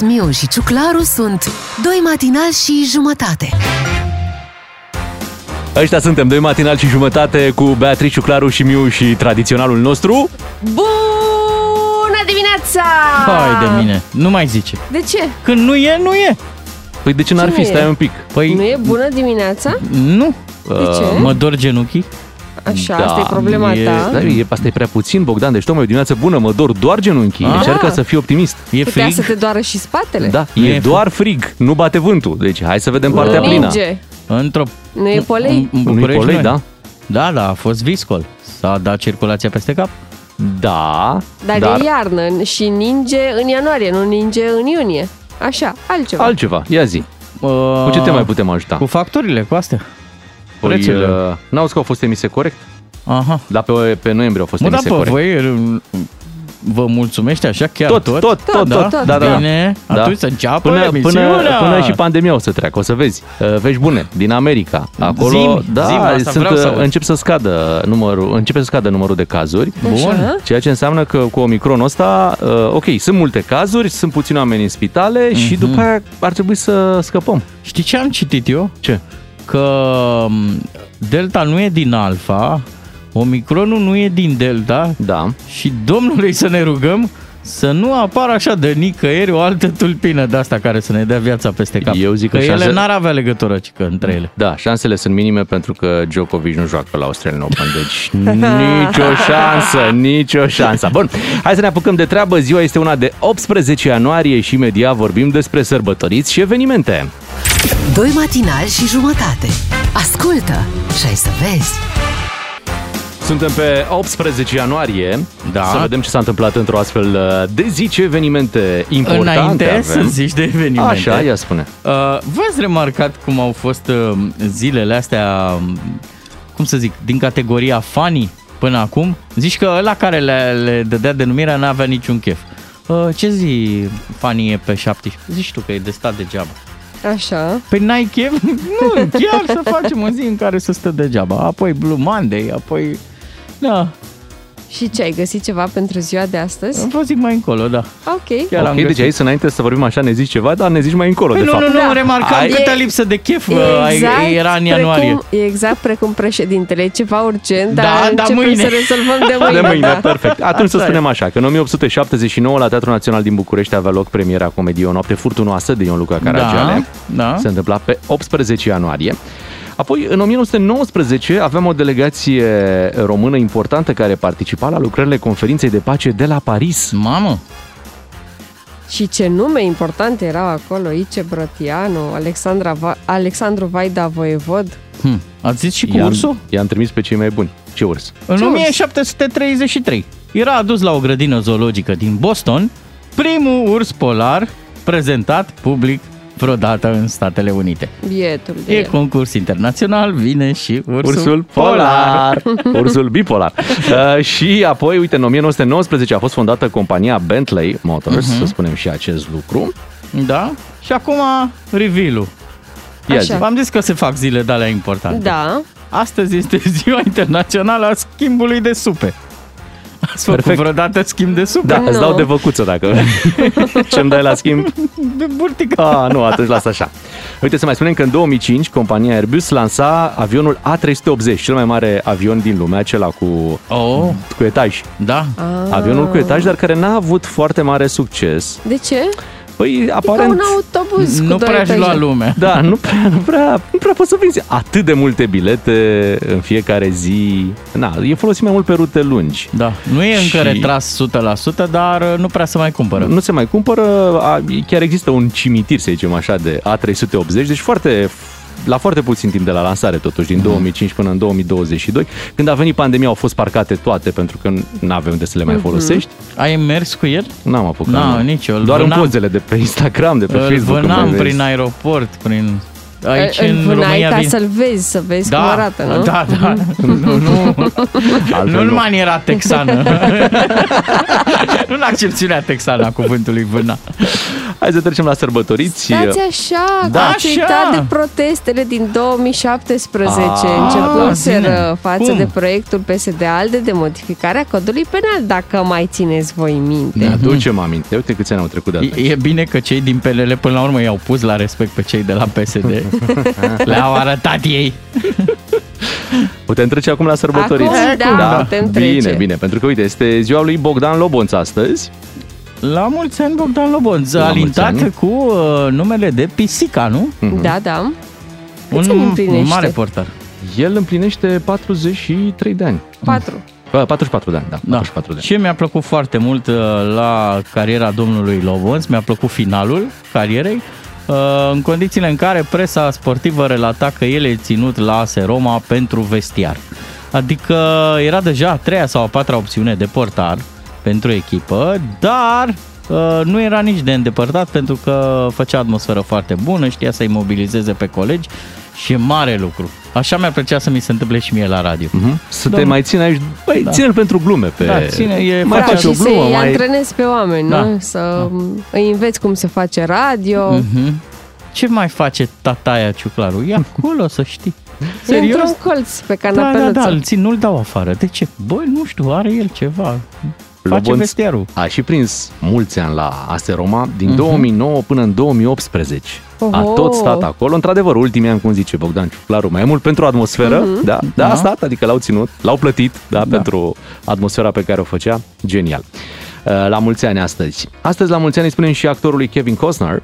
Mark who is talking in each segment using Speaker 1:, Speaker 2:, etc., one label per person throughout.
Speaker 1: Miu și Ciuclaru sunt Doi matinal și jumătate
Speaker 2: Ăștia suntem, doi matinal și jumătate cu Beatrice, Claru și Miu și tradiționalul nostru.
Speaker 3: Bună dimineața!
Speaker 4: Hai
Speaker 3: Ah.
Speaker 4: de mine, nu mai zice.
Speaker 3: De ce?
Speaker 4: Când nu e, nu e.
Speaker 2: Păi de ce n-ar
Speaker 3: Ce
Speaker 2: fi?
Speaker 3: nu
Speaker 2: Stai
Speaker 3: e?
Speaker 2: un pic. Păi,
Speaker 3: Nu e bună dimineața?
Speaker 4: Nu.
Speaker 3: De ce?
Speaker 4: Mă dor genunchii.
Speaker 3: Așa,
Speaker 2: Uh, da,
Speaker 3: asta e problema
Speaker 4: e-
Speaker 3: ta.
Speaker 2: Dar e, asta e prea puțin, Bogdan, deci tocmai o dimineață bună, mă dor doar genunchii.
Speaker 4: Ah.
Speaker 2: Încearcă
Speaker 3: Da.
Speaker 2: să fii optimist.
Speaker 4: E
Speaker 3: Putea
Speaker 4: frig.
Speaker 3: să te doară și spatele.
Speaker 2: Da,
Speaker 4: Nu
Speaker 2: e,
Speaker 4: e
Speaker 2: doar frig, nu bate vântul. Deci hai să vedem partea
Speaker 3: nu
Speaker 2: plină.
Speaker 3: ninge.
Speaker 4: Într-o...
Speaker 3: Nu e polei?
Speaker 4: În, în
Speaker 2: Nu-i
Speaker 4: București
Speaker 2: polei,
Speaker 4: nu e.
Speaker 2: da?
Speaker 4: Da, da, a fost viscol. S-a dat circulația peste cap.
Speaker 2: Da,
Speaker 3: Dar,
Speaker 2: dar
Speaker 3: e iarnă și ninge în ianuarie, nu ninge în iunie. Așa, altceva.
Speaker 2: altceva. Ia zi,
Speaker 4: Uh,
Speaker 2: cu ce te mai putem ajuta?
Speaker 4: Cu facturile, cu astea.
Speaker 2: Păi,
Speaker 4: prețurile.
Speaker 2: uh, n-auzi că au fost emise corect?
Speaker 4: Aha.
Speaker 2: Dar pe, pe noiembrie au fost
Speaker 4: Mă, da,
Speaker 2: emise
Speaker 4: pe
Speaker 2: corect.
Speaker 4: voi r- vă mulțumește așa chiar
Speaker 2: Tot,
Speaker 4: tot?
Speaker 2: tot, tot, tot,
Speaker 4: da?
Speaker 2: tot, da, da.
Speaker 4: Bine,
Speaker 2: Da.
Speaker 4: atunci să înceapă
Speaker 2: Până, până,
Speaker 4: emisiunea.
Speaker 2: până și pandemia o să treacă, o să vezi. Uh, Vești bune din America. Acolo
Speaker 4: Zim,
Speaker 2: da,
Speaker 4: zim, asta
Speaker 2: sunt,
Speaker 4: vreau să aud.
Speaker 2: încep să scadă numărul, începe să scadă numărul de cazuri.
Speaker 3: Așa.
Speaker 2: Ceea ce înseamnă că cu Omicron ăsta, uh, ok, sunt multe cazuri, sunt puțini oameni în spitale
Speaker 4: Mhm.
Speaker 2: și după aia ar trebui să scăpăm.
Speaker 4: Știi ce am citit eu?
Speaker 2: Ce?
Speaker 4: Că m, Delta nu e din Alfa, Omicronul nu e din Delta
Speaker 2: Da.
Speaker 4: și Domnului să ne rugăm să nu apară așa de nicăieri o altă tulpină de asta care să ne dea viața peste cap.
Speaker 2: Eu zic că
Speaker 4: că ele
Speaker 2: șanse-
Speaker 4: n-ar avea legătură ci că între ele.
Speaker 2: Da, șansele sunt minime pentru că Djokovic nu joacă la Australian Open, deci nicio șansă, nicio șansă. Bun, hai să ne apucăm de treabă. Ziua este una de 18 ianuarie și imediat vorbim despre sărbătoriți și evenimente.
Speaker 1: Doi matinal și jumătate Ascultă și ai să vezi
Speaker 2: Suntem pe 18 ianuarie.
Speaker 4: Da.
Speaker 2: Să vedem ce s-a întâmplat într-o astfel de zi, ce evenimente importante
Speaker 4: Înainte
Speaker 2: avem.
Speaker 4: să zici de evenimente.
Speaker 2: Așa, ia spune.
Speaker 4: Uh, V-ați remarcat cum au fost uh, zilele astea, um, cum să zic, din categoria funny până acum? Zici că ăla care le, le dădea denumirea n-avea niciun chef. Uh, ce zi funny e pe 17? Zici tu că e de stat degeaba.
Speaker 3: Așa.
Speaker 4: Păi n-ai chef? nu, chiar să facem o zi în care să stă degeaba. Apoi Blue Monday, apoi... Da,
Speaker 3: Și ce, ai găsit ceva pentru ziua de astăzi?
Speaker 4: vă zic mai încolo, da.
Speaker 3: Ok.
Speaker 4: Chiar
Speaker 2: ok,
Speaker 4: am
Speaker 2: deci
Speaker 4: găsit.
Speaker 2: aici înainte să vorbim așa ne zici ceva, dar ne zici mai încolo,
Speaker 4: Păi
Speaker 2: de
Speaker 4: nu,
Speaker 2: fapt.
Speaker 4: nu, nu,
Speaker 3: Da. Exact,
Speaker 4: am remarcat
Speaker 2: Ai-
Speaker 4: câtă lipsă de chef uh, ai- era în ianuarie.
Speaker 3: Precum, e exact precum președintele, e ceva urgent,
Speaker 4: Da,
Speaker 3: dar
Speaker 4: da,
Speaker 3: începem
Speaker 4: mâine.
Speaker 3: să rezolvăm de
Speaker 2: De
Speaker 3: mâine.
Speaker 2: mâine,
Speaker 3: da.
Speaker 2: perfect. Atunci să
Speaker 4: Asta e.
Speaker 2: spunem așa, că în 1879 la Teatrul Național din București avea loc premiera comediei O noapte furtunoasă de Ion Luca Caragiale.
Speaker 4: Da, da.
Speaker 2: Se întâmpla pe 18 ianuarie. Apoi, în 1919, aveam o delegație română importantă care participa la lucrările conferinței de pace de la Paris.
Speaker 4: Mamă,
Speaker 3: Și ce nume importante erau acolo, Ice Brătianu, Alexandra Va- Alexandru Vaida Voievod.
Speaker 4: Hm. Ați zis și cu
Speaker 2: I-am-
Speaker 4: ursul?
Speaker 2: I-am trimis pe cei mai buni. Ce urs?
Speaker 4: În
Speaker 3: Ce
Speaker 4: 1733 era adus la o grădină zoologică din Boston primul urs polar prezentat public vreodată în Statele Unite.
Speaker 3: Bietul de
Speaker 4: E
Speaker 3: el.
Speaker 4: concurs internațional, vine și ursul,
Speaker 2: Ursul polar. Ursul bipolar. Uh, și apoi, uite, în 1919 a fost fondată compania Bentley
Speaker 3: Mhm.
Speaker 2: Motors, uh-huh. să spunem și acest lucru.
Speaker 4: Da? Și acum reveal-ul.
Speaker 2: Ia
Speaker 3: Așa.
Speaker 2: zi.
Speaker 4: V-am zis că se fac zile de alea importante.
Speaker 3: Da,
Speaker 4: Astăzi este ziua internațională a schimbului de supe. Ați făcut
Speaker 2: Perfect.
Speaker 4: vreodată schimb de supe?
Speaker 2: Da,
Speaker 3: Nu.
Speaker 2: îți dau de văcuță dacă ce-mi dai la schimb.
Speaker 4: De burtică.
Speaker 2: A, nu, atunci lasă așa. Uite să mai spunem că în 2005 compania Airbus lansa avionul A380, cel mai mare avion din lume, acela cu,
Speaker 4: Oh,
Speaker 2: cu etaj.
Speaker 4: da.
Speaker 2: Avionul cu etaj, dar care n-a avut foarte mare succes.
Speaker 3: de ce?
Speaker 2: Păi,
Speaker 3: E ca
Speaker 2: aparent...
Speaker 3: un autobuz
Speaker 4: Nu
Speaker 3: cu doi
Speaker 4: prea aș lua
Speaker 3: etaje.
Speaker 4: lumea.
Speaker 2: Da, nu prea, nu prea, nu prea poți să vinzi atât de multe bilete în fiecare zi. Na, e folosit mai mult pe rute lungi.
Speaker 4: Da, nu e încă
Speaker 2: Și-
Speaker 4: retras 100%, dar uh, nu prea se mai cumpără.
Speaker 2: Nu se mai cumpără, a, chiar există un cimitir, să zicem așa, de A380, deci foarte la foarte puțin timp de la lansare, totuși,
Speaker 4: Mhm.
Speaker 2: din 2005 până în 2022. Când a venit pandemia, au fost parcate toate, pentru că nu aveam unde să le mai
Speaker 3: Mhm.
Speaker 2: folosești.
Speaker 4: Ai mers cu el?
Speaker 2: N-am apucat.
Speaker 4: Na,
Speaker 2: nu.
Speaker 4: nici eu. Îl
Speaker 2: Doar în
Speaker 4: vânam.
Speaker 2: pozele de pe Instagram, de pe
Speaker 4: Îl
Speaker 2: Facebook. când mai
Speaker 4: vânam
Speaker 2: vezi.
Speaker 4: prin aeroport, prin... aici
Speaker 3: Îl
Speaker 4: în
Speaker 3: vânai
Speaker 4: România
Speaker 3: ca
Speaker 4: vin...
Speaker 3: să-l vezi, să vezi cum
Speaker 4: da,
Speaker 3: arată, nu?
Speaker 4: da, da, nu, nu, nu
Speaker 2: Altfel
Speaker 4: în
Speaker 2: nu.
Speaker 4: maniera texană. nu în accepțiunea texană a cuvântului vâna.
Speaker 2: Hai să trecem la sărbătoriți.
Speaker 3: Stați așa,
Speaker 4: Da,
Speaker 3: da, ați
Speaker 4: așa.
Speaker 3: uitat de protestele din 2017
Speaker 2: Ah,
Speaker 4: bine.
Speaker 3: începuseră față
Speaker 4: Cum?
Speaker 3: de proiectul PSD-ALDE de modificarea codului penal, dacă mai țineți voi minte.
Speaker 2: Ne
Speaker 4: Mhm.
Speaker 2: aducem aminte. Uite câți ani au trecut de atunci.
Speaker 4: E, e bine că cei din PNL până la urmă i-au pus la respect pe cei de la PSD. Le-au arătat ei.
Speaker 2: Putem trece acum la sărbătoriți.
Speaker 3: Acum, da, putem
Speaker 2: Bine,
Speaker 3: trece.
Speaker 2: bine, pentru că uite, este ziua lui Bogdan Lobonț astăzi.
Speaker 4: La mulți ani, Bogdan Lobon.
Speaker 2: La
Speaker 4: Alintat
Speaker 2: mulți ani. Mhm.
Speaker 4: cu uh, numele de pisica, nu?
Speaker 3: Da, da. Câți ani
Speaker 4: Un
Speaker 3: împlinește?
Speaker 4: mare portar.
Speaker 2: El împlinește 43 de ani.
Speaker 3: Patru.
Speaker 2: Ba, 44 de ani, da, 44 de ani.
Speaker 4: Ce mi-a plăcut foarte mult uh, la cariera domnului Lovonț, mi-a plăcut finalul carierei, uh, în condițiile în care presa sportivă relata că el e ținut la AS Roma pentru vestiar. Adică era deja a treia sau a patra opțiune de portar pentru echipă, dar uh, nu era nici de îndepărtat pentru că făcea atmosferă foarte bună, știa să-i mobilizeze pe colegi și e mare lucru. Așa mi-ar plăcea să mi se întâmple și mie la radio.
Speaker 2: Mhm. Să te
Speaker 4: Domnul-
Speaker 2: mai țin aici, băi,
Speaker 4: Da.
Speaker 2: Păi, ține-l pentru glume pe...
Speaker 4: Da, ține, e
Speaker 2: mai
Speaker 4: Da,
Speaker 2: faci o
Speaker 3: și
Speaker 2: glumă,
Speaker 3: să-i
Speaker 2: mai...
Speaker 3: antrenezi pe oameni,
Speaker 4: Da.
Speaker 3: nu? Să îi înveți cum se face radio.
Speaker 4: Mhm. Ce mai face tataia ciuclarul? E acolo, să știi.
Speaker 3: E într-un colț pe
Speaker 4: Da, da, da,
Speaker 3: canapeluță.
Speaker 4: îl țin, nu-l dau afară. De ce? Băi, nu știu, are el ceva. Face
Speaker 2: Lobonț
Speaker 4: vestiarul.
Speaker 2: A și prins mulți ani la AS Roma,
Speaker 4: Mhm.
Speaker 2: din 2009 până în 2018. A
Speaker 3: Oho.
Speaker 2: tot stat acolo. Într-adevăr, ultimii ani, cum zice Bogdan Ciuclaru, mai mult pentru atmosferă,
Speaker 3: Mhm.
Speaker 2: da, da, a
Speaker 4: Da.
Speaker 2: stat, adică l-au ținut, l-au plătit da, pentru atmosfera pe care o făcea. Genial. Uh, La mulți ani astăzi. Astăzi la mulți ani îi spunem și actorului Kevin Costner,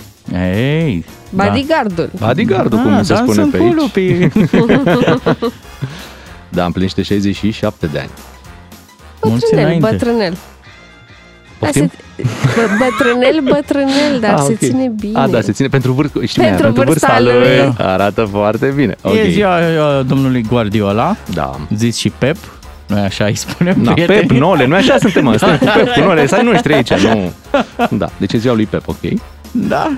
Speaker 4: Ei, da.
Speaker 3: Bodyguardul.
Speaker 2: da.
Speaker 3: Da,
Speaker 2: bodyguardul, cum se spune pe aici.
Speaker 4: aici.
Speaker 2: Da, împlinește 67 de ani.
Speaker 4: Mulți
Speaker 3: Bătrânel,
Speaker 4: înainte.
Speaker 3: bătrânel. Dar
Speaker 2: Poftim?
Speaker 3: Da, se- bă- Bătrânel, bătrânel, dar
Speaker 2: Ah,
Speaker 3: se
Speaker 2: ok.
Speaker 3: ține bine.
Speaker 2: A, da, se ține pentru, vâr... știi,
Speaker 3: Pentru
Speaker 2: pentru vârsta
Speaker 3: vârsta
Speaker 2: lui.
Speaker 3: lui.
Speaker 2: Arată foarte bine.
Speaker 4: Okay. E
Speaker 2: Ok.
Speaker 4: ziua uh, domnului Guardiola,
Speaker 2: Da.
Speaker 4: zis și Pep. Noi așa îi spunem
Speaker 2: Na,
Speaker 4: prietenii.
Speaker 2: Pep Nole, noi așa suntem, mă, suntem cu Pep cu Nole, stai noștri aici, nu. Da, deci e ziua lui Pep, ok?
Speaker 4: Da.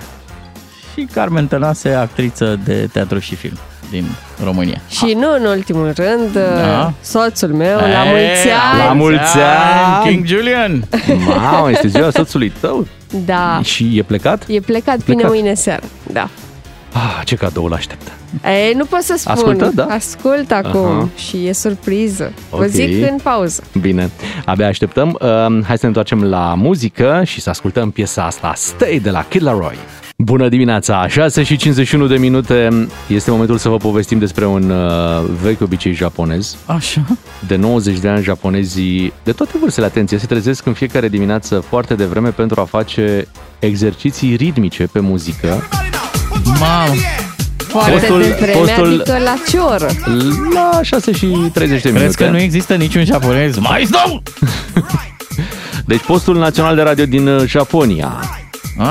Speaker 4: Și Carmen Tănase, actriță de teatru și film din România.
Speaker 3: Și nu în ultimul rând,
Speaker 4: Da.
Speaker 3: soțul meu, la
Speaker 2: Eh.
Speaker 3: mulți ani.
Speaker 2: la mulți ani!
Speaker 4: King Julian!
Speaker 2: Mamă, este ziua soțului tău
Speaker 3: Da,
Speaker 2: și e plecat?
Speaker 3: e plecat, vine
Speaker 2: Plecat.
Speaker 3: mâine seară. Da.
Speaker 2: Ah, ce cadou îl așteaptă.
Speaker 3: E, nu pot să spun.
Speaker 2: Ascultă, da?
Speaker 3: Ascult acum și e surpriză.
Speaker 2: Ok.
Speaker 3: Vă zic în pauză.
Speaker 2: Bine, abia așteptăm. Um, hai să ne întoarcem la muzică și să ascultăm piesa asta, Stay de la Kid Laroi. Bună dimineața, 6 și 51 de minute. Este momentul să vă povestim despre un uh, vechi obicei japonez.
Speaker 4: Așa.
Speaker 2: de 90 de ani japonezii, de toate vârstele, atenție, se trezesc în fiecare dimineață foarte devreme pentru a face exerciții ritmice pe muzică.
Speaker 4: Mamă.
Speaker 3: Foarte
Speaker 2: Postul-
Speaker 3: devreme,
Speaker 2: postul-
Speaker 3: adică la ce oră?
Speaker 2: La 6 și 30 de
Speaker 4: Crezi că nu
Speaker 2: minute.
Speaker 4: există niciun japonez? Mai stau!
Speaker 2: Deci postul național de radio din uh, Japonia,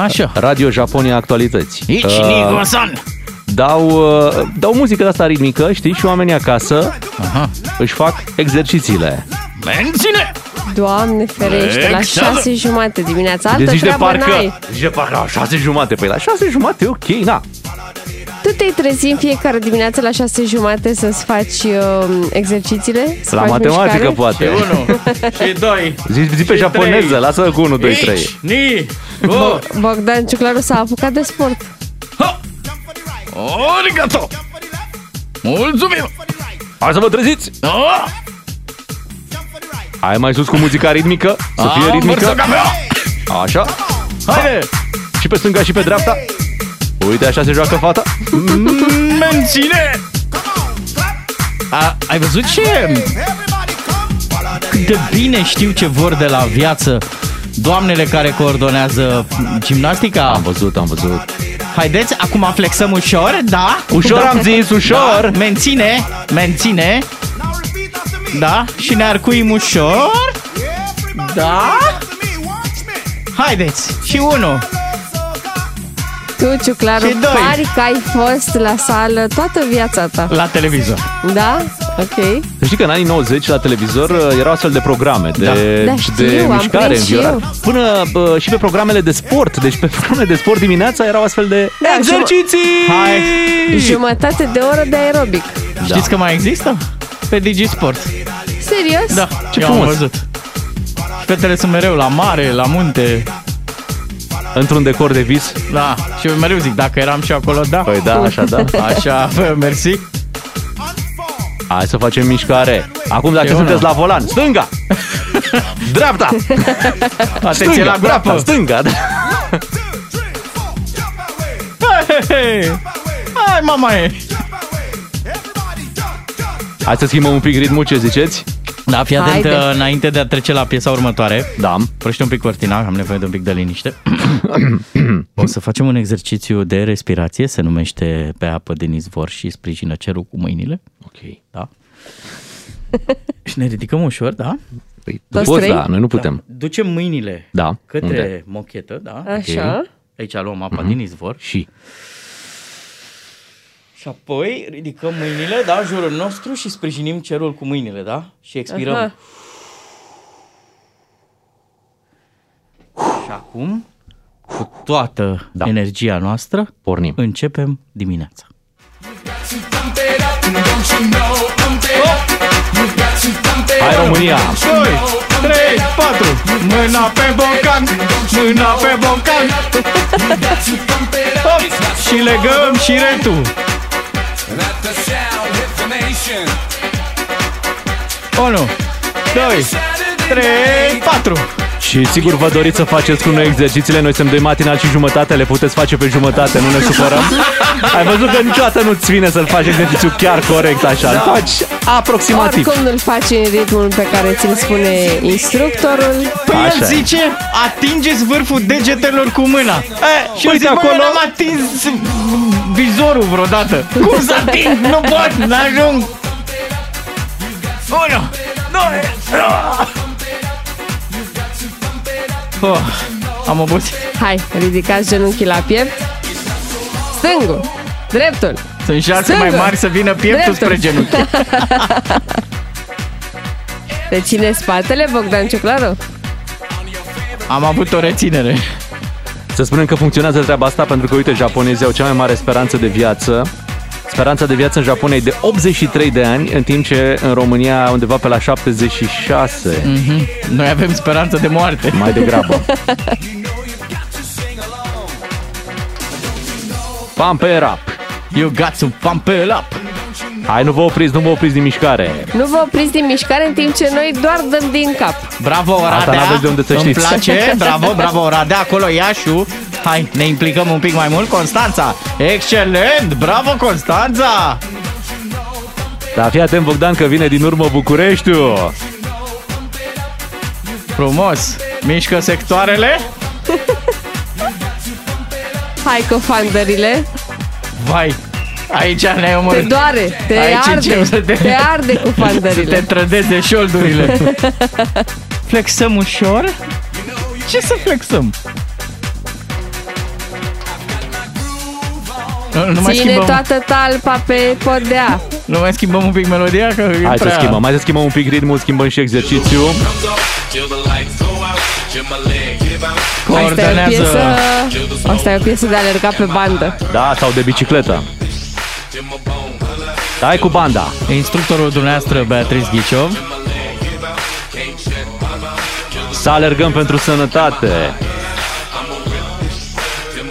Speaker 4: Așa.
Speaker 2: Radio Japonia Actualități. Uh,
Speaker 4: Ichinigo-san!
Speaker 2: dau, uh, dau muzică de asta ritmică, știi, și oamenii acasă
Speaker 4: Aha.
Speaker 2: își fac exercițiile.
Speaker 4: Menține!
Speaker 3: Doamne ferește, la
Speaker 4: Exact.
Speaker 3: șase jumate
Speaker 2: De
Speaker 3: dimineața. Altă
Speaker 2: Deci zici de
Speaker 3: treabă
Speaker 2: parcă,
Speaker 3: n-ai.
Speaker 2: zici de parcă la 6 jumate, păi la 6 jumate, e ok, na.
Speaker 3: Tu te-ai trezi în fiecare dimineață la șase jumate să-ți faci uh, exercițiile? Să
Speaker 2: La
Speaker 3: faci
Speaker 2: matematică
Speaker 3: mișcare?
Speaker 4: Și
Speaker 2: poate.
Speaker 4: unu, și doi,
Speaker 2: Zici zi pe
Speaker 4: Și
Speaker 2: japoneză,
Speaker 4: trei.
Speaker 2: lasă cu 1, 2, 3.
Speaker 4: ichi, ni, go,
Speaker 3: Bogdan Ciuclaru s-a apucat de sport.
Speaker 4: ho! Origato! Mulțumim!
Speaker 2: Hai să vă treziți!
Speaker 4: Oh!
Speaker 2: Hai mai sus cu muzica ritmică, să fie
Speaker 4: Am
Speaker 2: ritmică.
Speaker 4: vărsat cafea!
Speaker 2: Așa. Haide! Și pe stânga și pe dreapta. Uite, așa se joacă fata.
Speaker 4: Mm. Menține! A, ai văzut ce cât de bine știu ce vor de la viață doamnele care coordonează gimnastica?
Speaker 2: Am văzut, am văzut.
Speaker 4: Haideți, acum flexăm ușor, da?
Speaker 2: Ușor
Speaker 4: da.
Speaker 2: am zis, ușor!
Speaker 4: Da, menține, menține, da? Și ne arcuim ușor.
Speaker 2: Da.
Speaker 4: Da? Haideți, și unul,
Speaker 3: tu, Ciuclaru,
Speaker 4: Și doi.
Speaker 3: pari că ai fost la sală toată viața ta.
Speaker 4: La televizor.
Speaker 3: Da? Ok.
Speaker 2: Să știi că în anii 90 la televizor uh, erau astfel de programe de,
Speaker 4: Da.
Speaker 3: Da, știu,
Speaker 2: de
Speaker 3: am
Speaker 2: mișcare,
Speaker 3: prins și
Speaker 2: înviorare.
Speaker 3: eu.
Speaker 2: Până bă, și pe programele de sport. Deci pe programele de sport dimineața erau astfel de
Speaker 3: Da, și-
Speaker 2: exerciții!
Speaker 4: Hai.
Speaker 3: Jumătate de oră de aerobic.
Speaker 2: Da.
Speaker 4: Știți că mai există? Pe DigiSport.
Speaker 3: Serios?
Speaker 4: Da,
Speaker 2: Ce
Speaker 4: eu am
Speaker 2: frumos.
Speaker 4: văzut. Fetele sunt mereu la mare, la munte,
Speaker 2: Într-un decor de vis.
Speaker 4: da. Și eu mereu zic, dacă eram și eu acolo, da.
Speaker 2: Păi da, așa da.
Speaker 4: Așa, mersi.
Speaker 2: Hai să facem mișcare. Acum dacă
Speaker 4: E una.
Speaker 2: sunteți la volan, stânga! Dreapta!
Speaker 4: Atenție
Speaker 2: Stânga,
Speaker 4: la
Speaker 2: dreapta,
Speaker 4: groapă.
Speaker 2: stânga! Da.
Speaker 4: Hei, hei, hei. Hai, mama e.
Speaker 2: Hai să schimbăm un pic ritmul, ce ziceți?
Speaker 4: Da, fii atent
Speaker 3: Haide.
Speaker 4: uh, înainte de a trece la piesa următoare.
Speaker 2: Da.
Speaker 4: Proște un pic cortina, am nevoie de un pic de liniște. o să facem un exercițiu de respirație, se numește pe apă din izvor și sprijină cerul cu mâinile.
Speaker 2: Ok.
Speaker 4: Da. și ne ridicăm ușor, da?
Speaker 2: Păi, tu
Speaker 3: Toți
Speaker 2: poți,
Speaker 3: trei?
Speaker 2: da, noi nu putem.
Speaker 4: Ducem mâinile
Speaker 2: Da.
Speaker 4: către
Speaker 2: Unde? Mhm.
Speaker 4: mochetă, da?
Speaker 3: Așa.
Speaker 4: Aici luăm apa din izvor
Speaker 2: Și.
Speaker 4: și apoi ridicăm mâinile, da, în jurul nostru și sprijinim cerul cu mâinile, da? Și expirăm.
Speaker 3: Aha.
Speaker 4: Și acum, cu toată
Speaker 2: Da.
Speaker 4: da. energia noastră,
Speaker 2: Pornim.
Speaker 4: începem dimineața.
Speaker 2: Hai România!
Speaker 4: 2, 3, 4 Mâna pe bocan Mâna pe bocan Hop! Și legăm și retul
Speaker 5: Trei,
Speaker 4: 1, 2, 3, 4
Speaker 2: Și sigur vă doriți să faceți cu noi exercițiile Noi suntem doi matinal și jumătate Le puteți face pe jumătate, nu ne supărăm Ai văzut că niciodată nu-ți vine să-l faci exercițiu chiar corect așa Îl
Speaker 4: Da.
Speaker 2: faci aproximativ
Speaker 3: Oricum nu-l faci în ritmul pe care ți-l spune instructorul.
Speaker 4: Păi
Speaker 2: Așa
Speaker 4: el
Speaker 2: e.
Speaker 4: zice, atingeți vârful degetelor cu mâna e, Și eu
Speaker 2: Uite
Speaker 4: zic, acolo...
Speaker 2: acolo-
Speaker 4: n-am atins vizorul vreodată Cum să ating? Nu pot, n-ajung 1, 2 oh, Am obosit
Speaker 3: Hai, ridicați genunchii la piept. Stângul, dreptul.
Speaker 4: Sunt șanse mai
Speaker 3: Sigur.
Speaker 4: mari să vină pieptul
Speaker 3: Dreptul.
Speaker 4: spre genunchi.
Speaker 3: Reține spatele, Bogdan Ciuclaru.
Speaker 4: Am avut o reținere.
Speaker 2: Să spunem că funcționează treaba asta Pentru că, uite, japonezii au cea mai mare speranță de viață Speranța de viață în Japonia e de 83 de ani, în timp ce în România undeva pe la 76,
Speaker 4: Mhm. Noi avem speranță de moarte.
Speaker 2: mai degrabă. Pump it up!
Speaker 4: You got to pump it up.
Speaker 2: Hai, nu vă opriți, nu vă opriți din mișcare.
Speaker 3: Nu vă opriți din mișcare în timp ce noi doar dăm din cap.
Speaker 4: Bravo, Oradea.
Speaker 2: n-aveți de unde să
Speaker 4: Îmi
Speaker 2: știți.
Speaker 4: place. Bravo, bravo, Oradea. Acolo Iașu. Hai, ne implicăm un pic mai mult. Constanța. Excelent. Bravo, Constanța.
Speaker 2: Dar fii atent, Bogdan, că vine din urmă Bucureștiul.
Speaker 4: Frumos. Mișcă sectoarele.
Speaker 3: Hai cu fandările.
Speaker 4: Vai. Aici ne-ai
Speaker 3: Te
Speaker 4: omorât.
Speaker 3: doare, te
Speaker 4: Aici
Speaker 3: arde.
Speaker 4: încep să te-
Speaker 3: Te arde cu
Speaker 4: Te
Speaker 3: fandările.
Speaker 4: trădezi de șoldurile. Flexăm ușor. Ce să flexăm? Nu, nu, mai
Speaker 3: Ține
Speaker 4: schimbăm,
Speaker 3: toată talpa pe podea.
Speaker 4: nu mai schimbăm un pic melodia? Că e
Speaker 2: Hai
Speaker 4: prea...
Speaker 2: să schimbăm, hai să schimbăm un pic ritmul, schimbăm și exercițiul.
Speaker 3: Asta e o piesă,
Speaker 4: Coordonează.
Speaker 3: asta e o piesă de alergat pe bandă.
Speaker 2: Da, sau de bicicletă. Dai cu banda.
Speaker 4: Instructorul dumneavoastră, Beatriz Ghiciov.
Speaker 2: Să alergăm pentru sănătate.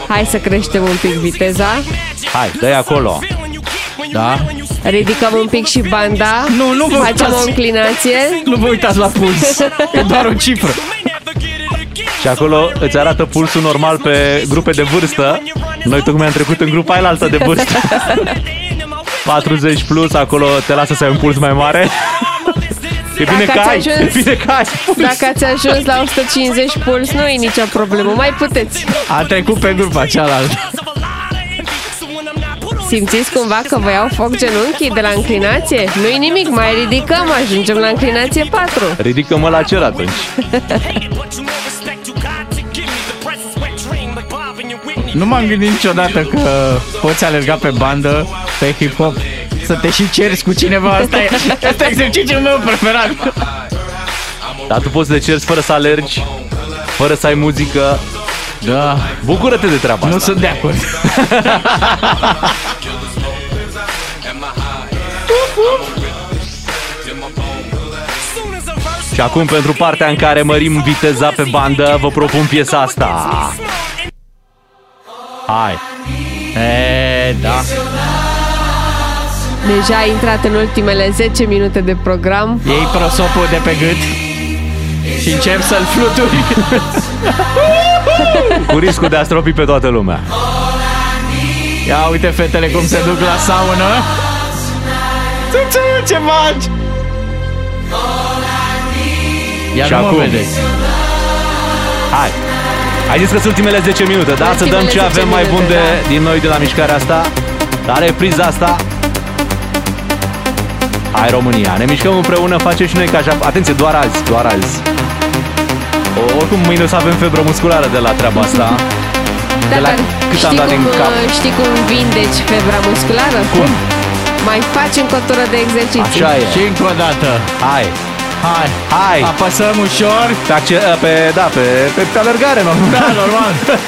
Speaker 3: Hai să creștem un pic viteza.
Speaker 2: Hai, dai acolo.
Speaker 4: Da.
Speaker 3: Ridicăm un pic și banda.
Speaker 4: Nu, nu vă
Speaker 3: Facem o
Speaker 4: uitați.
Speaker 3: înclinație.
Speaker 4: Nu vă uitați la puls. e doar o cifră.
Speaker 2: Și acolo îți arată pulsul normal pe grupe de vârstă. Noi tocmai am trecut în grupa ailaltă de vârstă. 40 plus, acolo te lasă să ai un puls mai mare. E bine
Speaker 3: Dacă
Speaker 2: că
Speaker 3: ați
Speaker 2: ai, e
Speaker 3: ajuns-
Speaker 2: bine că ai puls.
Speaker 3: Dacă ați ajuns la 150 puls, nu e nicio problemă. Mai puteți.
Speaker 4: A trecut pe grupa cealaltă.
Speaker 3: Simțiți cumva că vă iau foc genunchii de la înclinație? Nu-i nimic, mai ridicăm, ajungem la înclinație 4.
Speaker 2: Ridică-mă la cer atunci.
Speaker 4: Nu m-am gândit niciodată că poți alerga pe bandă, pe hip-hop, să te și ceri cu cineva. Asta e, asta e exercițiul meu preferat.
Speaker 2: Dar tu poți să te cerți fără să alergi, fără să ai muzică.
Speaker 4: Da,
Speaker 2: Bucură-te de treaba
Speaker 4: nu
Speaker 2: asta.
Speaker 4: sunt de acord.
Speaker 2: Și acum, pentru partea în care mărim viteza pe bandă, vă propun piesa asta. Hai!
Speaker 4: E, da.
Speaker 3: Deja a intrat în ultimele 10 minute de program.
Speaker 4: Iei prosopul de pe gât și încep să-l fluturi.
Speaker 2: Cu riscul de a stropi pe toată lumea.
Speaker 4: Ia uite fetele cum se duc la saună. Ce, ce, ce faci? Iar
Speaker 2: Și
Speaker 4: nu
Speaker 2: acum?
Speaker 4: mă vedeți.
Speaker 2: Hai! Ai zis că sunt ultimele 10 minute, da? Să dăm
Speaker 3: Ultimele
Speaker 2: ce
Speaker 3: 10
Speaker 2: avem mai bun
Speaker 3: minute,
Speaker 2: de,
Speaker 3: da.
Speaker 2: din noi de la mișcarea asta. La repriza asta. Hai România, ne mișcăm împreună, facem și noi ca așa. Atenție, doar azi, doar azi. O- Oricum mâine o să avem febră musculară de la treaba asta.
Speaker 3: Da,
Speaker 2: la
Speaker 3: dar
Speaker 2: cât am
Speaker 3: știi
Speaker 2: dat
Speaker 3: cum,
Speaker 2: din cap?
Speaker 3: uh, Știi cum vindeci febra musculară?
Speaker 2: Cum?
Speaker 3: Mai faci în cotură de exerciții.
Speaker 2: Așa e.
Speaker 4: Și încă o dată.
Speaker 2: Hai!
Speaker 4: Hai,
Speaker 2: Hai!
Speaker 4: apăsăm ușor.
Speaker 2: Pe, acce- pe da, pe, pe, pe alergare, normal.
Speaker 4: Da, normal.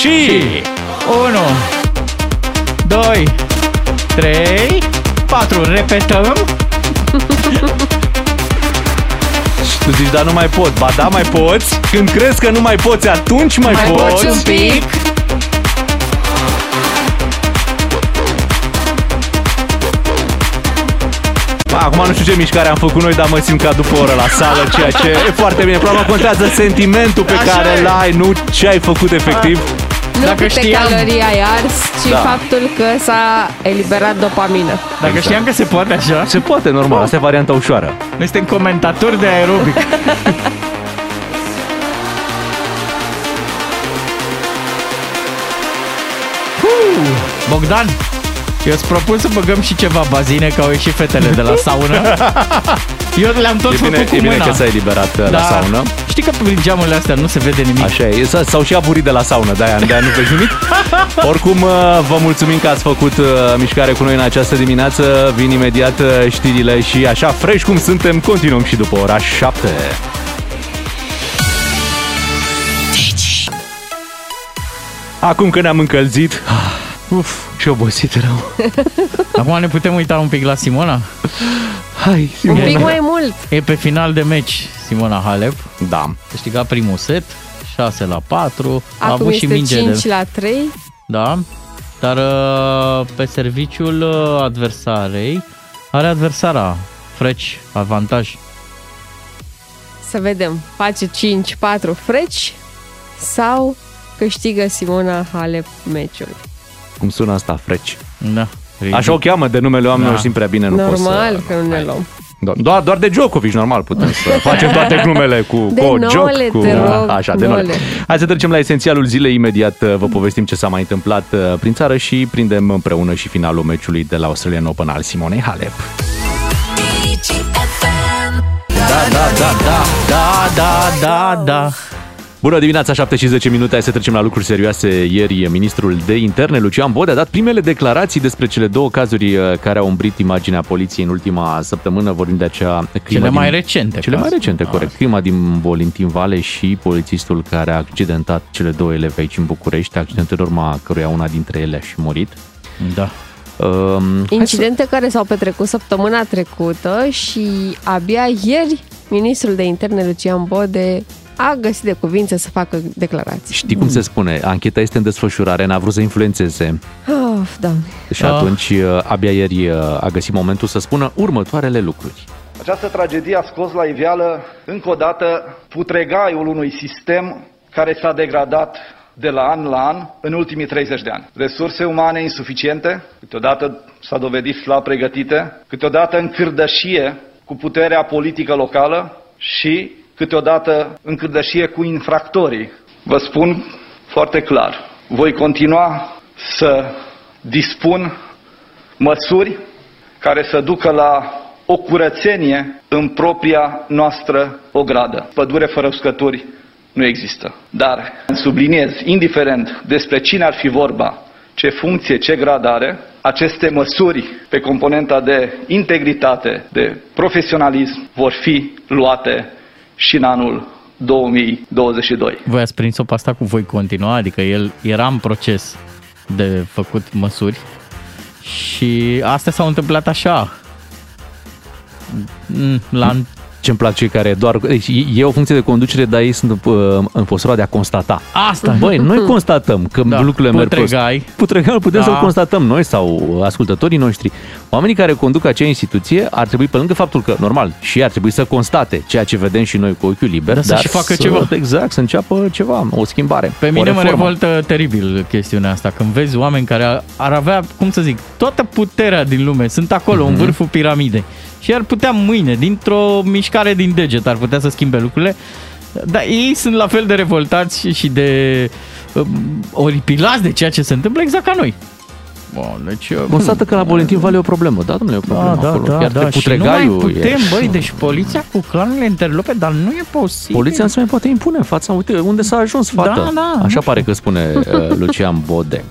Speaker 2: Și...
Speaker 4: 1, 2, 3, 4. Repetăm.
Speaker 2: Tu zici, dar nu mai pot. Ba da, mai poți. Când crezi că nu mai poți, atunci mai,
Speaker 4: Mai
Speaker 2: poți.
Speaker 4: poți un pic.
Speaker 2: Ba, Acum nu știu ce mișcare am făcut noi, dar mă simt ca după o oră la sală, ceea ce e foarte bine. Probabil contează sentimentul pe
Speaker 4: Așa
Speaker 2: care
Speaker 4: e.
Speaker 2: îl ai, nu ce ai făcut efectiv.
Speaker 3: Nu
Speaker 4: Dacă
Speaker 3: câte
Speaker 4: știam.
Speaker 3: calorii ai ars, ci
Speaker 2: Da.
Speaker 3: faptul că s-a eliberat dopamină.
Speaker 4: Dacă
Speaker 2: Exact.
Speaker 4: știam că se poate așa,
Speaker 2: Se poate, normal. Asta e varianta ușoară.
Speaker 4: noi suntem comentatori de aerobic. Huu! Bogdan, eu îți propun să băgăm și ceva bazine, că au ieșit fetele de la saună. Eu le-am tot
Speaker 2: E
Speaker 4: făcut
Speaker 2: bine,
Speaker 4: cu
Speaker 2: e bine
Speaker 4: mâna. Da.
Speaker 2: că s-a eliberat uh, la
Speaker 4: Dar
Speaker 2: saună.
Speaker 4: Știi că prin geamurile astea nu se vede nimic.
Speaker 2: Așa e, S- s-au și aburit de la saună, de-aia, de-aia nu vezi nimic. Oricum, uh, vă mulțumim că ați făcut uh, mișcare cu noi în această dimineață. Vin imediat uh, știrile și așa fresh cum suntem, continuăm și după ora 7. Acum că ne-am încălzit, ah, uf, și obosit rău.
Speaker 4: Acum ne putem uita un pic la Simona?
Speaker 2: Hai,
Speaker 3: Un
Speaker 2: Simona.
Speaker 3: pic mai mult.
Speaker 4: E pe final de meci Simona Halep.
Speaker 2: Da.
Speaker 4: Câștigat primul set, 6 la 4. a
Speaker 3: Acum
Speaker 4: avut și
Speaker 3: este
Speaker 4: minge
Speaker 3: 5
Speaker 4: de...
Speaker 3: la 3.
Speaker 4: Da. Dar uh, pe serviciul uh, adversarei are adversara freci avantaj.
Speaker 3: Să vedem. Face 5-4 freci sau câștigă Simona Halep meciul.
Speaker 2: Cum sună asta, freci?
Speaker 4: Da. ridic.
Speaker 2: Așa o cheamă de numele oamenilor,
Speaker 4: Da.
Speaker 2: da. simt prea bine, nu
Speaker 3: Normal
Speaker 2: pot să...
Speaker 3: că nu ne luăm.
Speaker 2: Do- Doar, doar de Djokovic, normal, putem să facem toate glumele cu,
Speaker 3: De
Speaker 2: cu o
Speaker 3: nole,
Speaker 2: joc, cu... da,
Speaker 3: te rog,
Speaker 2: Așa, de nole.
Speaker 3: nole.
Speaker 2: Hai să trecem la esențialul zilei imediat. uh, Vă povestim ce s-a mai întâmplat uh, prin țară și prindem împreună și finalul meciului de la Australian Open al Simonei Halep.
Speaker 4: Da, da, da, da, da, da, da, da.
Speaker 2: Bună dimineața, 7 și 10 minute. Hai să trecem la lucruri serioase. Ieri, ministrul de interne, Lucian Bode, a dat primele declarații despre cele două cazuri uh, care au umbrit imaginea poliției în ultima săptămână, vorbim de acea crimă
Speaker 4: Cele
Speaker 2: din-
Speaker 4: mai recente.
Speaker 2: Cele mai
Speaker 4: cazuri.
Speaker 2: recente,
Speaker 4: Da.
Speaker 2: corect. Crima din Volintin Vale și polițistul care a accidentat cele două elevi aici în București, accident în urma căruia una dintre ele a și murit.
Speaker 4: Da.
Speaker 2: Um, hai să-
Speaker 3: Incidente care s-au petrecut săptămâna trecută și abia ieri ministrul de interne Lucian Bode a găsit de cuvință să facă declarații.
Speaker 2: Știi cum se spune? Ancheta este în desfășurare, n-a vrut să influențeze
Speaker 3: Of, doamne.
Speaker 2: și
Speaker 4: Ah.
Speaker 2: atunci uh, abia ieri uh, a găsit momentul să spună următoarele lucruri.
Speaker 5: Această tragedie a scos la iveală încă o dată putregaiul unui sistem care s-a degradat de la an la an în ultimii 30 de ani. Resurse umane insuficiente, câteodată s-a dovedit slab pregătite, câteodată în cârdășie cu puterea politică locală și câteodată în cârdășie cu infractorii. Vă spun foarte clar, voi continua să dispun măsuri care să ducă la o curățenie în propria noastră ogradă. Pădure fără uscături nu există. Dar subliniez, indiferent despre cine ar fi vorba, ce funcție, ce grad are, aceste măsuri pe componenta de integritate, de profesionalism, vor fi luate și în anul 2022.
Speaker 4: Voi ați prins-o pe asta cu voi continua, adică el era în proces de făcut măsuri și astea s-au întâmplat așa. Mm, La,
Speaker 2: Hmm? Ce-mi plac cei care doar... Deci, e- e o funcție de conducere, dar ei sunt uh, în postura de a constata.
Speaker 4: asta
Speaker 2: Băi, noi constatăm că
Speaker 4: Da,
Speaker 2: da, lucrurile merg prost.
Speaker 4: putregai.
Speaker 2: Putregai îl putem
Speaker 4: Da.
Speaker 2: da. să-l constatăm noi sau ascultătorii noștri. Oamenii care conduc acea instituție ar trebui, pe lângă faptul că, normal, și ei ar trebui să constate ceea ce vedem și noi cu ochiul liber,
Speaker 4: Dar să și facă ceva.
Speaker 2: Exact, să înceapă ceva, o schimbare.
Speaker 4: Pe mine
Speaker 2: o
Speaker 4: mă
Speaker 2: reformă.
Speaker 4: revoltă teribil chestiunea asta, când vezi oameni care ar- ar avea, cum să zic, toată puterea din lume, sunt acolo, mm-hmm. în vârful piramidei și ar putea mâine, dintr-o mișcare din deget, ar putea să schimbe lucrurile, dar ei sunt la fel de revoltați și- și de um, oripilați de ceea ce se întâmplă, exact ca noi. Bun, deci, uh,
Speaker 2: Constată că la Bolentin Vale e o problemă. Da, domnule, e o problemă
Speaker 4: da, da,
Speaker 2: acolo.
Speaker 4: da,
Speaker 2: Chiar
Speaker 4: da,
Speaker 2: te
Speaker 4: și nu mai
Speaker 2: putregaiul
Speaker 4: putem,
Speaker 2: ești.
Speaker 4: băi, deci poliția cu clanurile interlope, dar nu e posibil.
Speaker 2: Poliția nu se mai poate impune în fața, uite, unde s-a ajuns
Speaker 4: Da,
Speaker 2: fata.
Speaker 4: da, nu
Speaker 2: Așa pare că spune uh, Lucian Bode.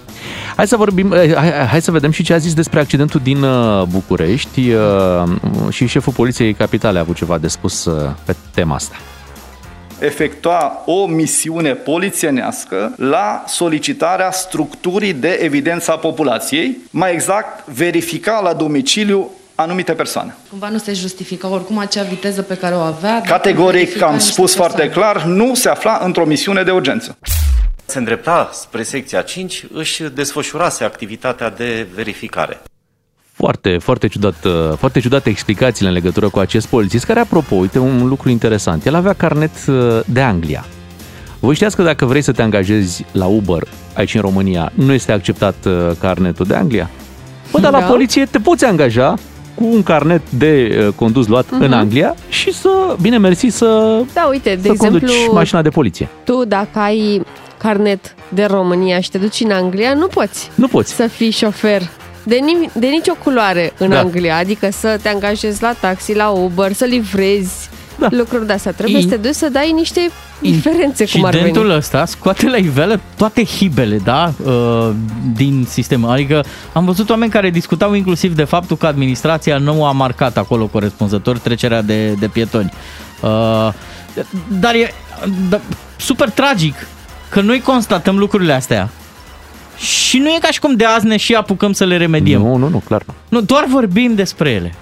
Speaker 2: Hai să vorbim, eh, hai, hai să vedem și ce a zis despre accidentul din uh, București uh, și șeful poliției capitale a avut ceva de spus uh, pe tema asta.
Speaker 5: efectua o misiune polițienească la solicitarea structurii de evidență a populației, mai exact verifica la domiciliu anumite persoane.
Speaker 6: Cumva nu se justifica oricum acea viteză pe care o avea.
Speaker 7: Da,
Speaker 5: Categoric, am
Speaker 6: Verifica niște
Speaker 5: spus foarte
Speaker 6: persoane.
Speaker 5: clar, nu se afla într-o misiune de urgență.
Speaker 8: se îndrepta spre secția 5, își desfășurase activitatea de verificare.
Speaker 2: Foarte, foarte, ciudat, uh, foarte ciudate explicațiile în legătură cu acest polițist, care, apropo, uite, un lucru interesant. El avea carnet uh, de Anglia. Voi știați că dacă vrei să te angajezi la Uber aici în România, nu este acceptat uh, carnetul de Anglia? Bă, dar la
Speaker 3: Da.
Speaker 2: poliție te poți angaja cu un carnet de uh, condus luat uh-huh. în Anglia și să, bine mersi, să,
Speaker 3: Da, uite, Mhm. de
Speaker 2: să
Speaker 3: exemplu,
Speaker 2: conduci mașina de poliție.
Speaker 3: tu dacă ai carnet de România și te duci în Anglia, nu poți
Speaker 2: Nu poți.
Speaker 3: să fii șofer de, ni- de nicio culoare în
Speaker 2: Da.
Speaker 3: Anglia, adică să te angajezi la taxi, la Uber, să livrezi
Speaker 2: Da.
Speaker 3: lucruri de astea. Trebuie
Speaker 4: In-
Speaker 3: să te duci să dai niște diferențe cum ar veni.
Speaker 4: Incidentul ăsta scoate la iveală toate hibele, da, uh, din sistem. Adică am văzut oameni care discutau inclusiv de faptul că administrația nu a marcat acolo corespunzător trecerea de, de pietoni. Uh, Dar e da, super tragic că noi constatăm lucrurile astea. Și nu e ca și cum de azi ne și apucăm să le remediem.
Speaker 2: Nu, nu, nu, clar nu.
Speaker 4: Nu, doar vorbim despre ele.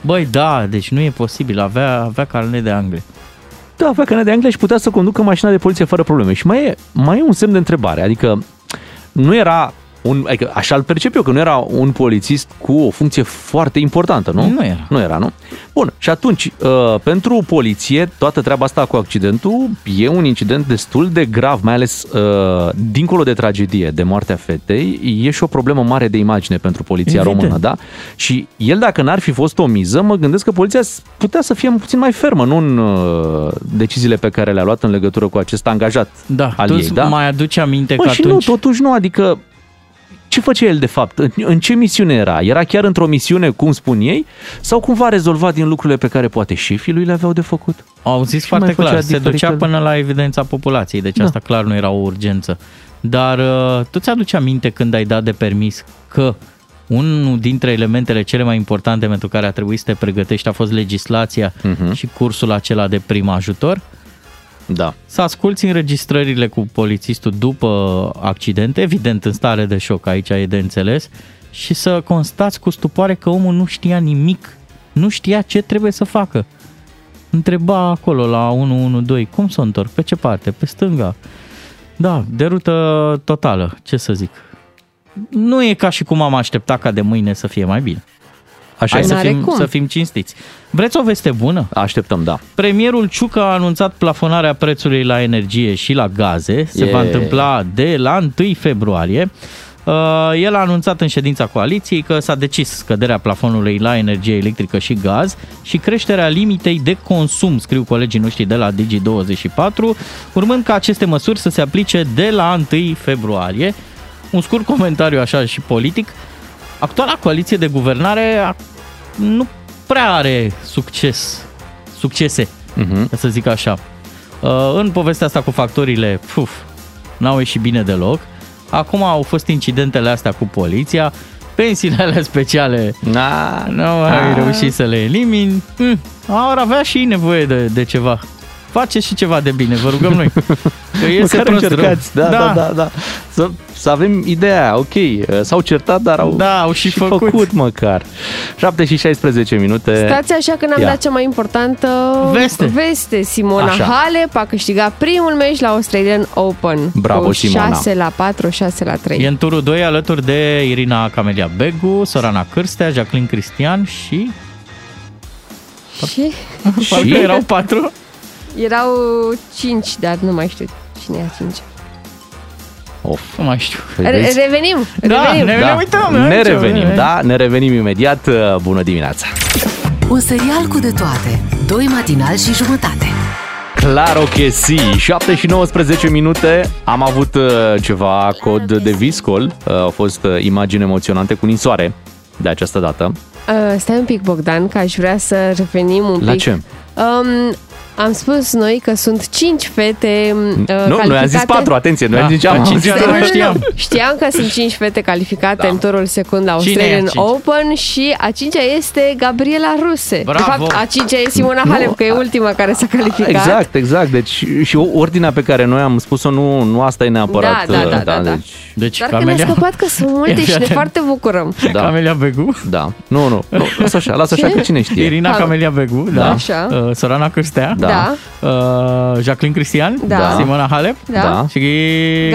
Speaker 4: Băi, da, deci nu e posibil, avea, avea carnet de Anglia.
Speaker 2: Da, avea carnet de Anglia și putea să conducă mașina de poliție fără probleme. Și mai e, mai e un semn de întrebare, adică nu era un, adică așa îl percep eu, că nu era un polițist cu o funcție foarte importantă, nu?
Speaker 4: Nu era.
Speaker 2: Nu era, nu? Bun, și atunci, uh, pentru poliție, toată treaba asta cu accidentul e un incident destul de grav, mai ales uh, dincolo de tragedie, de moartea fetei, e și o problemă mare de imagine pentru poliția
Speaker 4: Evident.
Speaker 2: română, da? Și el, dacă n-ar fi fost o miză, mă gândesc că poliția s- putea să fie puțin mai fermă, nu în uh, deciziile pe care le-a luat în legătură cu acest angajat
Speaker 4: Da,
Speaker 2: al
Speaker 4: tu
Speaker 2: ei,
Speaker 4: îți
Speaker 2: da?
Speaker 4: mai aduci aminte
Speaker 2: Bă,
Speaker 4: că
Speaker 2: și
Speaker 4: atunci...
Speaker 2: nu, totuși nu, adică ce făcea el de fapt? În, în ce misiune era? Era chiar într-o misiune, cum spun ei? Sau cumva rezolva din lucrurile pe care poate șefii lui le aveau de făcut?
Speaker 4: Au zis
Speaker 2: Și
Speaker 4: foarte
Speaker 2: mai făcea
Speaker 4: clar, se
Speaker 2: diferite
Speaker 4: ducea
Speaker 2: lucruri.
Speaker 4: până la evidența populației, deci
Speaker 2: Da.
Speaker 4: asta clar nu era o urgență. Dar uh, tu ți-aduci aminte când ai dat de permis că unul dintre elementele cele mai importante pentru care a trebuit să te pregătești a fost legislația uh-huh. și cursul acela de prim ajutor?
Speaker 2: Da.
Speaker 4: Să asculți înregistrările cu polițistul după accident, evident în stare de șoc, aici e de înțeles, și să constați cu stupoare că omul nu știa nimic, nu știa ce trebuie să facă. Întreba acolo la 112, cum să o întorc, pe ce parte, pe stânga. Da, derută totală, ce să zic. Nu e ca și cum am așteptat ca de mâine să fie mai bine.
Speaker 2: Așa
Speaker 4: Hai
Speaker 2: e.
Speaker 4: să
Speaker 3: N-are
Speaker 4: fim,
Speaker 3: cum.
Speaker 4: să fim cinstiți. Vreți o veste bună?
Speaker 2: Așteptăm, da.
Speaker 4: Premierul Ciucă a anunțat plafonarea prețului la energie și la gaze. Se
Speaker 2: Yeah.
Speaker 4: va întâmpla de la 1 februarie. Uh, El a anunțat în ședința coaliției că s-a decis scăderea plafonului la energie electrică și gaz și creșterea limitei de consum, scriu colegii noștri de la Digi24, urmând ca aceste măsuri să se aplice de la 1 februarie. Un scurt comentariu așa și politic. Actuala coaliție de guvernare a- nu prea are succes, succese, uh-huh. să zic așa. Uh, În povestea asta cu factorile, puf, n-au ieșit bine deloc. Acum au fost incidentele astea cu poliția, pensiile alea speciale
Speaker 2: Na,
Speaker 4: nu ai reușit să le elimini. Hm, ar avea și ei nevoie de, de ceva. Faceți și ceva de bine, vă rugăm noi. Că iese
Speaker 2: Măcar
Speaker 4: prost rău.
Speaker 2: încercați, da, da, da, da. Să, să avem ideea, Da, ok, uh, s-au certat, dar au,
Speaker 4: Da, au și făcut.
Speaker 2: făcut măcar. 7 și 16 minute.
Speaker 3: Stați așa că n-am
Speaker 2: Ia.
Speaker 3: dat cea mai importantă
Speaker 4: Veste.
Speaker 3: veste. Simona
Speaker 2: Așa.
Speaker 3: așa. Halep a câștigat primul meci la Australian Open.
Speaker 2: Bravo,
Speaker 3: cu
Speaker 2: Simona.
Speaker 3: 6 la 4, 6 la 3.
Speaker 4: E în turul 2 alături de Irina Camelia Begu, Sorana Cârstea, Jacqueline Cristian și...
Speaker 3: Și
Speaker 4: Parcă erau patru?
Speaker 3: erau 5, dar nu mai știu cine era 5.
Speaker 2: Of.
Speaker 4: Nu mai știu.
Speaker 2: Păi vezi?
Speaker 3: Deci- Revenim,
Speaker 4: Da,
Speaker 3: revenim.
Speaker 4: ne-
Speaker 2: da.
Speaker 4: uităm, ne
Speaker 2: ne
Speaker 4: uităm,
Speaker 2: revenim,
Speaker 4: ne-
Speaker 2: da, ne revenim imediat. uh, Bună dimineața!
Speaker 1: Un serial cu de toate. Doi matinal și jumătate.
Speaker 2: Claro que sí. 7 și 19 minute. Am avut uh, ceva cod de viscol. Uh, au fost uh, imagini emoționante cu ninsoare de această dată.
Speaker 3: Uh, stai un pic, Bogdan, că aș vrea să revenim un
Speaker 2: La
Speaker 3: pic.
Speaker 2: ce?
Speaker 3: Um, am spus noi că sunt 5 fete uh,
Speaker 2: nu, noi am zis
Speaker 3: calificate-
Speaker 2: patru, atenție, noi
Speaker 4: Da,
Speaker 2: am zis
Speaker 4: da,
Speaker 2: am
Speaker 4: cinci
Speaker 2: zis-
Speaker 4: ani.
Speaker 3: Păi Nu, nu, nu.
Speaker 4: știam.
Speaker 3: Știam că sunt 5 fete calificate
Speaker 2: Da.
Speaker 3: în turul secund la
Speaker 4: Cine e a
Speaker 3: Australian
Speaker 4: cincea?
Speaker 3: Open și a cincea este Gabriela Ruse. De
Speaker 4: Bravo!
Speaker 3: fapt, a cincea e Simona
Speaker 2: Nu,
Speaker 3: Halep, că e
Speaker 2: a-
Speaker 3: ultima care s-a calificat.
Speaker 2: Exact, exact. Deci și ordinea pe care noi am spus-o nu, nu asta e neapărat.
Speaker 3: Da, da,
Speaker 2: uh,
Speaker 3: da, da, da.
Speaker 2: Deci,
Speaker 4: Deci
Speaker 3: Dar că ne-a
Speaker 4: Camelia...
Speaker 3: scăpat că sunt
Speaker 4: Ia
Speaker 3: multe
Speaker 4: fii
Speaker 3: și ne
Speaker 4: atent.
Speaker 3: foarte bucurăm.
Speaker 2: da.
Speaker 4: Camelia Begu?
Speaker 2: Da. Nu, nu. nu lasă așa, lasă așa
Speaker 3: Ce?
Speaker 2: că cine știe.
Speaker 4: Irina
Speaker 3: Hal-
Speaker 4: Camelia Begu, da.
Speaker 3: Așa.
Speaker 4: Uh, Sorana Cârstea.
Speaker 2: Da.
Speaker 3: Da.
Speaker 4: Uh, Jacqueline Cristian.
Speaker 3: Da.
Speaker 4: Simona Halep.
Speaker 3: Da.
Speaker 2: Da.
Speaker 4: Și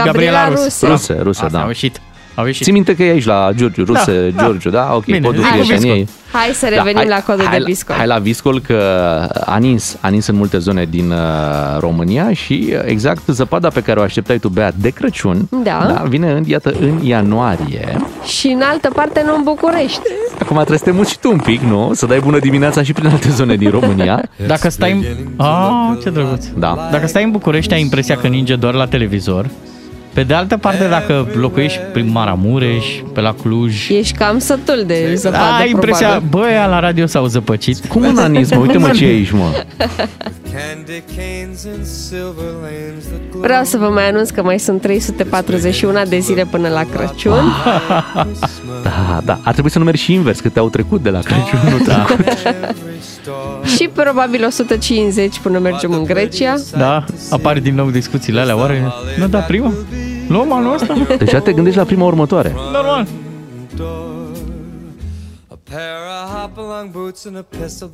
Speaker 4: Gabriela, Rus.
Speaker 3: Ruse.
Speaker 2: Ruse, Ruse,
Speaker 4: Asta,
Speaker 2: da.
Speaker 4: Au ieșit. Au ieșit.
Speaker 2: Ții minte că e aici la Giurgiu, Ruse,
Speaker 4: da.
Speaker 2: Giurgiu, da? Ok,
Speaker 4: Bine,
Speaker 2: codul
Speaker 4: hai cu
Speaker 2: prieteniei.
Speaker 4: Viscol.
Speaker 3: Hai să revenim
Speaker 2: Da, hai-
Speaker 3: la codul
Speaker 2: hai
Speaker 3: de biscol.
Speaker 2: Hai la viscol că a nins, a nins în multe zone din uh, România și uh, exact zăpada pe care o așteptai tu, Bea, de Crăciun,
Speaker 3: Da.
Speaker 2: vine în, iată, în ianuarie.
Speaker 3: Și în altă parte nu în București.
Speaker 2: Acum trebuie să te muci și tu un pic, nu? Să dai bună dimineața și prin alte zone din România.
Speaker 4: Dacă stai în... Ah, ce drăguț.
Speaker 2: Da.
Speaker 4: Dacă stai în București, ai impresia că ninge doar la televizor. Pe de altă parte, dacă locuiești prin Maramureș, pe la Cluj,
Speaker 3: Ești cam sătul de zăpadă,
Speaker 4: da, ai impresia,
Speaker 3: probabil.
Speaker 4: bă, ea la radio s-au zăpăcit.
Speaker 2: Cum un anis, mă? Uite-mă ce e aici, mă.
Speaker 3: Vreau să vă mai anunț că mai sunt 341 de zile până la Crăciun.
Speaker 2: Da, da. Ar trebui să numeri și invers, că te-au trecut de la Crăciunul da.
Speaker 3: Și probabil 150 până mergem în Grecia.
Speaker 4: Da, apar din nou discuțiile alea, oare nu da prima? Luăm anul ăsta?
Speaker 2: Deja Deci te gândești la prima următoare.
Speaker 4: Normal.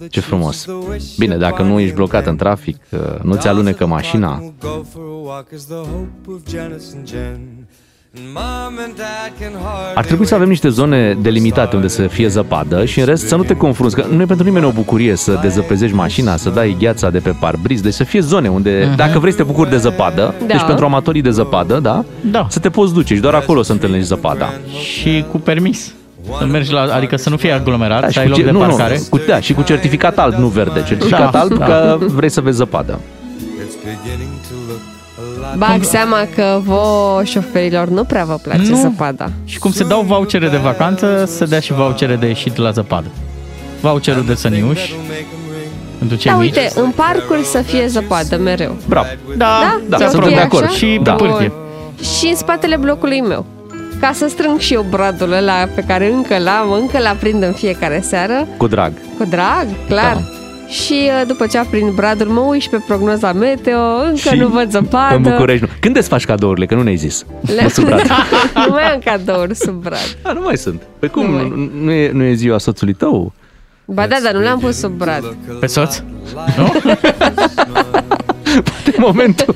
Speaker 2: Ce frumos. Bine, dacă nu ești blocat în trafic, uh, nu ți alunecă mașina, Ar trebui să avem niște zone delimitate unde să fie zăpadă și în rest să nu te confrunți, că nu e pentru nimeni o bucurie să dezăpezești mașina, să dai gheața de pe parbriz, deci să fie zone
Speaker 4: Mhm.
Speaker 2: unde, dacă vrei să te bucuri de zăpadă,
Speaker 3: Da.
Speaker 2: deci pentru amatorii de zăpadă, da,
Speaker 4: Da.
Speaker 2: să te poți duce și doar acolo să întâlnești zăpada.
Speaker 4: Și cu permis. Să mergi la, adică să nu fie aglomerat, să ai loc
Speaker 2: ce-
Speaker 4: de
Speaker 2: nu, nu,
Speaker 4: parcare.
Speaker 2: Da, cu, da, și cu certificat alb, nu verde, certificat
Speaker 4: Da,
Speaker 2: alb
Speaker 4: da.
Speaker 2: că vrei să vezi zăpadă.
Speaker 3: Bag seama că vouă șoferilor nu prea vă place
Speaker 4: Nu.
Speaker 3: zăpada.
Speaker 4: Și cum se dau vouchere de vacanță, se dea și vouchere de ieșit la zăpadă. Voucherul de Săniuș, pentru cei
Speaker 3: Da,
Speaker 4: mici.
Speaker 3: uite, în parcuri să fie zăpadă mereu.
Speaker 2: Bravo.
Speaker 4: Da,
Speaker 2: Da,
Speaker 3: ți-o
Speaker 2: sunt
Speaker 3: fie
Speaker 2: de acord.
Speaker 3: așa?
Speaker 4: Și
Speaker 2: Da.
Speaker 4: pe pârtie.
Speaker 3: Și în spatele blocului meu. Ca să strâng și eu bradul ăla pe care încă l-am, încă l-aprind în fiecare seară,
Speaker 2: Cu drag.
Speaker 3: cu drag, clar.
Speaker 2: Da.
Speaker 3: Și uh, după ce aprind bradul, mă uit și pe prognoza meteo, încă
Speaker 2: și
Speaker 3: nu văd zăpadă.
Speaker 2: În București, nu. Când desfaci cadourile? Că nu ne-ai zis.
Speaker 3: Le-
Speaker 2: Mă sub brad.
Speaker 4: Da.
Speaker 3: nu mai am cadouri sub brad.
Speaker 2: Da, nu mai sunt. Pe cum?
Speaker 3: Nu mai.
Speaker 2: Nu, nu, e, nu e ziua soțului tău?
Speaker 3: Ba da, dar nu le-am pus sub brad.
Speaker 4: Pe soț?
Speaker 2: De momentul.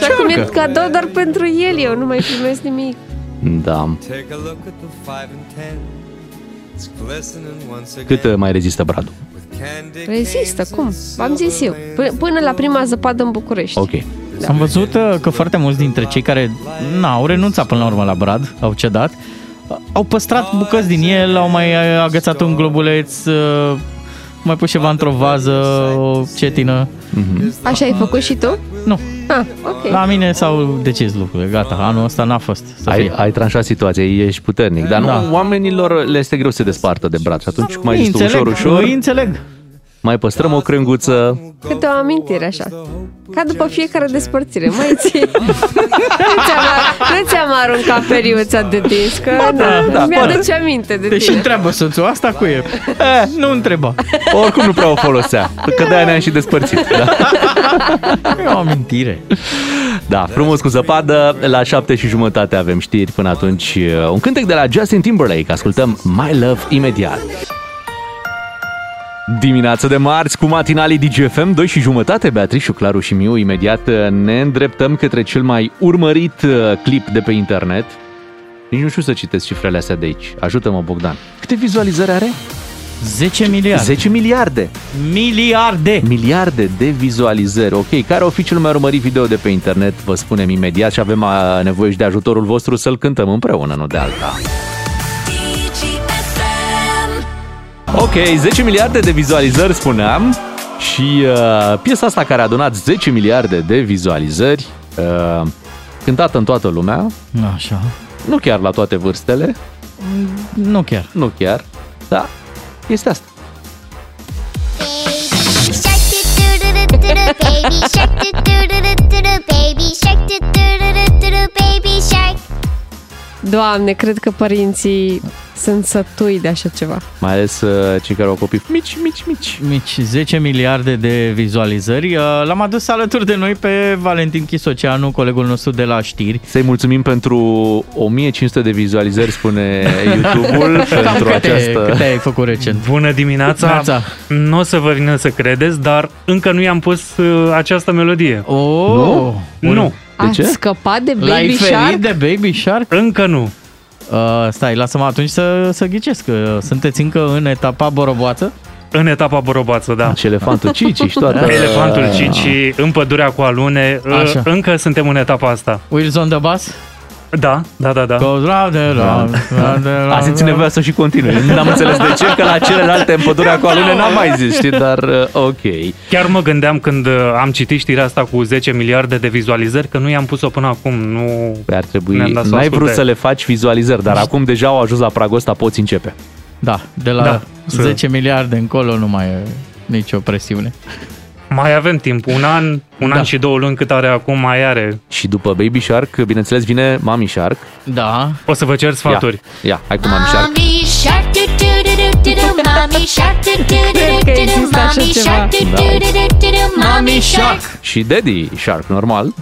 Speaker 3: Și acum e cadou doar pentru el, eu nu mai primesc nimic.
Speaker 2: Da. Cât uh, mai rezistă bradul?
Speaker 3: Rezistă, cum? V-am zis eu. P- până la prima zăpadă în București.
Speaker 2: Ok.
Speaker 4: Am văzut uh, că foarte mulți dintre cei care na, au renunțat până la urmă la brad, au cedat, uh, au
Speaker 2: Ah,
Speaker 4: păstrat bucăți din el, au mai uh, agățat un globuleț, uh, mai pus ceva într-o vază, o
Speaker 2: Exact.
Speaker 4: cetină.
Speaker 3: Așa ai făcut și tu?
Speaker 4: Nu,
Speaker 3: Ah, ok.
Speaker 4: la mine s-au decis lucrurile, gata, anul ăsta n-a fost să
Speaker 2: Ai,
Speaker 4: fie.
Speaker 2: ai tranșat situația, ești puternic, dar nu,
Speaker 4: Da.
Speaker 2: oamenilor le este greu să se despartă de brad și atunci, cum ai
Speaker 4: Îi
Speaker 2: zis tu, ușor,
Speaker 4: înțeleg,
Speaker 2: ușor,
Speaker 4: Îi înțeleg.
Speaker 2: mai păstrăm o crânguță.
Speaker 3: Câte o amintire așa. Ca după fiecare despărțire. Mai ți nu, ți-am, ar- nu ți-am aruncat periuța de disc, că da,
Speaker 4: da, Deci
Speaker 3: mi-aduce
Speaker 4: poate.
Speaker 3: aminte
Speaker 9: Deci
Speaker 3: de
Speaker 4: Te și
Speaker 3: tine.
Speaker 4: întreabă soțul, asta cu e? Eh, nu întreba.
Speaker 2: Oricum nu prea o folosea, că de-aia ne-am și despărțit. Da.
Speaker 4: E o amintire.
Speaker 2: Da, frumos cu zăpadă, la șapte și jumătate avem știri, până atunci uh, un cântec de la Justin Timberlake, ascultăm My Love imediat. Dimineața de marți cu matinalii DGFM, 2 și jumătate, Beatrice, Claru și Miu, imediat uh, ne îndreptăm către cel mai urmărit uh, clip de pe internet. Nici nu știu să citesc cifrele astea de aici. Ajută-mă, Bogdan. Câte vizualizări are?
Speaker 4: 10 miliarde.
Speaker 2: 10 miliarde.
Speaker 4: miliarde.
Speaker 2: Miliarde de vizualizări. Ok, care o fi cel mai urmărit video de pe internet? Vă spunem imediat și avem a, nevoie și de ajutorul vostru să-l cântăm împreună, nu de alta. Ok, 10 miliarde de vizualizări spuneam și uh, piesa asta care a adunat 10 miliarde de vizualizări, uh, cântată în toată lumea,
Speaker 4: Așa.
Speaker 2: nu chiar la toate vârstele,
Speaker 4: Nu chiar.
Speaker 2: nu chiar, dar este asta.
Speaker 3: Doamne, cred că părinții sunt sătui de așa ceva.
Speaker 2: Mai ales uh, cei care au copii mici, mici, mici.
Speaker 4: Mici, 10 miliarde de vizualizări. Uh, L-am adus alături de noi pe Valentin Chisoceanu, colegul nostru de la știri.
Speaker 2: Să-i mulțumim pentru 1500 de vizualizări, spune YouTube-ul, pentru
Speaker 4: câte,
Speaker 2: această...
Speaker 4: câte ai făcut recent?
Speaker 10: Bună dimineața!
Speaker 4: Dimineața.
Speaker 10: Nu o să vă vină să credeți, dar încă nu i-am pus uh, această melodie.
Speaker 4: Oh, nu?
Speaker 10: Nu,
Speaker 2: De ce?
Speaker 3: Ați scăpat de
Speaker 4: L-ai
Speaker 3: Baby
Speaker 4: ferit
Speaker 3: Shark?
Speaker 4: de Baby Shark?
Speaker 10: încă nu.
Speaker 4: Uh, stai, lasă-mă atunci să, să ghicesc. că Sunteți încă în etapa boroboață?
Speaker 10: În etapa borobață, da.
Speaker 2: Și elefantul Cici și toată...
Speaker 10: Elefantul Cici, în pădurea cu alune, uh,
Speaker 4: Așa.
Speaker 10: încă suntem în etapa asta.
Speaker 4: Wheels on the bus?
Speaker 10: Da, da, da, da.
Speaker 4: Goes round and round, round and
Speaker 2: A
Speaker 4: round.
Speaker 2: simțit nevoia să și continue. N-am înțeles de ce, că la celelalte împădurea cu alune n-am mai zis, știi? Dar uh, ok.
Speaker 10: Chiar mă gândeam când uh, am citit știrea asta cu 10 miliarde de vizualizări că nu i-am pus-o până acum. Nu...
Speaker 2: Păi ar trebui...
Speaker 10: Ne-am dat să o
Speaker 2: N-ai vrut
Speaker 10: asculte.
Speaker 2: să le faci vizualizări, dar acum deja au ajuns la pragul ăsta, poți începe.
Speaker 4: Da, de la da,
Speaker 10: Da.
Speaker 4: 10 miliarde încolo nu mai e nicio presiune.
Speaker 10: Mai avem timp. Un an, un
Speaker 4: Da.
Speaker 10: an și două luni cât are acum, mai are.
Speaker 2: Și după Baby Shark, bineînțeles, vine Mami Shark.
Speaker 4: Da,
Speaker 10: O să vă cer sfaturi.
Speaker 2: Ia, ia, hai cu
Speaker 9: Da.
Speaker 2: Mami Shark.
Speaker 3: Cred că există așa ceva.
Speaker 11: Mommy shark.
Speaker 2: Și Daddy Shark, normal.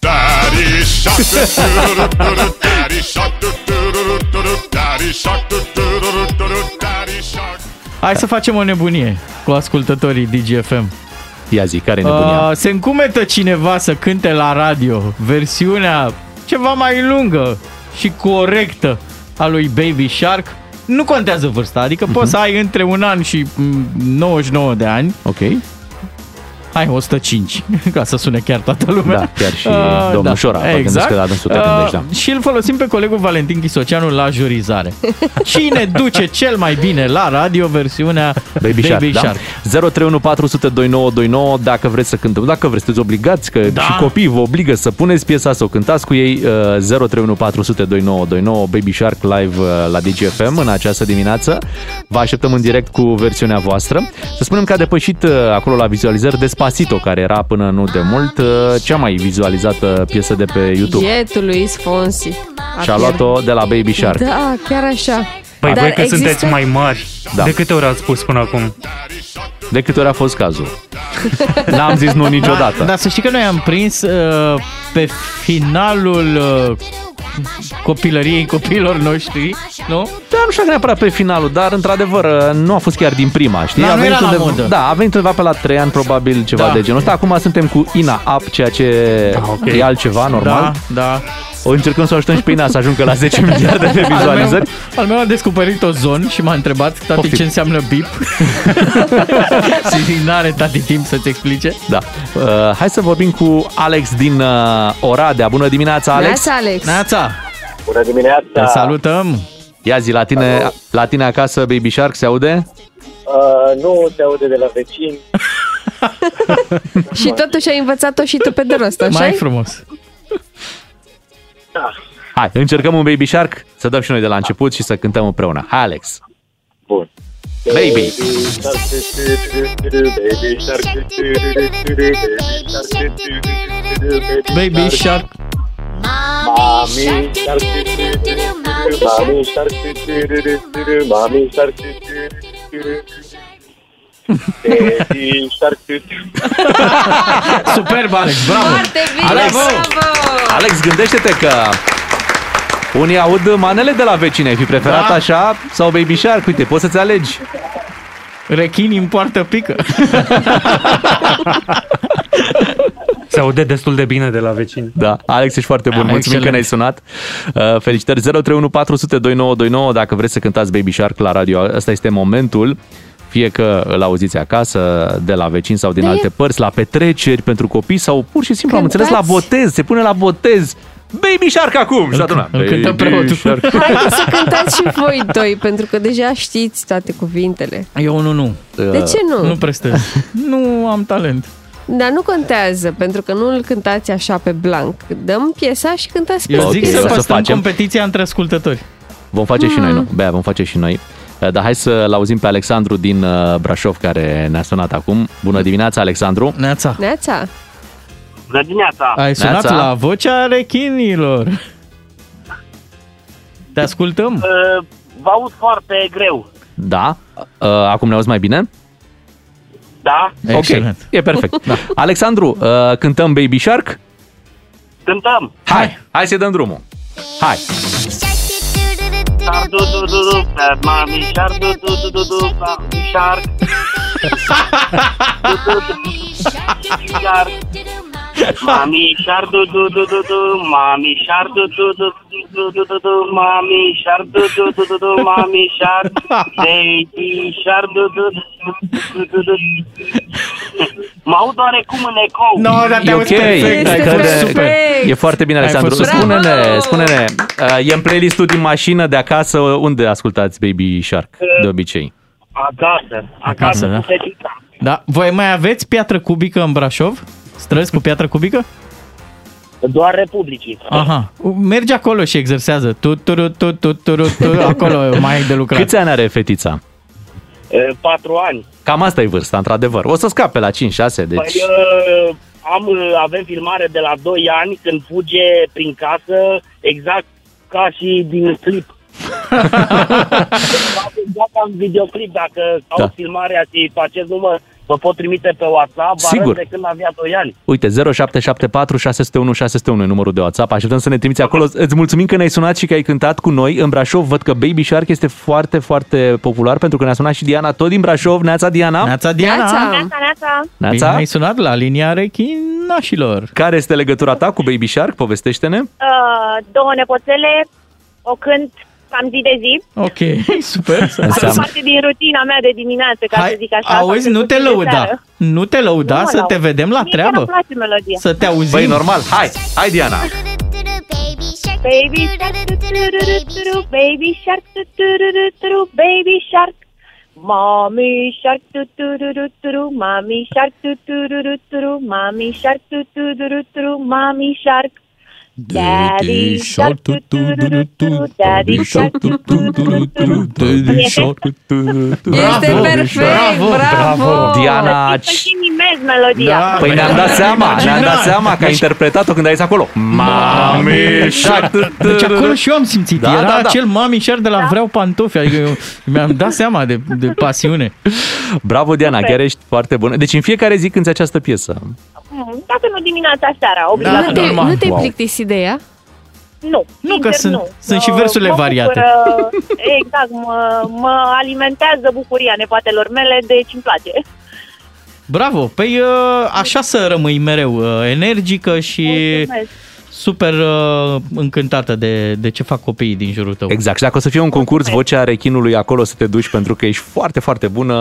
Speaker 9: Daddy shark, daddy shark, daddy shark, daddy shark.
Speaker 4: hai
Speaker 10: Da.
Speaker 4: să facem o nebunie cu ascultătorii DGFM.
Speaker 2: Ia zi, care e nebunia?
Speaker 4: Uh, se încumetă cineva să cânte la radio versiunea ceva mai lungă și corectă a lui Baby Shark. Nu contează vârsta, adică
Speaker 2: Mhm.
Speaker 4: uh-huh. poți să ai între un an și mm, 99 de ani
Speaker 2: Ok.
Speaker 4: Hai, 105, ca să sune chiar toată lumea. Uh, exact.
Speaker 2: Da, chiar și domnul Șora, mă gândesc că la dânsul te gândești, da.
Speaker 4: Și îl folosim pe colegul Valentin Chisoceanu la jurizare. Cine duce cel mai bine la radio versiunea
Speaker 2: Baby, Baby Shark,
Speaker 4: Shark.
Speaker 2: da? 0314002929 dacă vreți să cântăm, dacă vreți, sunteți obligați, că da. și copiii vă obligă să puneți piesa, să o cântați cu ei, uh, 0314002929 Baby Shark live uh, la DGFM în această dimineață. Vă așteptăm în direct cu versiunea voastră. Să spunem că a depășit uh, acolo la vizualizări Despacito, care era până nu de mult uh, cea mai vizualizată piesă de pe YouTube.
Speaker 3: Jetul lui Sfonsi.
Speaker 2: Și a luat-o de la Baby Shark.
Speaker 3: Da, chiar așa.
Speaker 10: Păi
Speaker 3: Dar
Speaker 10: voi că
Speaker 3: există-
Speaker 10: sunteți mai mari.
Speaker 2: Da.
Speaker 10: De câte ori ați spus până acum?
Speaker 2: De câte ori a fost cazul? N-am zis nu niciodată.
Speaker 4: Da, Dar să știi că noi am prins uh, pe finalul uh, copilăriei copiilor noștri, nu?
Speaker 2: Da, nu știu dacă neapărat pe finalul, dar într-adevăr nu a fost chiar din prima, știi?
Speaker 4: Da, nu
Speaker 2: venit
Speaker 4: era la
Speaker 2: undeva,
Speaker 4: modă.
Speaker 2: Da, a venit undeva pe la 3 ani probabil ceva
Speaker 4: Da.
Speaker 2: de genul ăsta. Acum suntem cu Ina Up, ceea ce da,
Speaker 10: ok.
Speaker 2: e altceva, normal.
Speaker 4: Da, da.
Speaker 2: O încercăm să o ajutăm și pe Ina să ajungă la 10 miliarde de vizualizări.
Speaker 4: Al meu, al meu a descoperit o zonă și m-a întrebat, tati,
Speaker 2: Poftim.
Speaker 4: ce înseamnă bip? și zic, n-are tati timp să-ți explice.
Speaker 2: Da. Uh, hai să vorbim cu Alex din uh, Oradea. Bună dimineața, Alex. Da.
Speaker 3: Neața, Alex.
Speaker 4: Neața,
Speaker 12: Bună
Speaker 4: te
Speaker 12: dimineața!
Speaker 4: salutăm!
Speaker 2: Ia zi, la tine, la tine acasă Baby Shark se aude?
Speaker 12: Uh, nu se aude de la vecini.
Speaker 3: Și totuși ai învățat-o și tu pe de rost, așa
Speaker 4: Mai frumos!
Speaker 12: Da.
Speaker 2: Hai, încercăm un Baby Shark, să dăm și noi de la început și să cântăm împreună. Hai, Alex.
Speaker 12: Bun.
Speaker 2: Baby.
Speaker 12: Baby shark.
Speaker 4: Baby Shark.
Speaker 12: Mami shark. Mami shark. Mami shark. Baby shark.
Speaker 4: Superb, Alex, bravo!
Speaker 3: Foarte bine,
Speaker 2: Alex!
Speaker 3: bravo!
Speaker 2: Alex, gândește-te că unii aud manele de la vecine. Ai fi preferat
Speaker 4: Da.
Speaker 2: așa sau Baby Shark? Uite, poți să-ți alegi.
Speaker 4: Rechinii în poartă pică.
Speaker 10: Se aude destul de bine de la vecini.
Speaker 2: Da, Alex, ești foarte bun.
Speaker 4: Da,
Speaker 2: Mulțumim
Speaker 4: excelent.
Speaker 2: că ne-ai sunat. Uh, Felicitări. 031402929 dacă vreți să cântați Baby Shark la radio. Asta este momentul. Fie că îl auziți acasă, de la vecini sau din
Speaker 3: Da, e-
Speaker 2: alte părți, la petreceri pentru copii sau pur și simplu, am
Speaker 3: Cântați.
Speaker 2: înțeles, la botez. Se pune la botez. Baby Shark acum! Și adună.
Speaker 4: îl cântă
Speaker 2: Baby
Speaker 4: preotul.
Speaker 2: Shark.
Speaker 3: Haideți să cântați și voi doi, pentru că deja știți toate cuvintele.
Speaker 4: Eu nu, nu.
Speaker 3: De ce nu?
Speaker 4: Nu prestez. nu am talent.
Speaker 3: Dar nu contează, pentru că nu îl cântați așa pe blank. Dăm piesa și cântați pe
Speaker 4: Eu
Speaker 2: Ok,
Speaker 4: zic
Speaker 2: o
Speaker 4: să
Speaker 2: să
Speaker 4: păstrăm
Speaker 2: facem.
Speaker 4: competiția între ascultători.
Speaker 2: Vom face și noi, nu? Bea, vom face și noi. Uh, Dar hai să-l auzim pe Alexandru din uh, Brașov, care ne-a sunat acum. Bună dimineața, Alexandru!
Speaker 4: Neața.
Speaker 3: Neața,
Speaker 12: Bună dimineața!
Speaker 4: Ai sunat
Speaker 2: Neața.
Speaker 4: la vocea rechinilor. Te ascultăm?
Speaker 12: Uh, Vă aud foarte greu,
Speaker 2: Da? Uh, Acum ne auzi mai bine?
Speaker 12: da?
Speaker 4: Excelent.
Speaker 2: Ok, e perfect. da. Alexandru, uh, cântăm Baby Shark?
Speaker 12: Cântăm!
Speaker 2: Hai, hai să dăm drumul. Hai.
Speaker 12: Mami shark, mami shark, mami shark, mami shark, mami shark, mami shark, baby shark. Mă aud oarecum în ecou.
Speaker 4: dar
Speaker 2: E ok.
Speaker 3: perfect, ai
Speaker 2: Crede-
Speaker 3: fost super.
Speaker 2: E foarte bine,
Speaker 4: Ai
Speaker 2: Alexandru.
Speaker 4: fost super.
Speaker 2: Spune-ne,
Speaker 3: Bravo!
Speaker 2: spune-ne, uh, e în playlist-ul din mașină, de acasă, unde ascultați Baby Shark, de obicei?
Speaker 12: Acasă,
Speaker 4: Acasă,
Speaker 12: acasă
Speaker 4: da.
Speaker 12: cu fetița.
Speaker 4: Da, voi mai aveți piatră cubică în Brașov? Străzi cu piatră cubică?
Speaker 12: Doar Republicii.
Speaker 2: Ah.
Speaker 4: Aha. Mergi acolo și exersează. Tu, tu, tu, tu, tu, tu, tu, acolo mai ai de lucrat.
Speaker 2: Câți ani are fetița?
Speaker 12: E, Patru ani.
Speaker 2: Cam asta e vârsta, într-adevăr. O să scape la 5-6,
Speaker 12: Păi,
Speaker 2: deci...
Speaker 12: uh, am, uh, avem filmare de la 2 ani când fuge prin casă, exact ca și din clip. exact ca în videoclip, dacă da. au filmarea și pe acest număr, vă pot trimite pe WhatsApp, vă
Speaker 2: Sigur.
Speaker 12: arăt de când avea 2 ani.
Speaker 2: Uite, 0774 601 601 e numărul de WhatsApp. Așteptăm să ne trimiți acolo. Îți mulțumim că ne-ai sunat și că ai cântat cu noi în Brașov. Văd că Baby Shark este foarte, foarte popular pentru că ne-a sunat și Diana tot din Brașov. Neața Diana.
Speaker 4: Neața Diana.
Speaker 3: neața,
Speaker 4: Bine,
Speaker 2: Neața.
Speaker 4: ai sunat la linia rechinașilor.
Speaker 2: Care este legătura ta cu Baby Shark? Povestește-ne.
Speaker 13: Uh, două nepoțele, o cânt cam zi de zi.
Speaker 4: Ok, super.
Speaker 13: Asta
Speaker 2: Înseamnă-
Speaker 13: parte din rutina mea de dimineață, ca să zic așa.
Speaker 4: auzi,
Speaker 13: sau
Speaker 4: nu
Speaker 13: cel
Speaker 4: te
Speaker 13: puțin de
Speaker 4: lăuda.
Speaker 13: seară.
Speaker 4: Nu te lăuda,
Speaker 13: Nu mă
Speaker 4: să te
Speaker 13: laud.
Speaker 4: vedem la
Speaker 13: Mie chiar
Speaker 4: treabă.
Speaker 13: îmi place melodia.
Speaker 4: Să te auzim.
Speaker 2: Băi, normal. Hai, hai Diana.
Speaker 13: Baby shark, tu-tu-ru-ru-ru-ru, baby shark, tu-tu-ru-ru-ru, baby shark. Mommy shark, tu-tu-ru-ru-ru, mommy shark, tu-tu-ru-ru-ru, mommy shark, tu-tu-ru-ru-ru, mommy shark. Daddy shark, tu-tu-ru-ru-ru, daddy shark, tu-tu-ru-ru-ru.
Speaker 3: este
Speaker 4: Bravo,
Speaker 3: perfect,
Speaker 4: bravo,
Speaker 3: bravo! bravo.
Speaker 2: Diana,
Speaker 13: Să inimez melodia.
Speaker 4: Da.
Speaker 2: Păi ne-am dat seama, ne-am dat
Speaker 4: Imaginar.
Speaker 2: seama că ai interpretat-o când ai zis acolo. Mami Shark.
Speaker 4: Deci acolo și eu am simțit.
Speaker 2: Da,
Speaker 4: Era
Speaker 2: da, da.
Speaker 4: acel mami share de la vreau pantofi. Adică eu mi-am dat seama de, de pasiune.
Speaker 2: Bravo, Diana, chiar ești foarte bună. Deci în fiecare zi cânti această piesă.
Speaker 13: Mm, Dacă nu dimineața, seara, obligat.
Speaker 4: Da,
Speaker 3: nu, te,
Speaker 4: normal.
Speaker 3: nu te
Speaker 2: Wow.
Speaker 3: plictisi de ea?
Speaker 13: Nu,
Speaker 4: Nu,
Speaker 13: sincer,
Speaker 4: că sunt-
Speaker 13: nu.
Speaker 4: sunt și
Speaker 13: Mă-
Speaker 4: versurile
Speaker 13: mă
Speaker 4: variate.
Speaker 13: Bucură, exact, mă, mă alimentează bucuria nepoatelor mele, deci îmi place.
Speaker 4: Bravo! Păi uh, așa să rămâi mereu uh, energică și
Speaker 13: Mulțumesc.
Speaker 4: super uh, încântată de, de ce fac copiii din jurul tău.
Speaker 2: Exact. Și dacă o să fie un concurs, vocea rechinului acolo să te duci pentru că ești foarte, foarte bună.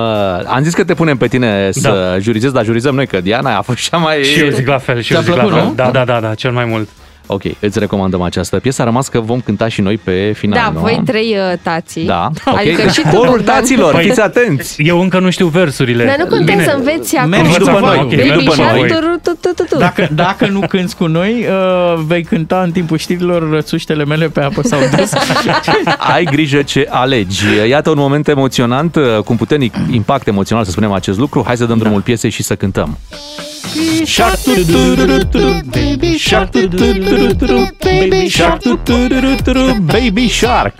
Speaker 2: Am zis că te punem pe tine să jurizezi, dar jurizăm noi că Diana a fost cea mai...
Speaker 10: Da. Și eu zic la fel, și
Speaker 4: Ți-a
Speaker 10: eu zic la
Speaker 4: plăcut,
Speaker 10: fel.
Speaker 4: nu?
Speaker 10: Da, da, da, da, cel mai mult.
Speaker 2: Ok, îți recomandăm această piesă. A rămas că vom cânta și noi pe final.
Speaker 3: Da,
Speaker 2: nu?
Speaker 3: voi trei uh, tații.
Speaker 2: Da, ok.
Speaker 3: Adică și tu,
Speaker 2: Corul
Speaker 3: Bogdan.
Speaker 2: taților, fiți atenți!
Speaker 10: Păi, Eu încă nu știu versurile.
Speaker 3: Dar nu contează să înveți acum.
Speaker 4: Mergi după noi,
Speaker 10: Ok,
Speaker 4: mergi
Speaker 10: mergi
Speaker 4: după
Speaker 10: după
Speaker 4: noi.
Speaker 10: voi.
Speaker 3: Tu, tu, tu, tu, tu.
Speaker 4: Dacă, dacă nu cânti cu noi, uh, vei cânta în timpul știrilor rățuștele mele pe apă sau des.
Speaker 2: Ai grijă ce alegi. Iată un moment emoționant, uh, cu un puternic impact emoțional, să spunem acest lucru. Hai să dăm
Speaker 10: Da.
Speaker 2: drumul piesei și să cântăm.
Speaker 9: Shark do do do do baby shark do do do do baby shark do do do do
Speaker 2: Baby Shark!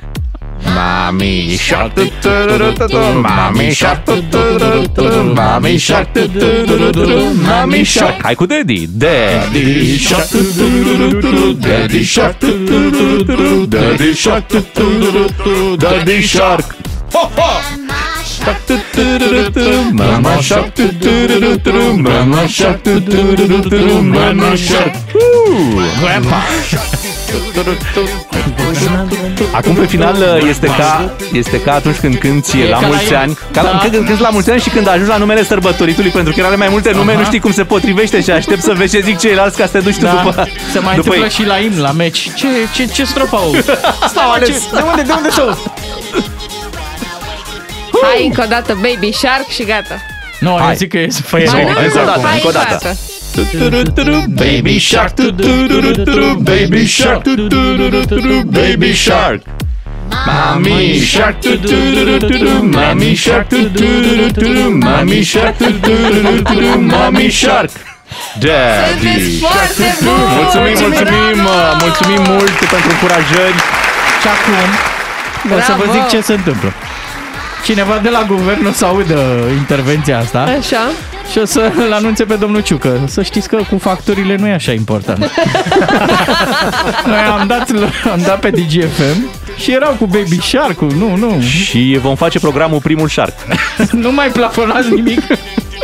Speaker 2: Mami Shark! Mami Shark! Mami Shark! Mami Shark! Hai cu Daddy! Daddy Shark! Daddy Shark! Daddy Shark! Daddy Shark!
Speaker 9: ho ho shark do do do mama shark do do do mama shark do do do mama shark
Speaker 2: Grandpa. Acum pe final este ca, este ca atunci când cânti
Speaker 9: E
Speaker 2: la
Speaker 9: ca la
Speaker 2: mulți
Speaker 9: el.
Speaker 2: ani, ca la,
Speaker 9: Da.
Speaker 2: când, când cânti la mulți ani și când ajungi la numele sărbătoritului, pentru că are mai multe nume,
Speaker 4: Aha.
Speaker 2: nu știi cum se potrivește și aștept să vezi ce zic ceilalți ca să te duci
Speaker 4: Da,
Speaker 2: tu după
Speaker 4: se
Speaker 2: după
Speaker 4: mai întâmplă
Speaker 2: ei.
Speaker 4: și la im, la meci. Ce, ce, ce strofa auzi?
Speaker 2: Stau ales.
Speaker 4: Ce- De unde, de unde să auzi?
Speaker 3: Hai încă o dată Baby Shark și gata.
Speaker 4: Nu, eu zic că e să fie
Speaker 3: Ba
Speaker 4: nou.
Speaker 3: nu,
Speaker 9: încă o dată,
Speaker 3: hai
Speaker 9: încă o dată.
Speaker 3: față.
Speaker 9: baby shark do do do baby shark do do do baby shark Mommy shark do do do mommy shark do do do mommy shark do do do mommy shark
Speaker 2: Daddy.
Speaker 9: foarte bun!
Speaker 2: Mulțumim, mulțumim, uh, mulțumim mult pentru încurajări.
Speaker 4: Și acum o să vă
Speaker 3: Bravo.
Speaker 4: zic ce se întâmplă. Cineva de la guvern o să audă intervenția asta
Speaker 3: Așa.
Speaker 4: și o să-l anunțe pe domnul Ciucă. Să știți că cu facturile nu e așa important. Noi am dat, am dat pe DGFM și erau cu Baby Shark, nu, nu.
Speaker 2: Și vom face programul Primul Shark.
Speaker 4: Nu mai plafonați nimic.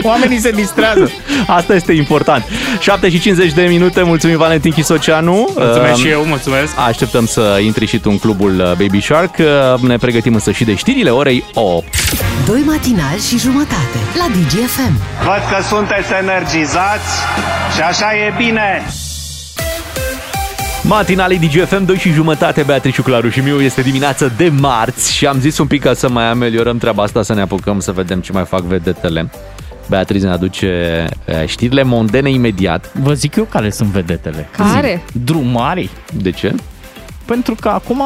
Speaker 4: Oamenii se distrează.
Speaker 2: Asta este important. 7 și 50 de minute. Mulțumim, Valentin Chisoceanu.
Speaker 10: Mulțumesc
Speaker 2: Um,
Speaker 10: și eu, mulțumesc.
Speaker 2: Așteptăm să intri și tu în clubul uh, Baby Shark. Uh, Ne pregătim însă și de știrile orei 8.
Speaker 1: Doi matinali și jumătate la DGFM.
Speaker 14: Văd că sunteți energizați și așa e bine.
Speaker 2: Matinale DGFM 2 și jumătate, Beatrice Claru și Miu, este dimineață de marți și am zis un pic ca să mai ameliorăm treaba asta, să ne apucăm să vedem ce mai fac vedetele. Beatrice ne aduce uh, știrile mondene imediat.
Speaker 4: Vă zic eu care sunt vedetele.
Speaker 3: Care?
Speaker 4: Drumarii.
Speaker 2: De ce?
Speaker 4: Pentru că acum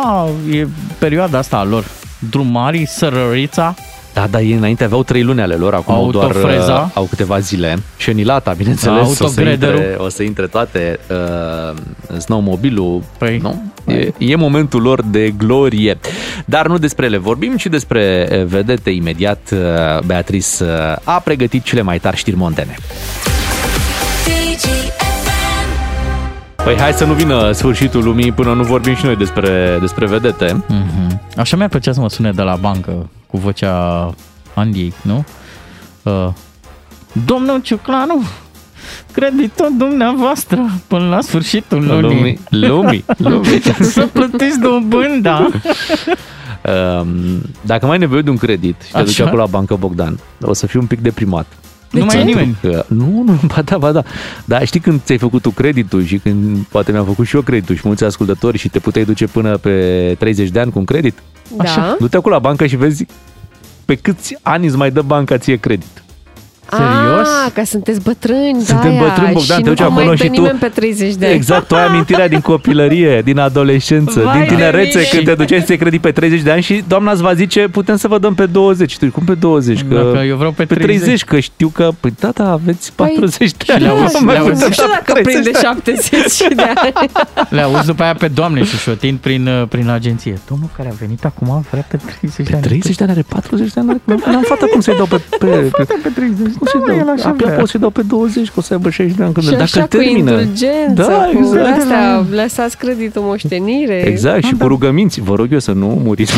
Speaker 4: e perioada asta a lor. Drumarii, sărărița,
Speaker 2: Da, dar ei înainte aveau trei luni ale lor, acum au doar
Speaker 4: Autofreza.
Speaker 2: uh, au câteva zile. Șenilata, bineînțeles, o să,
Speaker 4: Autogrederul.
Speaker 2: intre, o să intre toate uh, snowmobilul.
Speaker 4: Păi,
Speaker 2: nu? E, e momentul lor de glorie. Dar nu despre ele vorbim, ci despre uh, vedete imediat. Uh, Beatrice uh, a pregătit cele mai tari știri montene. Păi hai să nu vină sfârșitul lumii până nu vorbim și noi despre, despre vedete.
Speaker 4: Mhm. Așa mi-ar plăcea să mă sune de la bancă cu vocea Andiei, nu? Uh, domnul Ciuclanu, creditul dumneavoastră până la sfârșitul lunii.
Speaker 2: Lumii, lumii.
Speaker 4: să plătiți dobânda.
Speaker 2: Um, dacă mai ai nevoie de un credit și te
Speaker 4: Așa.
Speaker 2: duci acolo la bancă Bogdan, o să fiu un pic deprimat.
Speaker 4: Nu mai e
Speaker 2: Pentru
Speaker 4: nimeni.
Speaker 2: Că, nu, nu, ba da, ba da. Dar știi când ți-ai făcut tu creditul și când poate mi-am făcut și eu creditul și mulți ascultători și te puteai duce până pe 30 de ani cu un credit?
Speaker 3: Da. Așa.
Speaker 2: Du-te acolo la bancă și vezi pe câți ani îți mai dă banca ție credit. Serios?
Speaker 3: Ah, că sunteți bătrâni,
Speaker 2: Suntem
Speaker 3: de-aia.
Speaker 2: bătrâni, Bogdan,
Speaker 3: și
Speaker 2: te duci
Speaker 3: nu vă mai
Speaker 2: acolo
Speaker 3: dă
Speaker 2: și tu-
Speaker 3: nimeni pe 30 de ani.
Speaker 2: Exact, tu ai amintirea din copilărie, din adolescență,
Speaker 3: Vai de
Speaker 2: din tinerețe,
Speaker 3: mine!
Speaker 2: când te duceai să iei credit pe 30 de ani și doamna îți va zice, putem să vă dăm pe 20. Tu, cum pe 20? Că
Speaker 4: Dacă eu vreau pe 30,
Speaker 2: că știu că, păi tata, aveți 40 de ani.
Speaker 4: le auzi,
Speaker 2: nu mai
Speaker 4: le auzi.
Speaker 2: putem
Speaker 4: Nu știu
Speaker 2: da
Speaker 4: dacă
Speaker 2: 30
Speaker 4: prinde
Speaker 2: de ani."
Speaker 3: 70 de ani.
Speaker 4: Le auzi după aia pe doamne și șotind prin, uh, prin agenție. Domnul care a venit acum vrea pe 30 de ani.
Speaker 2: 30 de ani are 40 de ani? Nu am fată cum să-i dau pe... pe, pe,
Speaker 4: pe 30.
Speaker 2: cum să-i dau? Abia pot să-i dau pe 20, că o să aibă 60 de ani. Când,
Speaker 3: Și
Speaker 2: dacă
Speaker 3: așa
Speaker 2: termină.
Speaker 3: cu indulgență,
Speaker 2: da,
Speaker 3: cu
Speaker 2: exact.
Speaker 3: astea, da. lăsați creditul moștenire.
Speaker 2: Exact, și cu rugăminți. Vă rog eu să nu muriți.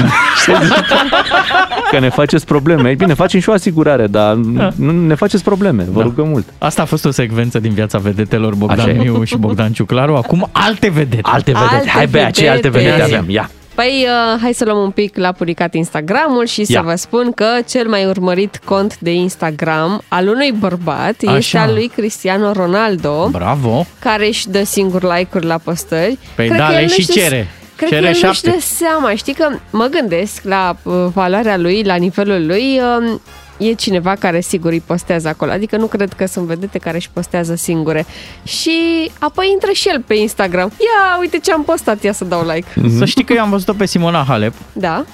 Speaker 2: că ne faceți probleme. Ei bine, facem și o asigurare, dar nu ne faceți probleme. Vă
Speaker 4: Da.
Speaker 2: rugăm mult.
Speaker 4: Asta a fost o secvență din viața vedetelor Bogdan
Speaker 2: Așa e.
Speaker 4: Miu și Bogdan Ciuclaru. Acum alte vedete.
Speaker 2: Alte vedete. Hai, Bea, ce alte vedete avem? Ia.
Speaker 3: Păi, uh, hai să luăm un pic la publicat Instagramul și
Speaker 4: Ia.
Speaker 3: să vă spun că cel mai urmărit cont de Instagram al unui bărbat Așa. este
Speaker 4: Așa.
Speaker 3: al lui Cristiano Ronaldo,
Speaker 4: Bravo!
Speaker 3: care își dă singur like-uri la postări.
Speaker 4: Păi da,
Speaker 3: că el
Speaker 4: le
Speaker 3: nu-și
Speaker 4: și
Speaker 3: dă-
Speaker 4: cere.
Speaker 3: Cred
Speaker 4: Cere
Speaker 3: că el nu-și
Speaker 4: șapte.
Speaker 3: dă seama. Știi că mă gândesc la uh, valoarea lui, la nivelul lui... um, E cineva care sigur îi postează acolo. Adică nu cred că sunt vedete care își postează singure. Și apoi intră și el pe Instagram. Ia, uite ce am postat, ia să dau like.
Speaker 2: Mhm.
Speaker 4: Să știi că eu am văzut-o pe Simona Halep
Speaker 3: Da,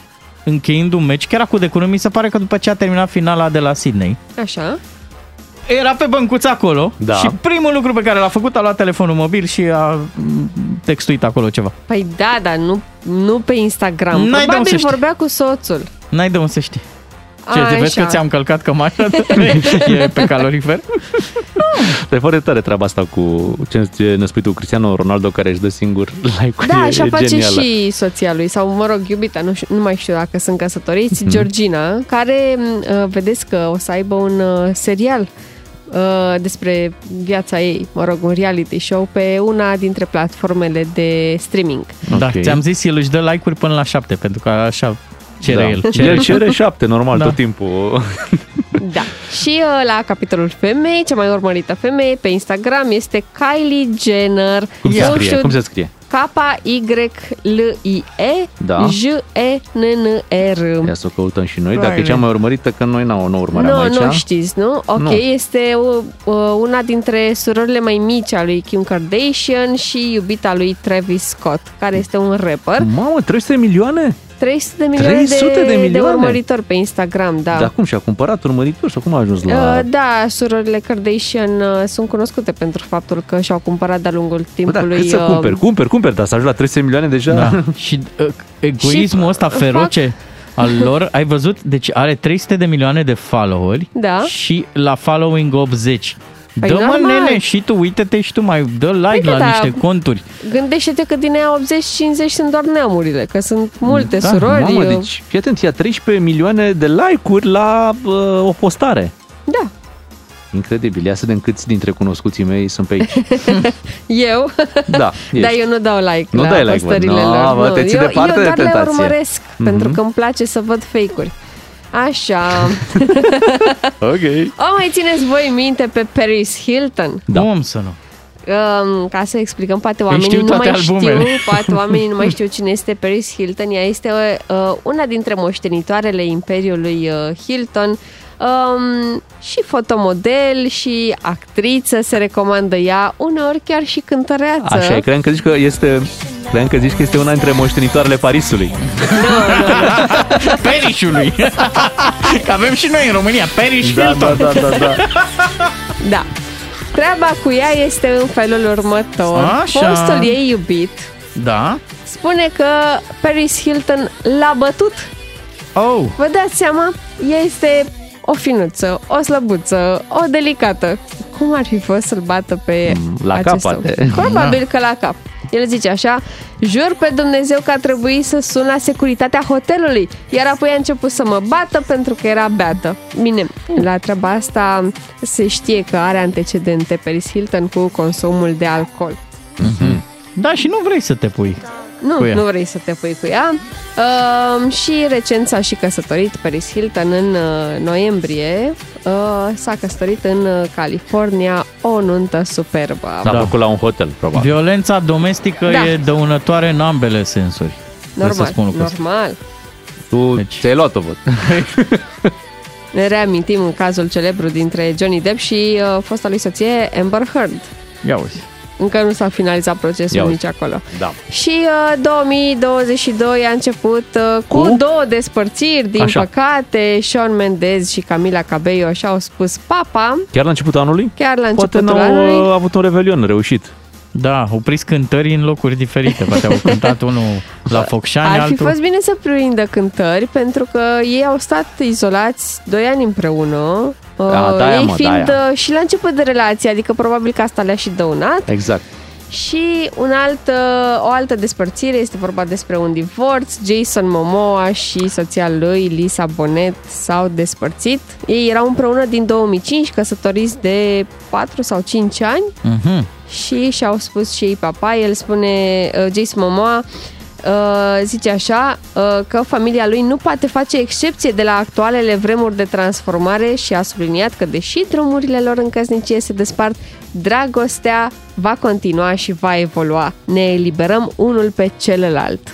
Speaker 4: încheind un meci, chiar acum de curând, mi se pare că după ce a terminat finala de la Sydney,
Speaker 3: așa.
Speaker 4: era pe băncuța acolo da. și primul lucru pe care l-a făcut a luat telefonul mobil și a mm, textuit acolo ceva.
Speaker 3: Păi da, dar nu, nu pe Instagram.
Speaker 4: N-ai de unde să
Speaker 3: Probabil
Speaker 4: știi.
Speaker 3: vorbea cu soțul.
Speaker 4: N-ai de unde să știi. Ce, te
Speaker 3: Așa.
Speaker 4: vezi că ți-am călcat cămașa? e pe calorifer?
Speaker 2: Dar E foarte tare treaba asta cu ce ce ne spui tu, Cristiano Ronaldo, care își dă singur like-uri.
Speaker 3: Da,
Speaker 2: Păi, e
Speaker 3: așa face
Speaker 2: genială.
Speaker 3: și soția lui, sau mă rog, iubita, nu, știu, nu mai știu dacă sunt căsătoriți,
Speaker 2: Mhm.
Speaker 3: Georgina, care m, uh, vedeți că o să aibă un uh, serial uh, despre viața ei, mă rog, un reality show pe una dintre platformele de streaming.
Speaker 4: Da, ți-am zis, el își dă like-uri până la șapte, pentru că așa cere
Speaker 2: Da.
Speaker 4: el.
Speaker 2: El cere șapte, normal,
Speaker 4: Da.
Speaker 2: tot timpul.
Speaker 3: Da. Și uh, la capitolul femei, cea mai urmărită femeie pe Instagram este Kylie Jenner.
Speaker 2: Cum se
Speaker 3: Nu
Speaker 2: scrie?
Speaker 3: știu-
Speaker 2: Cum se scrie?
Speaker 3: K-Y-L-I-E
Speaker 2: Da.
Speaker 3: J-E-N-N-R
Speaker 2: Ia să o căutăm și noi, dacă e
Speaker 3: Probabil.
Speaker 2: cea mai urmărită, că noi n-au, nu urmăream
Speaker 3: nu,
Speaker 2: aici.
Speaker 3: nu știți, nu? Ok,
Speaker 2: Nu.
Speaker 3: este uh, uh, una dintre surorile mai mici a lui Kim Kardashian și iubita lui Travis Scott, care este un rapper.
Speaker 2: Mamă, 300 de milioane?
Speaker 3: 300 de milioane,
Speaker 2: 300 de
Speaker 3: de,
Speaker 2: milioane?
Speaker 3: de urmăritori pe Instagram, da.
Speaker 2: Dar cum și-a cumpărat urmăritor sau cum a ajuns la...
Speaker 3: Uh, Da, surorile Kardashian uh, sunt cunoscute pentru faptul că și-au cumpărat de-a lungul
Speaker 2: Bă, dar
Speaker 3: timpului
Speaker 2: cât să
Speaker 3: uh,
Speaker 2: cumperi? Cumperi, cumperi, dar să ajungi la 300 de milioane deja...
Speaker 4: Da. și uh, egoismul
Speaker 2: Și-
Speaker 4: ăsta
Speaker 2: fac-
Speaker 4: feroce al lor, ai văzut? Deci are 300 de milioane de followeri
Speaker 3: Da.
Speaker 4: și la following 80.
Speaker 3: Păi
Speaker 4: Dă-mă,
Speaker 3: normal. Păi da,
Speaker 4: nene, și tu, uite-te și tu mai dă like
Speaker 3: Uite,
Speaker 4: la
Speaker 3: dar-
Speaker 4: niște conturi.
Speaker 3: Gândește-te că din aia 80-50 sunt doar neamurile, că sunt multe
Speaker 2: da,
Speaker 3: surori.
Speaker 2: Mamă,
Speaker 3: eu-
Speaker 2: deci, fii atent, ia 13 milioane de like-uri la uh, o postare.
Speaker 3: Da.
Speaker 2: Incredibil, ia să vedem câți dintre cunoscuții mei sunt pe aici.
Speaker 3: Eu?
Speaker 2: Da, ești.
Speaker 3: Dar eu nu dau like
Speaker 2: Nu
Speaker 3: la
Speaker 2: dai like, bă,
Speaker 3: postările
Speaker 2: nu,
Speaker 3: lor.
Speaker 2: bă,
Speaker 3: nu.
Speaker 2: te ții
Speaker 3: eu,
Speaker 2: departe de
Speaker 3: eu doar le
Speaker 2: tentație.
Speaker 3: urmăresc,
Speaker 2: Mhm.
Speaker 3: pentru că îmi place să văd fake-uri. Așa.
Speaker 2: Ok.
Speaker 3: O mai țineți voi minte pe Paris Hilton?
Speaker 4: Da. Cum să nu?
Speaker 3: Um, ca să explicăm, poate
Speaker 4: Îi
Speaker 3: oamenii
Speaker 4: știu
Speaker 3: nu
Speaker 4: toate
Speaker 3: mai
Speaker 4: albumele.
Speaker 3: știu, poate oamenii nu mai știu cine este Paris Hilton. Ea este uh, una dintre moștenitoarele Imperiului uh, Hilton. Um, și fotomodel și actriță se recomandă ea, uneori chiar și cântăreață.
Speaker 2: Așa e, cream că zici că este... Cream că zici că este una dintre moștenitoarele Parisului.
Speaker 4: Perișului! că avem și noi în România, Periș
Speaker 2: Da,
Speaker 4: Hilton.
Speaker 2: da, da, da, da.
Speaker 3: Da. Treaba cu ea este în felul următor.
Speaker 4: Așa.
Speaker 3: Fostul ei iubit
Speaker 4: Da?
Speaker 3: spune că Paris Hilton l-a bătut.
Speaker 4: Oh!
Speaker 3: Vă dați seama? Ea este o finuță, o slăbuță, o delicată. Cum ar fi fost să-l bată pe
Speaker 2: Mm, la
Speaker 3: acest
Speaker 2: cap,
Speaker 3: om?
Speaker 2: poate. Da.
Speaker 3: Probabil că la cap. El zice așa, jur pe Dumnezeu că a trebuit să sun la securitatea hotelului, iar apoi a început să mă bată pentru că era beată. Bine, la treaba asta se știe că are antecedente Paris Hilton cu consumul de alcool.
Speaker 4: Da, și nu vrei să te pui.
Speaker 3: Nu,
Speaker 4: cu ea.
Speaker 3: nu vrei să te pui cu ea. Uh, și recent s-a și căsătorit Paris Hilton în uh, noiembrie. Uh, s-a căsătorit în uh, California o nuntă superbă.
Speaker 2: S-a da. făcut la un hotel, probabil.
Speaker 4: Violența domestică
Speaker 3: Da.
Speaker 4: e dăunătoare în ambele sensuri. Trebuie
Speaker 3: normal,
Speaker 4: să spun lucrul ăsta.
Speaker 3: normal.
Speaker 2: Tu deci... ți-ai luat-o, văd.
Speaker 3: Ne reamintim în cazul celebru dintre Johnny Depp și uh, fosta lui soție Amber Heard.
Speaker 4: Ia uzi.
Speaker 3: Încă nu s-a finalizat procesul
Speaker 4: Ia uite.
Speaker 3: nici acolo.
Speaker 2: Da.
Speaker 3: Și uh, 2022 a început uh, cu,
Speaker 2: Cu?
Speaker 3: două despărțiri, din
Speaker 2: Așa.
Speaker 3: păcate. Sean Mendez și Camila Cabello și-au spus papa.
Speaker 2: Chiar la începutul anului?
Speaker 3: Chiar la
Speaker 2: Poate
Speaker 3: începutul
Speaker 2: n-au
Speaker 3: anului.
Speaker 2: uh, avut un revelion reușit.
Speaker 4: Da, opriți cântării în locuri diferite. Poate au cântat unul la Focșani,
Speaker 3: Ar fi
Speaker 4: altul...
Speaker 3: fost bine să prindă cântări, pentru că ei au stat izolați 2 ani împreună. Uh,
Speaker 2: Da, de-aia,
Speaker 3: ei
Speaker 2: mă,
Speaker 3: fiind
Speaker 2: de-aia.
Speaker 3: uh, și la început de relație, adică probabil că asta le-a și dăunat.
Speaker 2: Exact.
Speaker 3: Și un alt, uh, o altă despărțire este vorba despre un divorț. Jason Momoa și soția lui, Lisa Bonet, s-au despărțit. Ei erau împreună din 2005, căsătoriți de 4 sau 5 ani
Speaker 4: Mhm.
Speaker 3: și și-au spus și ei papa. El spune, uh, Jason Momoa, uh, zice așa, uh, că familia lui nu poate face excepție de la actualele vremuri de transformare și a subliniat că deși drumurile lor în căsnicie se despart, dragostea va continua și va evolua. Ne eliberăm unul pe celălalt.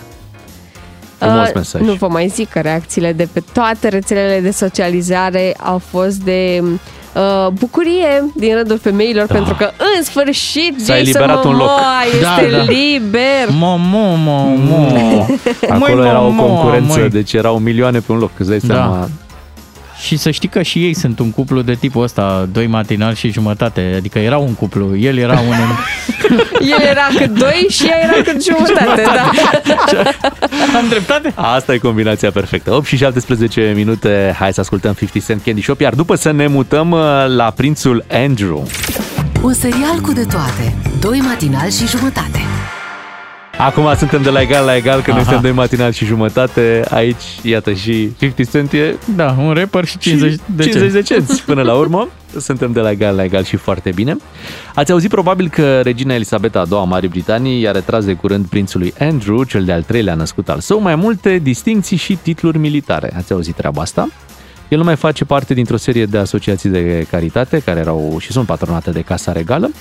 Speaker 2: Frumos
Speaker 3: Uh,
Speaker 2: mesaj.
Speaker 3: Nu vă mai zic că reacțiile de pe toate rețelele de socializare au fost de uh, bucurie din rândul femeilor da. pentru că în sfârșit
Speaker 4: S-a
Speaker 3: Jason
Speaker 4: eliberat un loc.
Speaker 3: Momoa este
Speaker 4: Da, da.
Speaker 3: liber.
Speaker 4: Momo, momo.
Speaker 2: Oh, Acolo
Speaker 4: Măi,
Speaker 2: era o
Speaker 4: mamă,
Speaker 2: concurență,
Speaker 4: măi.
Speaker 2: deci erau milioane pe un loc, îți dai seama.
Speaker 4: Da. Și să știi că și ei sunt un cuplu de tipul ăsta, doi matinal și jumătate. Adică era un cuplu, el era unul.
Speaker 3: El era cât doi și ea era cât jumătate, da.
Speaker 4: Am dreptate?
Speaker 2: Asta e combinația perfectă. 8 și 17 minute, hai să ascultăm 50 Cent Candy Shop, iar după să ne mutăm uh, la prințul Andrew.
Speaker 1: Un serial cu de toate. Doi matinal și jumătate.
Speaker 2: Acum suntem de la egal la egal, că noi
Speaker 4: Aha.
Speaker 2: suntem doi matinal și jumătate. Aici, iată, și 50 Cent e
Speaker 4: Da, un rapper și 50 de
Speaker 2: 50 de
Speaker 4: cenți.
Speaker 2: cenți. Până la urmă, suntem de la egal la egal și foarte bine. Ați auzit probabil că regina Elisabeta a II-a Marii Britanii i-a retras de curând prințului Andrew, cel de-al treilea născut al său, mai multe distinții și titluri militare. Ați auzit treaba asta? El nu mai face parte dintr-o serie de asociații de caritate care erau și sunt patronate de Casa Regală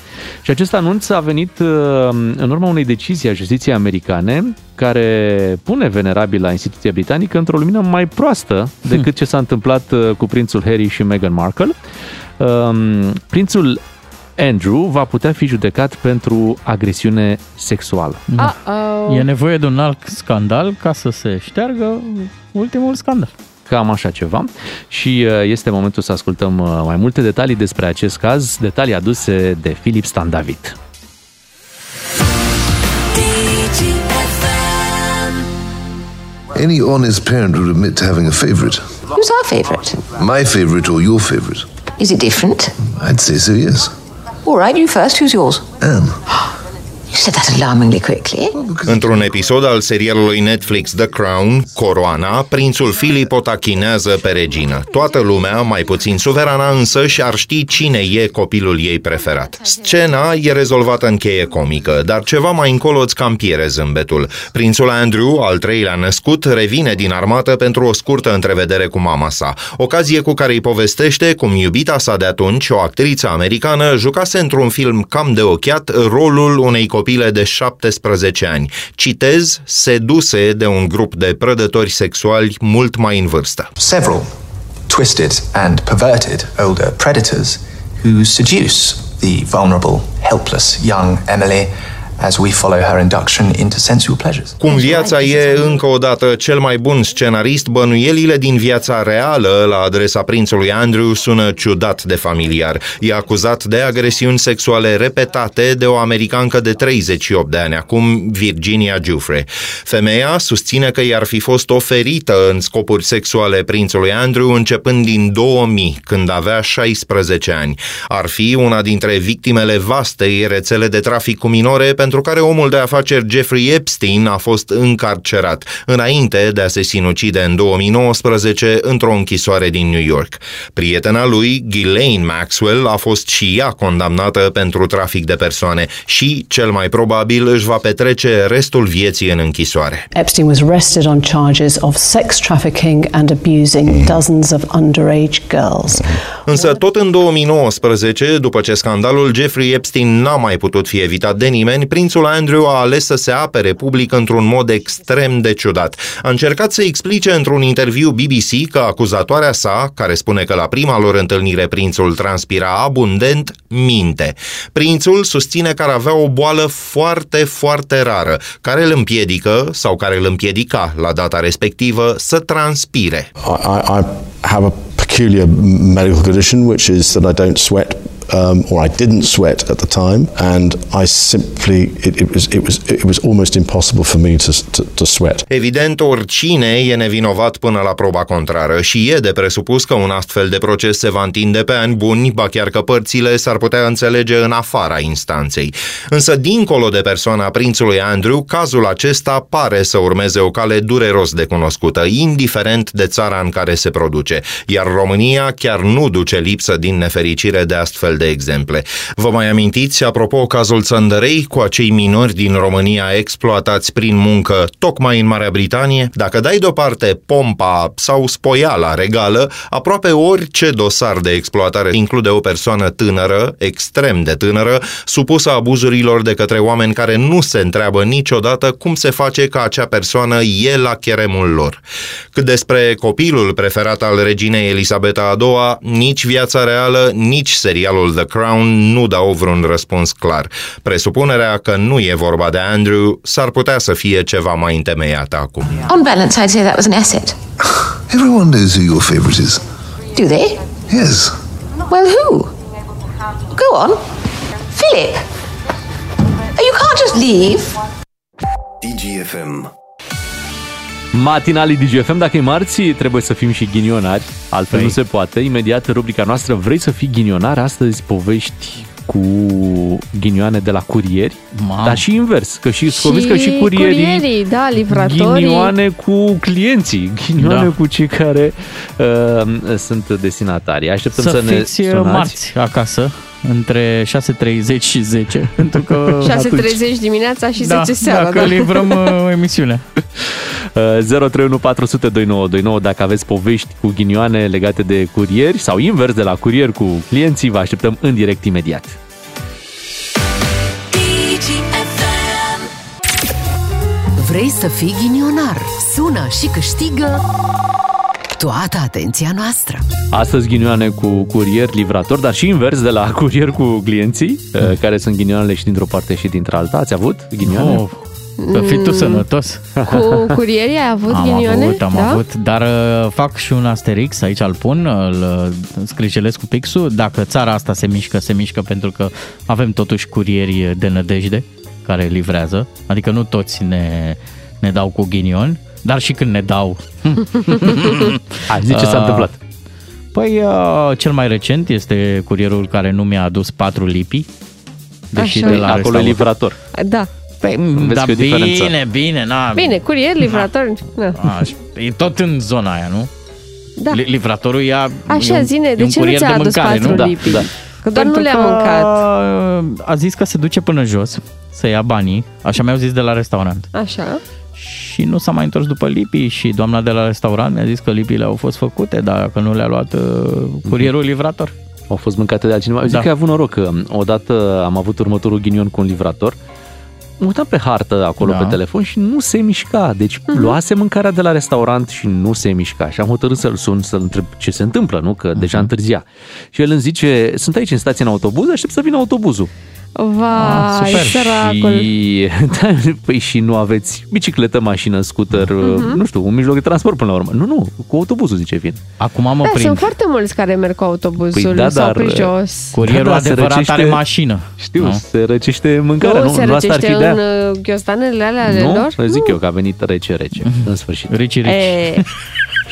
Speaker 2: și acest anunț a venit uh, în urma unei decizii a justiției americane care pune venerabila instituție britanică într-o lumină mai proastă decât ce s-a întâmplat uh, cu prințul Harry și Meghan Markle. Um, Prințul Andrew va putea fi judecat pentru agresiune sexuală.
Speaker 3: Uh-oh.
Speaker 4: Da. E nevoie de un alt scandal ca să se șteargă ultimul scandal.
Speaker 2: Cam așa ceva. Și uh, este momentul să ascultăm uh, mai multe detalii despre acest caz, detalii aduse de Filip Stan David.
Speaker 15: Any honest parent would admit to having a favourite.
Speaker 16: Who's our favourite?
Speaker 15: My favourite or your favourite?
Speaker 16: Is it different?
Speaker 15: I'd say so, yes.
Speaker 16: All right, you first. Who's yours?
Speaker 15: Anne.
Speaker 16: You said that alarmingly quickly.
Speaker 17: Într-un episod al serialului Netflix The Crown, Coroana, prințul Filip o tachinează pe regină. Toată lumea, mai puțin suverana însă, și-ar ști cine e copilul ei preferat. Scena e rezolvată în cheie comică, dar ceva mai încolo îți cam piere zâmbetul. Prințul Andrew, al treilea născut, revine din armată pentru o scurtă întrevedere cu mama sa, ocazie cu care îi povestește cum iubita sa de atunci, o actriță americană, jucase într-un film cam de ochiat rolul unei copile de 17 ani. Citez, seduse de un grup de prădători sexuali mult mai în vârstă.
Speaker 18: several twisted and perverted older predators who seduce the vulnerable, helpless young Emily as we follow her induction into sensual pleasures.
Speaker 17: Cum viața e încă o dată cel mai bun scenarist, bănuielile din viața reală la adresa prințului Andrew sună ciudat de familiar. E acuzat de agresiuni sexuale repetate de o americancă de 38 de ani, acum Virginia Giuffre. Femeia susține că i-ar fi fost oferită în scopuri sexuale prințului Andrew începând din 2000, când avea 16 ani. Ar fi una dintre victimele vastei rețele de trafic cu minore pentru care omul de afaceri Jeffrey Epstein a fost încarcerat, înainte de a se sinucide în 2019 într-o închisoare din New York. Prietena lui, Ghislaine Maxwell, a fost și ea condamnată pentru trafic de persoane și, cel mai probabil, își va petrece restul vieții în închisoare.
Speaker 19: Epstein was arrested on charges of sex trafficking and abusing dozens of underage girls.
Speaker 17: Însă tot în 2019, după ce scandalul Jeffrey Epstein n-a mai putut fi evitat de nimeni, prințul Andrew a ales să se apere public într-un mod extrem de ciudat. A încercat să explice într-un interviu BBC că acuzatoarea sa, care spune că la prima lor întâlnire prințul transpira abundent, minte. Prințul susține că ar avea o boală foarte, foarte rară, care îl împiedică sau care îl împiedica la data respectivă să transpire.
Speaker 20: I, I, I have a peculiar m- medical condition, which is that I don't sweat, um, or I didn't sweat at the time, and I simply it, it was it was it was almost impossible for me to, to, to sweat.
Speaker 17: Deci, Evident, oricine e nevinovat până la proba contrară și e de presupus că un astfel de proces se va întinde pe ani buni, ba chiar că părțile s-ar putea înțelege în afara instanței. Însă, dincolo de persoana prințului Andrew, cazul acesta pare să urmeze o cale dureros de cunoscută, indiferent de țara în care se produce, iar România chiar nu duce lipsă din nefericire de astfel de exemple. Vă mai amintiți, apropo, cazul Țăndărei cu acei minori din România exploatați prin muncă tocmai în Marea Britanie? Dacă dai deoparte pompa sau spoiala regală, aproape orice dosar de exploatare include o persoană tânără, extrem de tânără, supusă abuzurilor de către oameni care nu se întreabă niciodată cum se face ca acea persoană e la cheremul lor. Cât despre copilul preferat al reginei Elisabeta a II, nici viața reală, nici serialul The Crown nu dau vreun răspuns clar. Presupunerea că nu e vorba de Andrew s-ar putea să fie ceva mai întemeiată acum.
Speaker 16: On balance, I'd say that was an asset.
Speaker 15: Everyone knows who your favorite is.
Speaker 16: Do they?
Speaker 15: Yes.
Speaker 16: Well, who? Go on. Philip! Oh, You can't just leave.
Speaker 2: DGFM. Matinalii DGFM, dacă e marți, trebuie să fim și ghinionari, altfel
Speaker 4: Păi.
Speaker 2: nu se poate. Imediat, rubrica noastră, vrei să fii ghinionar? Astăzi povești cu ghinioane de la curieri, Mam. dar și invers, că și, și convins că și curierii,
Speaker 3: curierii da, livratorii.
Speaker 2: ghinioane cu clienții, ghinioane
Speaker 4: Da.
Speaker 2: cu cei care uh, sunt destinatari. Așteptăm să,
Speaker 4: Să
Speaker 2: ne
Speaker 4: fiți uh,
Speaker 2: sunați.
Speaker 4: marți acasă, între 6.30 și 10, pentru că
Speaker 3: 6.30 dimineața și
Speaker 4: uh, da,
Speaker 3: 10 seara.
Speaker 4: dacă
Speaker 3: da.
Speaker 4: livrăm uh, emisiunea.
Speaker 2: Uh, 031402929 dacă aveți povești cu ghinioane legate de curieri sau invers de la curier cu clienții, vă așteptăm în direct imediat.
Speaker 1: Vrei să fii ghinionar? Sună și câștigă toată atenția noastră.
Speaker 2: Astăzi ghinioane cu curier, livrator, dar și invers de la curier cu clienții,
Speaker 4: Mm.
Speaker 2: uh, care sunt ghinioanele și dintr-o parte și dintr-alta. Ați avut ghinioane?
Speaker 4: Oh, să fii tu sănătos.
Speaker 3: Mm. Cu curierii ai avut
Speaker 4: Am
Speaker 3: ghinioane?
Speaker 4: avut, am
Speaker 3: da?
Speaker 4: avut, dar uh, fac și un asterix, aici îl pun, îl uh, scrijelesc cu pixul, dacă țara asta se mișcă, se mișcă pentru că avem totuși curieri de nădejde care livrează, adică nu toți ne, ne dau cu ghinion, dar și când ne dau.
Speaker 2: Hai, zi ce s-a
Speaker 4: Uh,
Speaker 2: întâmplat.
Speaker 4: Păi, uh, cel mai recent este curierul care nu mi-a adus patru lipi, deși
Speaker 3: Așa.
Speaker 4: de
Speaker 3: Păi,
Speaker 4: la
Speaker 3: acolo e
Speaker 4: restaurant.
Speaker 2: livrator.
Speaker 3: Da.
Speaker 9: Păi,
Speaker 2: Vezi
Speaker 4: Dar
Speaker 2: că e o diferență.
Speaker 4: bine, bine, na,
Speaker 3: Bine, curier, livrator. Da.
Speaker 4: Aș, e tot în zona aia, nu?
Speaker 3: Da.
Speaker 4: Li- Livratorul ia
Speaker 3: Așa,
Speaker 4: e un,
Speaker 3: zine,
Speaker 4: e
Speaker 3: de
Speaker 4: un
Speaker 3: ce nu
Speaker 4: curier
Speaker 3: ți-a
Speaker 4: de
Speaker 3: adus
Speaker 4: mâncare,
Speaker 3: patru
Speaker 4: nu? Da,
Speaker 3: lipi?
Speaker 4: da.
Speaker 3: Că doar nu
Speaker 4: Pentru că
Speaker 3: le-am mâncat.
Speaker 4: uh, A zis că se duce până jos să ia banii, așa mi-au zis de la restaurant.
Speaker 3: Așa.
Speaker 4: Și nu s-a mai întors după lipii și doamna de la restaurant mi-a zis că lipile au fost făcute, dar că nu le-a luat uh, curierul livrator.
Speaker 2: Au fost mâncate de altcineva. Eu Zic
Speaker 4: Da.
Speaker 2: că ai avut noroc că odată am avut următorulghinion cu un livrator. Mă uitam pe hartă acolo
Speaker 4: Da.
Speaker 2: da. pe telefon și nu se mișca. Deci uh-huh.
Speaker 3: Mhm.
Speaker 2: luase mâncarea de la restaurant și nu se mișca. Și am hotărât să-l sun, să-l întreb ce se întâmplă, nu? Că
Speaker 4: Mhm.
Speaker 2: deja întârzia. Și el îmi zice, sunt aici în stație în autobuz, aștept să vină autobuzul.
Speaker 4: Ah,
Speaker 3: Vai, săracul.
Speaker 2: Ah, Și, da, păi și nu aveți bicicletă, mașină, scooter,
Speaker 3: Mhm.
Speaker 2: nu știu, un mijloc de transport până la urmă. Nu, nu, cu autobuzul, zice, vin.
Speaker 4: Acum mă
Speaker 3: Da, sunt foarte mulți care merg cu autobuzul
Speaker 2: Păi da,
Speaker 3: sau
Speaker 2: dar,
Speaker 3: pe jos.
Speaker 4: Curierul
Speaker 2: Da, da, se
Speaker 4: adevărat
Speaker 2: răcește-
Speaker 4: are mașină.
Speaker 2: Știu,
Speaker 4: nu?
Speaker 2: se răcește mâncarea,
Speaker 3: nu,
Speaker 2: nu?
Speaker 3: Uh, se
Speaker 2: nu asta ar fi
Speaker 3: răcește
Speaker 2: de
Speaker 3: în uh, ghiozdanele alea ale
Speaker 2: Nu? Păi
Speaker 3: lor?
Speaker 2: Zic eu că a venit rece, rece, în sfârșit.
Speaker 4: Mhm. Rece,
Speaker 3: E,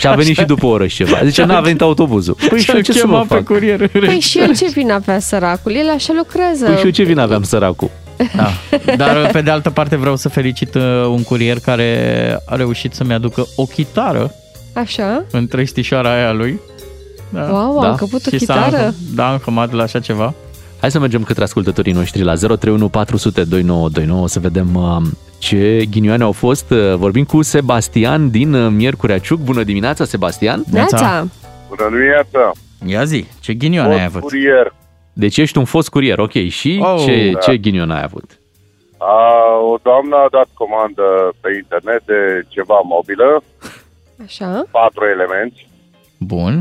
Speaker 2: Și a venit și după o oră și ceva. Zice, n-a venit autobuzul. Păi și eu ce să mă fac?
Speaker 4: curier.
Speaker 3: păi și el ce vină avea săracul? El așa lucrează.
Speaker 2: Păi și eu ce vină aveam săracul?
Speaker 4: Da. Dar pe de altă parte vreau să felicit uh, un curier care a reușit să-mi aducă o chitară
Speaker 3: Așa?
Speaker 4: în trăistișoara aia lui.
Speaker 2: Da.
Speaker 3: Wow, a încăput o
Speaker 4: Și s-a
Speaker 3: chitară?
Speaker 4: încă- Da, am cămat la așa ceva.
Speaker 2: Hai să mergem către ascultătorii noștri la 031 400 2929 să vedem um, ce ghinioane au fost. Uh, Vorbim cu Sebastian din uh, Miercurea Ciuc. Bună dimineața, Sebastian!
Speaker 3: Neața.
Speaker 21: Bună dimineața!
Speaker 4: Ia zi, ce ghinion ai avut?
Speaker 21: Curier.
Speaker 2: Deci ești un fost curier, ok. Și
Speaker 21: Oh.
Speaker 2: oh, ce,
Speaker 21: Da.
Speaker 2: ce ghinion ai avut?
Speaker 21: A, o doamnă a dat comandă pe internet de ceva mobilă,
Speaker 3: Așa?
Speaker 21: patru elemente.
Speaker 4: Bun.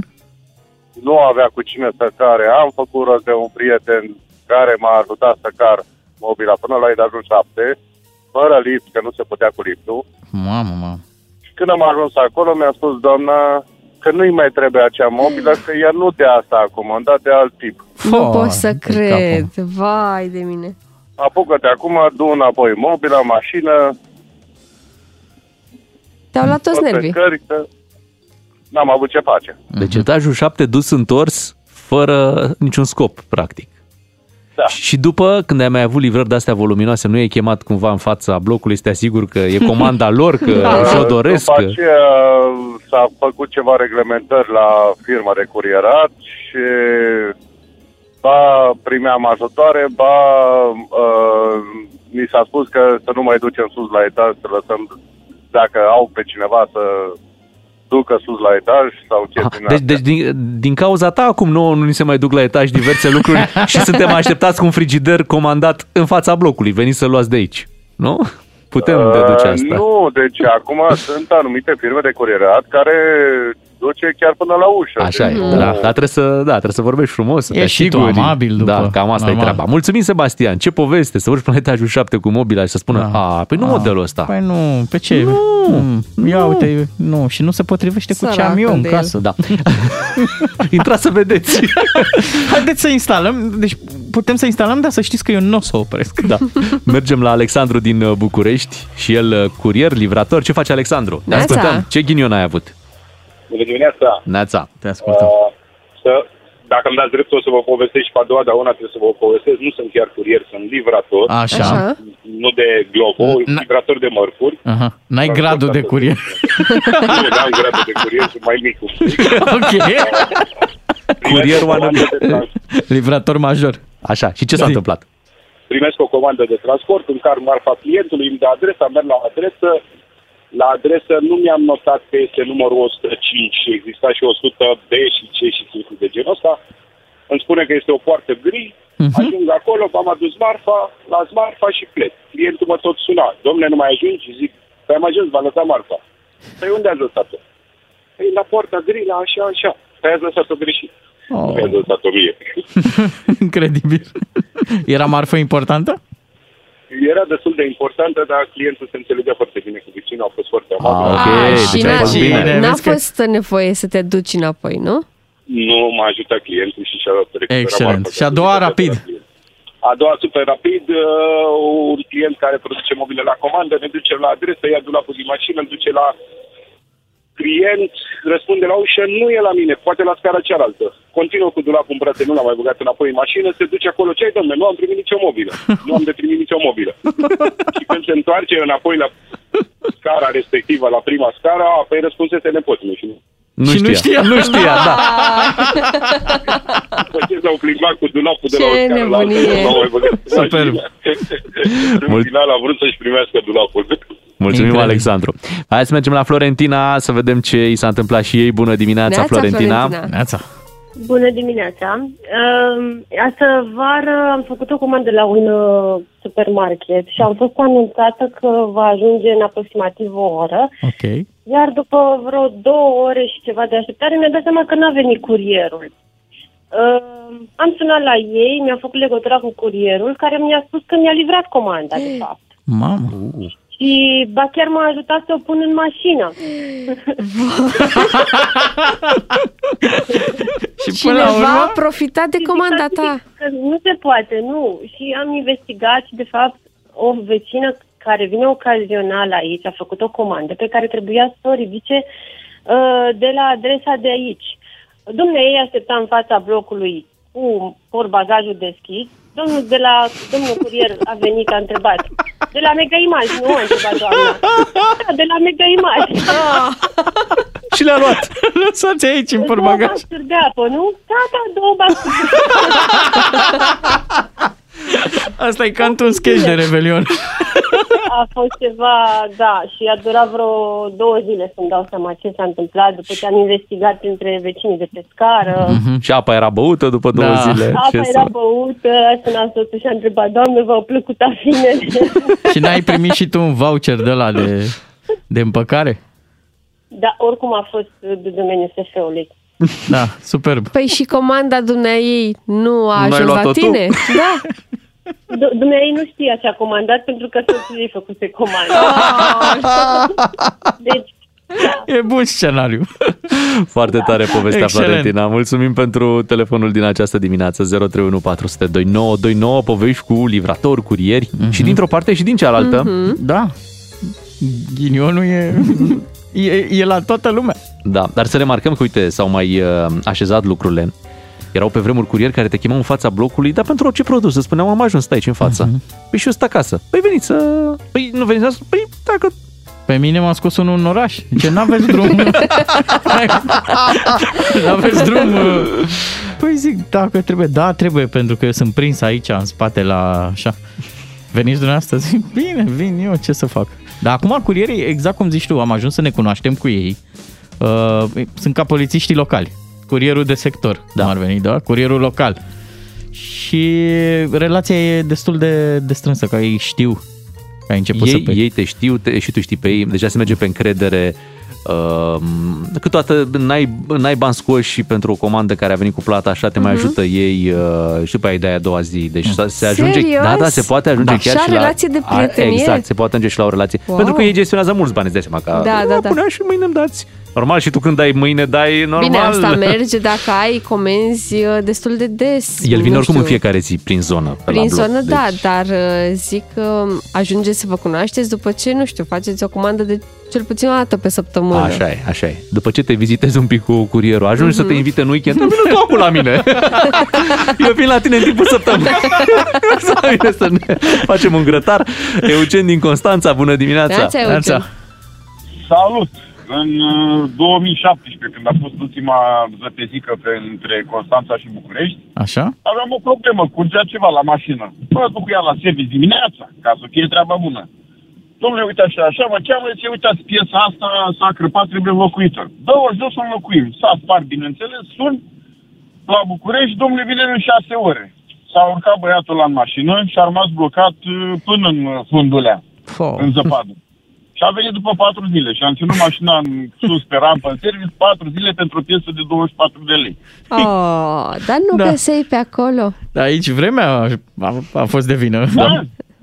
Speaker 21: Nu avea cu cine să care. Am făcut rost de un prieten care m-a ajutat să car mobila până la etajul 7, fără lift, că nu se putea cu liftul.
Speaker 4: Mamă, mamă.
Speaker 21: Când am ajuns acolo, mi-a spus doamna că nu-i mai trebuie acea mobilă, că ea nu de asta a comandat, de alt tip.
Speaker 3: Nu pot să cred. Vai de mine.
Speaker 21: Apucă-te acum, du înapoi mobila, mașină,
Speaker 3: Te-au luat toți
Speaker 21: tot pe
Speaker 3: nervii.
Speaker 21: scări, că n-am avut ce face.
Speaker 2: Deci etajul 7 dus întors fără niciun scop, practic.
Speaker 21: Da.
Speaker 2: Și după, când ai mai avut livrări de-astea voluminoase, nu e chemat cumva în fața blocului, este asigur că e comanda lor, că și-o doresc.
Speaker 21: Da. După
Speaker 2: că-
Speaker 21: aceea s-a făcut ceva reglementări la firma de curierat și ba primeam ajutoare, ba uh, mi s-a spus că să nu mai ducem sus la etaj, să lăsăm dacă au pe cineva să ducă sus la etaj sau ce din
Speaker 2: Deci, deci din, din cauza ta acum nouă nu ni se mai duc la etaj diverse lucruri și suntem așteptați cu un frigider comandat în fața blocului. Veniți să luați de aici, nu? Putem deduce
Speaker 21: Uh,
Speaker 2: asta.
Speaker 21: Nu, deci acum sunt anumite firme de curierat care duce chiar până la ușă.
Speaker 2: Așa e,
Speaker 21: Deci,
Speaker 2: da,
Speaker 21: nu-
Speaker 2: dar trebuie să, da, trebuie să vorbești frumos. să te
Speaker 4: Ești și tu
Speaker 2: asiguri.
Speaker 4: amabil după,
Speaker 2: Da, cam asta
Speaker 4: normal.
Speaker 2: e treaba. Mulțumim, Sebastian. Ce poveste să urci până la etajul 7 cu mobila și să spună, a, păi nu
Speaker 4: Ah,
Speaker 2: modelul ăsta.
Speaker 4: Păi nu, pe ce? Nu, Ia uite, nu, și nu se potrivește cu ce am
Speaker 2: Săracul
Speaker 4: eu în
Speaker 2: de el.
Speaker 4: casă, da.
Speaker 2: Intrați să vedeți.
Speaker 4: Haideți să instalăm, deci putem să instalăm, dar să știți că eu nu o să opresc.
Speaker 2: Da. Mergem la Alexandru din uh, București și el uh, curier, livrator. Ce face Alexandru? Ne
Speaker 22: Neața.
Speaker 2: ascultăm. Ce ghinion ai avut?
Speaker 22: Bună dimineața!
Speaker 2: Neața. Te
Speaker 22: Uh, să, dacă îmi dați dreptul o să vă povestesc și pe a doua, dar una trebuie să vă povestesc. Nu sunt chiar curier, sunt livrator.
Speaker 4: Așa. Așa.
Speaker 22: Nu de globo,
Speaker 4: Na-
Speaker 22: livrator de mărfuri.
Speaker 4: Aha. N-ai gradul de curier.
Speaker 22: Bine, da, în gradul de curier sunt mai mic. un pic. Uh,
Speaker 4: ok.
Speaker 2: Curier oameni.
Speaker 4: Livrator major. Da.
Speaker 2: Așa, și ce s-a întâmplat?
Speaker 22: Primesc o comandă de transport, încar marfa clientului, îmi dă adresa, merg la adresă. La adresă nu mi-am notat că este numărul 105 și exista și 100B și C și chestii de genul ăsta. Îmi spune că este o poartă gri,
Speaker 18: Mhm.
Speaker 22: Ajung acolo, v-am adus marfa, las marfa și plec. Clientul mă tot suna. Domne, nu mai ajungi? Zic, păi am ajuns, v-am lăsat marfa. Păi unde ați lăsat-o? Păi la poarta gri, la așa, așa. Păi ați lăsat-o greșit. Oh. Păi ați lăsat-o mie.
Speaker 4: Incredibil. Era marfă importantă?
Speaker 22: Era destul de importantă, dar clientul se înțelegea foarte bine cu vecinul, a fost foarte amabil.
Speaker 2: ok,
Speaker 3: Ah, și
Speaker 2: deci ai
Speaker 3: n-a,
Speaker 2: fost bine.
Speaker 3: n-a
Speaker 2: Vezi că-
Speaker 3: fost nevoie să te duci înapoi, nu?
Speaker 22: Nu m-a ajutat clientul și și-a recuperat
Speaker 4: Excelent.
Speaker 22: marfa.
Speaker 4: Și a doua rapid.
Speaker 22: A doua, super rapid, uh, un client care produce mobile la comandă, ne duce la adresă, ia dulapul din mașină, îl duce la client, răspunde la ușă, nu e la mine, poate la scara cealaltă. Continuă cu dulapul în brațe, nu l-am mai băgat înapoi în mașină, se duce acolo, ce ai, domne, nu am primit nicio mobilă, nu am de primit nicio mobilă. Și când se întoarce înapoi la scara respectivă, la prima scara, a, păi răspunsese nepotul meu și nu.
Speaker 2: Nu și știa. Nu știa, da.
Speaker 22: Păi s-au plimbat cu dulapul de la o
Speaker 9: Ce
Speaker 22: scară la alta,
Speaker 9: nebunie.
Speaker 22: nu l-au mai băgat în
Speaker 2: Superb.
Speaker 22: mașină. În final a vrut să-și primească dulapul.
Speaker 2: Mulțumim, Incredibil. Alexandru. Hai să mergem la Florentina să vedem ce i s-a întâmplat și ei. Bună dimineața,
Speaker 7: Neața,
Speaker 2: Florentina.
Speaker 7: Florentina. Bună dimineața! Uh, Astă vară am făcut o comandă la un uh, supermarket și am fost anunțată că va ajunge în aproximativ o oră,
Speaker 4: Ok.
Speaker 7: iar după vreo două ore și ceva de așteptare mi-a dat seama că n-a venit curierul. Uh, Am sunat la ei, mi-am făcut legătura cu curierul care mi-a spus că mi-a livrat comanda, de fapt.
Speaker 4: Mamă.
Speaker 2: Uh.
Speaker 7: Și ba chiar m-a ajutat să o pun în mașină.
Speaker 4: Și
Speaker 7: până la
Speaker 3: Cineva
Speaker 7: urmă?
Speaker 3: a profitat Da, de comanda ta.
Speaker 7: Că nu se poate, nu. Și am investigat și, de fapt, o vecină care vine ocazional aici a făcut o comandă pe care trebuia să o ridice uh, de la adresa de aici. Domne, ei aștepta în fața blocului cu porbagajul deschis. Domnul de la domnul curier a venit, a întrebat. De la Mega Image, nu a întrebat doamna. Da, de la Mega Image.
Speaker 3: Ah.
Speaker 4: Și le-a luat. Lăsați aici în
Speaker 7: Două
Speaker 4: porbagaj.
Speaker 7: basturi de apă, nu? Da, da, două basturi de apă.
Speaker 4: Asta e ca într-un sketch de Revelion.
Speaker 7: A fost ceva, da, și a durat vreo două zile să-mi dau seama ce s-a întâmplat după ce am investigat între vecinii de pe scară.
Speaker 2: Mhm. Și apa era băută după două
Speaker 4: Da.
Speaker 2: zile.
Speaker 7: Apa
Speaker 2: Ce
Speaker 7: era
Speaker 2: să-
Speaker 7: băută, a sunat soțul și a întrebat, Doamne, v-au plăcut afinele?
Speaker 4: Și n-ai primit și tu un voucher de la de, de împăcare?
Speaker 7: Dar oricum a fost de domeniul SF-ului.
Speaker 4: Da, superb.
Speaker 3: Păi și comanda dumneai nu a
Speaker 4: Nu ai
Speaker 3: ajuns la
Speaker 4: luat-o tu?
Speaker 3: tine? Da.
Speaker 7: D- Dumnezeu nu știa ce a comandat pentru că soțul ei făcuse comandă. Deci,
Speaker 4: E bun scenariu.
Speaker 2: Foarte tare povestea,
Speaker 4: Excelent.
Speaker 2: Florentina. Mulțumim pentru telefonul din această dimineață, 031 400 2929, povești cu livratori, curieri și dintr-o parte și din cealaltă.
Speaker 4: Mhm. Da. Ghinionul e, e, e la toată lumea.
Speaker 2: Da, dar să remarcăm că, uite, s-au mai uh, așezat lucrurile. Erau pe vremuri curieri care te chemau în fața blocului, dar pentru orice produs. Îți spuneam, am ajuns, stai aici în față. Păi și eu sunt acasă. Păi veniți să... Păi nu veniți să... Păi dacă
Speaker 4: Pe mine m-a scos unul în oraș. Ce n-aveți drum. n-aveți drum.
Speaker 9: uh,
Speaker 4: Păi zic, dacă trebuie. Da, trebuie, pentru că eu sunt prins aici, în spate, la așa. Veniți dumneavoastră? Zic, bine, vin eu, ce să fac? Dar acum curierii, exact cum zici tu, am ajuns să ne cunoaștem cu ei. Uh, sunt ca polițiștii locali. Curierul de sector, da. cum ar veni, da? Curierul local. Și relația e destul de, de strânsă, că ei știu că ai început să
Speaker 2: ei,
Speaker 4: pe...
Speaker 2: ei te știu te, și tu știi pe ei, deja se merge pe încredere. Uh, câteodată n-ai, n-ai bani scoși și pentru o comandă care a venit cu plata așa, te mai
Speaker 3: Mhm.
Speaker 2: ajută ei uh, și după aia îi dai a doua zi. Deci mm. se ajunge,
Speaker 3: Serios?
Speaker 2: da, da, se poate ajunge
Speaker 3: Da.
Speaker 2: chiar
Speaker 3: Așa
Speaker 2: și la...
Speaker 3: relație de
Speaker 2: A,
Speaker 3: prietenie?
Speaker 2: Exact, se poate ajunge și la o relație.
Speaker 3: Wow.
Speaker 2: Pentru că ei gestionează mulți bani, îți dai seama. Că,
Speaker 3: Da, da, da.
Speaker 2: Până și mâine îmi dați. Normal, și tu când dai mâine, dai normal.
Speaker 3: Bine, asta merge dacă ai comenzi uh, destul de des.
Speaker 2: El vine
Speaker 3: nu
Speaker 2: oricum în
Speaker 3: știu.
Speaker 2: fiecare zi prin zonă. pe la
Speaker 3: Prin
Speaker 2: bloc,
Speaker 3: zonă,
Speaker 2: deci-
Speaker 3: da, dar uh, zic că ajungeți să vă cunoașteți după ce, nu știu, faceți o comandă de cel puțin o dată pe săptămână.
Speaker 2: Așa e, așa e. După ce te vizitezi un pic cu curierul, ajungi mm-hmm. să
Speaker 3: Mhm.
Speaker 2: te invite în weekend, nu vină tu acum la mine. Eu vin la tine în timpul săptămânii. Să la mine să ne facem un grătar. Eugen din Constanța, bună dimineața.
Speaker 23: Neața, Eugen. Salut! În uh, 2017, când a fost ultima zăpezică pe, între Constanța și București,
Speaker 4: Așa?
Speaker 23: aveam o problemă, curgea ceva la mașină. Mă duc cu ea la service dimineața, ca să fie treaba bună. Domnule, uite așa, așa, mă cheamă, zice, uitați, piesa asta s-a crăpat, trebuie înlocuită. Dă-o jos, o înlocuim. S-a spart, bineînțeles, sun la București, domnule, vine în șase ore. S-a urcat băiatul la în mașină și a rămas blocat uh, până în uh, fundulea, în zăpadă. Și a venit după patru zile și am ținut mașina în sus pe rampă în service patru zile pentru o piesă de 24 de lei.
Speaker 3: Oh, dar nu da.
Speaker 4: Da.
Speaker 3: găseai pe acolo.
Speaker 4: Dar aici vremea a, a fost de vină.
Speaker 23: Da,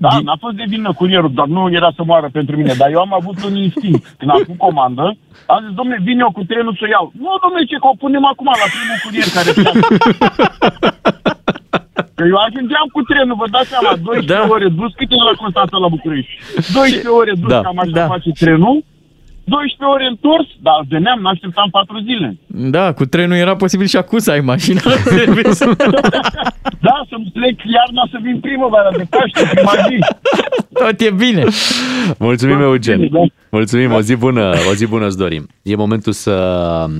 Speaker 23: da, n-a fost de vină curierul, dar nu era să moară pentru mine. Dar eu am avut un instinct. Când am făcut comandă, am zis, domne, vin eu cu trenul să o iau. Nu, domne, ce, că o punem acum la primul curier care pleacă. Că eu ajungeam cu trenul, vă dați seama, 12 da. ore dus, cât e la Constanța la București? 12 ore dus, da.
Speaker 4: Da.
Speaker 23: cam așa da. face trenul, 12 ore întors, dar veneam, n-așteptam 4 zile.
Speaker 4: Da, cu trenul era posibil și acum să ai mașina la service.
Speaker 23: Da, să-mi plec iarna să vin primăvara de Paște, prima zi.
Speaker 4: Tot e bine.
Speaker 2: Mulțumim, Eugen. Mulțumim, o zi bună, o zi bună îți dorim. E momentul să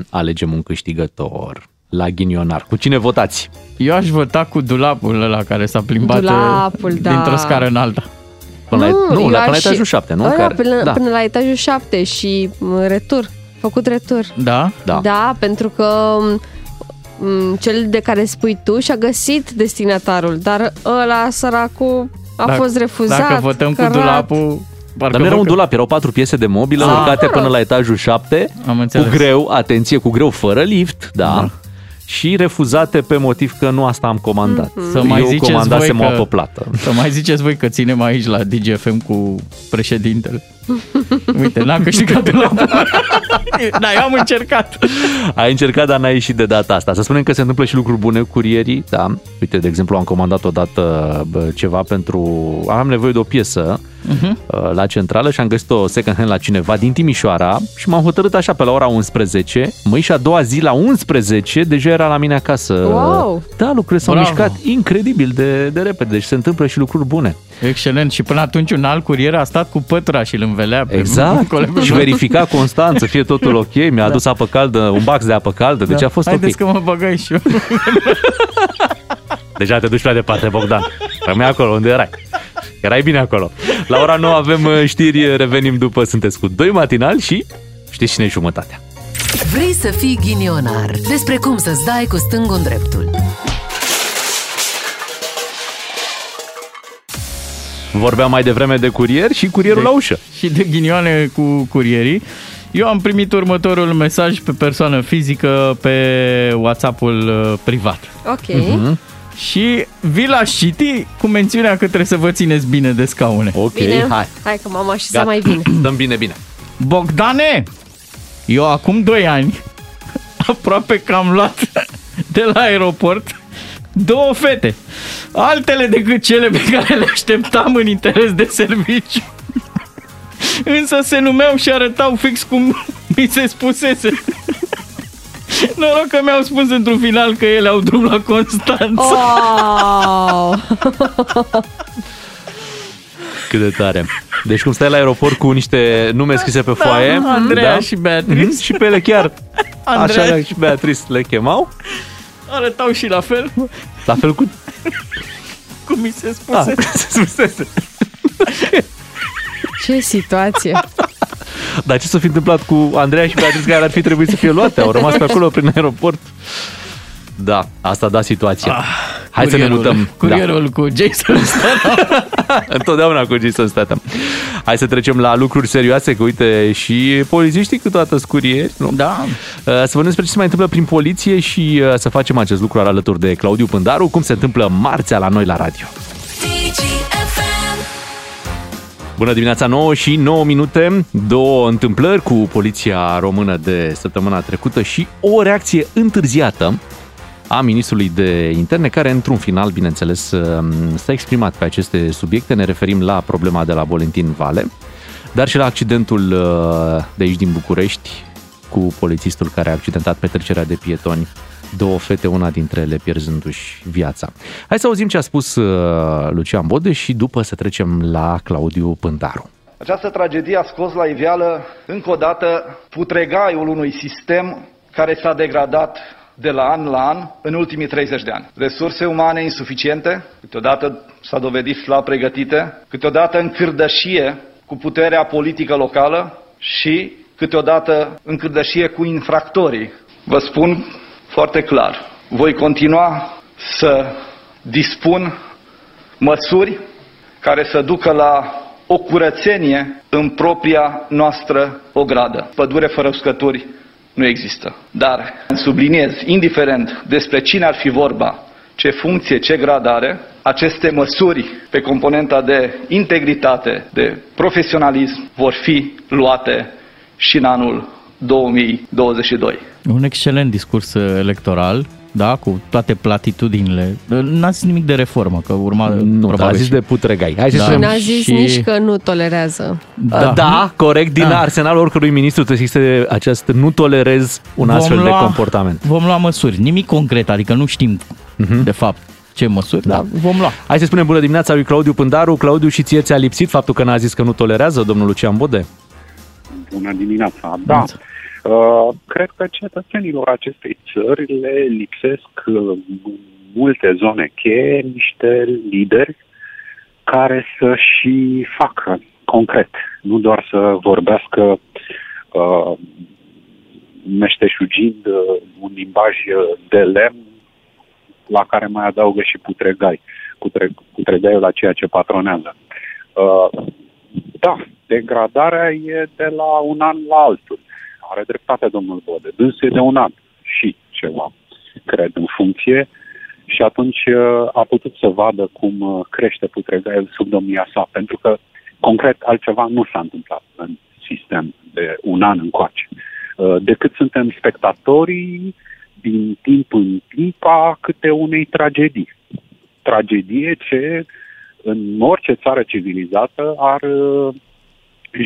Speaker 2: alegem un câștigător la ghinionar. Cu cine votați?
Speaker 4: Eu aș vota cu dulapul ăla care s-a plimbat uh,
Speaker 3: Dulapul, da.
Speaker 4: dintr-o scară în alta.
Speaker 2: Până la, nu,
Speaker 3: eu
Speaker 2: la, până la
Speaker 3: aș-
Speaker 2: etajul 7, nu?
Speaker 3: Ăla,
Speaker 2: Care-
Speaker 3: până,
Speaker 2: da.
Speaker 3: până la etajul 7 și m, retur. Făcut retur.
Speaker 4: Da?
Speaker 3: Da, da pentru că m, cel de care spui tu și-a găsit destinatarul, dar ăla săracul a
Speaker 2: Dacă-
Speaker 3: fost refuzat.
Speaker 2: dacă votăm cu
Speaker 3: cărat.
Speaker 2: dulapul, Parcă Dar nu era
Speaker 4: văd
Speaker 2: un
Speaker 4: că-
Speaker 2: dulap, erau patru piese de mobilă
Speaker 4: Ah.
Speaker 2: urcate până la etajul 7,
Speaker 4: Am
Speaker 2: cu
Speaker 4: înțeles.
Speaker 2: greu, atenție, cu greu, fără lift, da, da. și refuzate pe motiv că nu asta am comandat.
Speaker 3: Mhm.
Speaker 4: Să mai
Speaker 2: Eu
Speaker 4: ziceți
Speaker 2: comandasem
Speaker 4: voi
Speaker 2: o
Speaker 4: că,
Speaker 2: apă plată.
Speaker 4: Să mai ziceți voi că ținem aici la DGFM cu președintele. Uite, n-am câștigat dulapul. da, eu am încercat.
Speaker 2: Ai încercat, dar n-ai ieșit de data asta. Să spunem că se întâmplă și lucruri bune cu curierii, da. Uite, de exemplu, am comandat odată bă, ceva pentru... Am nevoie de o piesă
Speaker 24: Mhm.
Speaker 2: uh, la centrală și am găsit o second hand la cineva din Timișoara și m-am hotărât așa pe la ora 11, măi și a doua zi la 11 deja era la mine acasă.
Speaker 4: Wow!
Speaker 2: Da, lucrurile s-au
Speaker 4: Bravo!
Speaker 2: mișcat incredibil de, de repede, deci se întâmplă și lucruri bune.
Speaker 4: Excelent. Și până atunci un alt curier a stat cu pătura și îl învelea pe
Speaker 2: Exact.
Speaker 4: colegul
Speaker 2: și
Speaker 4: meu.
Speaker 2: verifica constant să fie totul ok. Mi-a adus apă caldă, un bax de apă caldă, deci
Speaker 4: Da.
Speaker 2: a fost
Speaker 4: Haideți
Speaker 2: ok.
Speaker 4: că mă băgai și eu.
Speaker 2: Deja te duci prea departe, Bogdan. Rămâi acolo unde erai. Erai bine acolo. La ora 9 avem uh, știri, revenim după, sunteți cu doi matinal și știți cine e jumătatea.
Speaker 1: Vrei să fii ghinionar Despre cum să-ți dai cu stângul în dreptul
Speaker 2: Vorbeam mai devreme de curier și curierul
Speaker 4: De-
Speaker 2: la ușă.
Speaker 4: și de ghinioane cu curierii. Eu am primit următorul mesaj pe persoană fizică pe WhatsApp-ul uh, privat.
Speaker 3: Ok.
Speaker 4: Mhm. Și vi l-aș citi cu mențiunea că trebuie să vă țineți bine de scaune.
Speaker 2: Ok,
Speaker 3: Bine, hai. hai că m-am așezat mai bine.
Speaker 2: Dăm bine, bine.
Speaker 4: Bogdane, eu acum 2 ani aproape că am luat de la aeroport două fete. Altele decât cele pe care le așteptam în interes de serviciu. Însă se numeau și arătau fix cum mi se spusese. Noroc că mi-au spus într-un final că ele au drum la Constanța.
Speaker 3: Oh!
Speaker 2: Cât de tare. Deci cum stai la aeroport cu niște nume scrise pe foaie.
Speaker 4: da, Andreea și Beatrice.
Speaker 2: Mhm, Și pe ele chiar.
Speaker 4: Andreea.
Speaker 2: Așa și Beatrice le chemau.
Speaker 4: Arătau și la fel
Speaker 2: La fel cu...
Speaker 4: cum mi se
Speaker 2: Da,
Speaker 4: spuse.
Speaker 2: se spusese.
Speaker 3: Ce situație!
Speaker 2: Dar ce s-a fi întâmplat cu Andreea și Beatrice care ar fi trebuit să fie luate? Au rămas pe acolo prin aeroport. Da, asta da situația. Hai să ne
Speaker 4: Ah, Curierul-
Speaker 2: mutăm. Da.
Speaker 4: Curierul cu Jason
Speaker 2: Întotdeauna cu Jason Statham. Hai să trecem la lucruri serioase, că uite și polițiștii câteodată scurie. Nu? Uh,
Speaker 4: Da.
Speaker 2: Să vorbim despre ce se mai întâmplă prin poliție și uh, să facem acest lucru alături de Claudiu Pândaru, cum se întâmplă marțea la noi la radio. Bună dimineața, 9 și 9 minute, două întâmplări cu poliția română de săptămâna trecută și o reacție întârziată a ministrului de interne, care într-un final, bineînțeles, uh, s-a exprimat pe aceste subiecte. Ne referim la problema de la Bolentin Vale, dar și la accidentul uh, de aici din București cu polițistul care a accidentat petrecerea de pietoni două fete, una dintre ele pierzându-și viața. Hai să auzim ce a spus uh, Lucian Bode și după să trecem la Claudiu Pândaru.
Speaker 5: Această tragedie a scos la iveală încă o dată putregaiul unui sistem care s-a degradat de la an la an în ultimii 30 de ani. Resurse umane insuficiente, câteodată s-a dovedit slab pregătite, câteodată în cârdășie cu puterea politică locală și câteodată în cârdășie cu infractorii. Vă spun foarte clar, voi continua să dispun măsuri care să ducă la o curățenie în propria noastră ogradă. Pădure fără uscături nu există. Dar subliniez, indiferent despre cine ar fi vorba, ce funcție, ce grad are, aceste măsuri pe componenta de integritate, de profesionalism, vor fi luate și în anul 2022.
Speaker 4: Un excelent discurs uh, electoral, da, cu toate platitudinile. N-a zis nimic de reformă, că urma nu,
Speaker 2: dar a zis de putregai. Hai să spunem
Speaker 3: N-a zis și... nici că nu tolerează.
Speaker 2: Da, da
Speaker 4: Hmm?
Speaker 2: corect, din da. arsenalul oricărui ministru trebuie să existe acest nu tolerez un
Speaker 4: Vom
Speaker 2: astfel
Speaker 4: lua-
Speaker 2: de comportament. Mhm.
Speaker 4: Vom lua măsuri, nimic concret, adică nu știm uh-huh. de fapt ce măsuri, da. dar vom lua.
Speaker 2: Hai să spunem bună dimineața lui Claudiu Pândaru. Claudiu, și ție ți-a lipsit faptul că n-a zis că nu tolerează domnul Lucian Bode?
Speaker 25: Bună dimineața! Da, uh, cred că cetățenilor acestei țări le lipsesc uh, în multe zone cheie, niște lideri care să și facă concret, nu doar să vorbească uh, meșteșugind uh, un limbaj uh, de lemn la care mai adaugă și putregai, putre, putregaiul la ceea ce patronează. Uh, da, degradarea e de la un an la altul. Are dreptate domnul Bode. Dânsul e de un an și ceva, cred, în funcție. Și atunci uh, a putut să vadă cum uh, crește putregaiul sub domnia sa, pentru că, concret, altceva nu s-a întâmplat în sistem de un an încoace. Uh, Decât suntem spectatorii din timp în timp a câte unei tragedii. Tragedie ce în orice țară civilizată ar uh,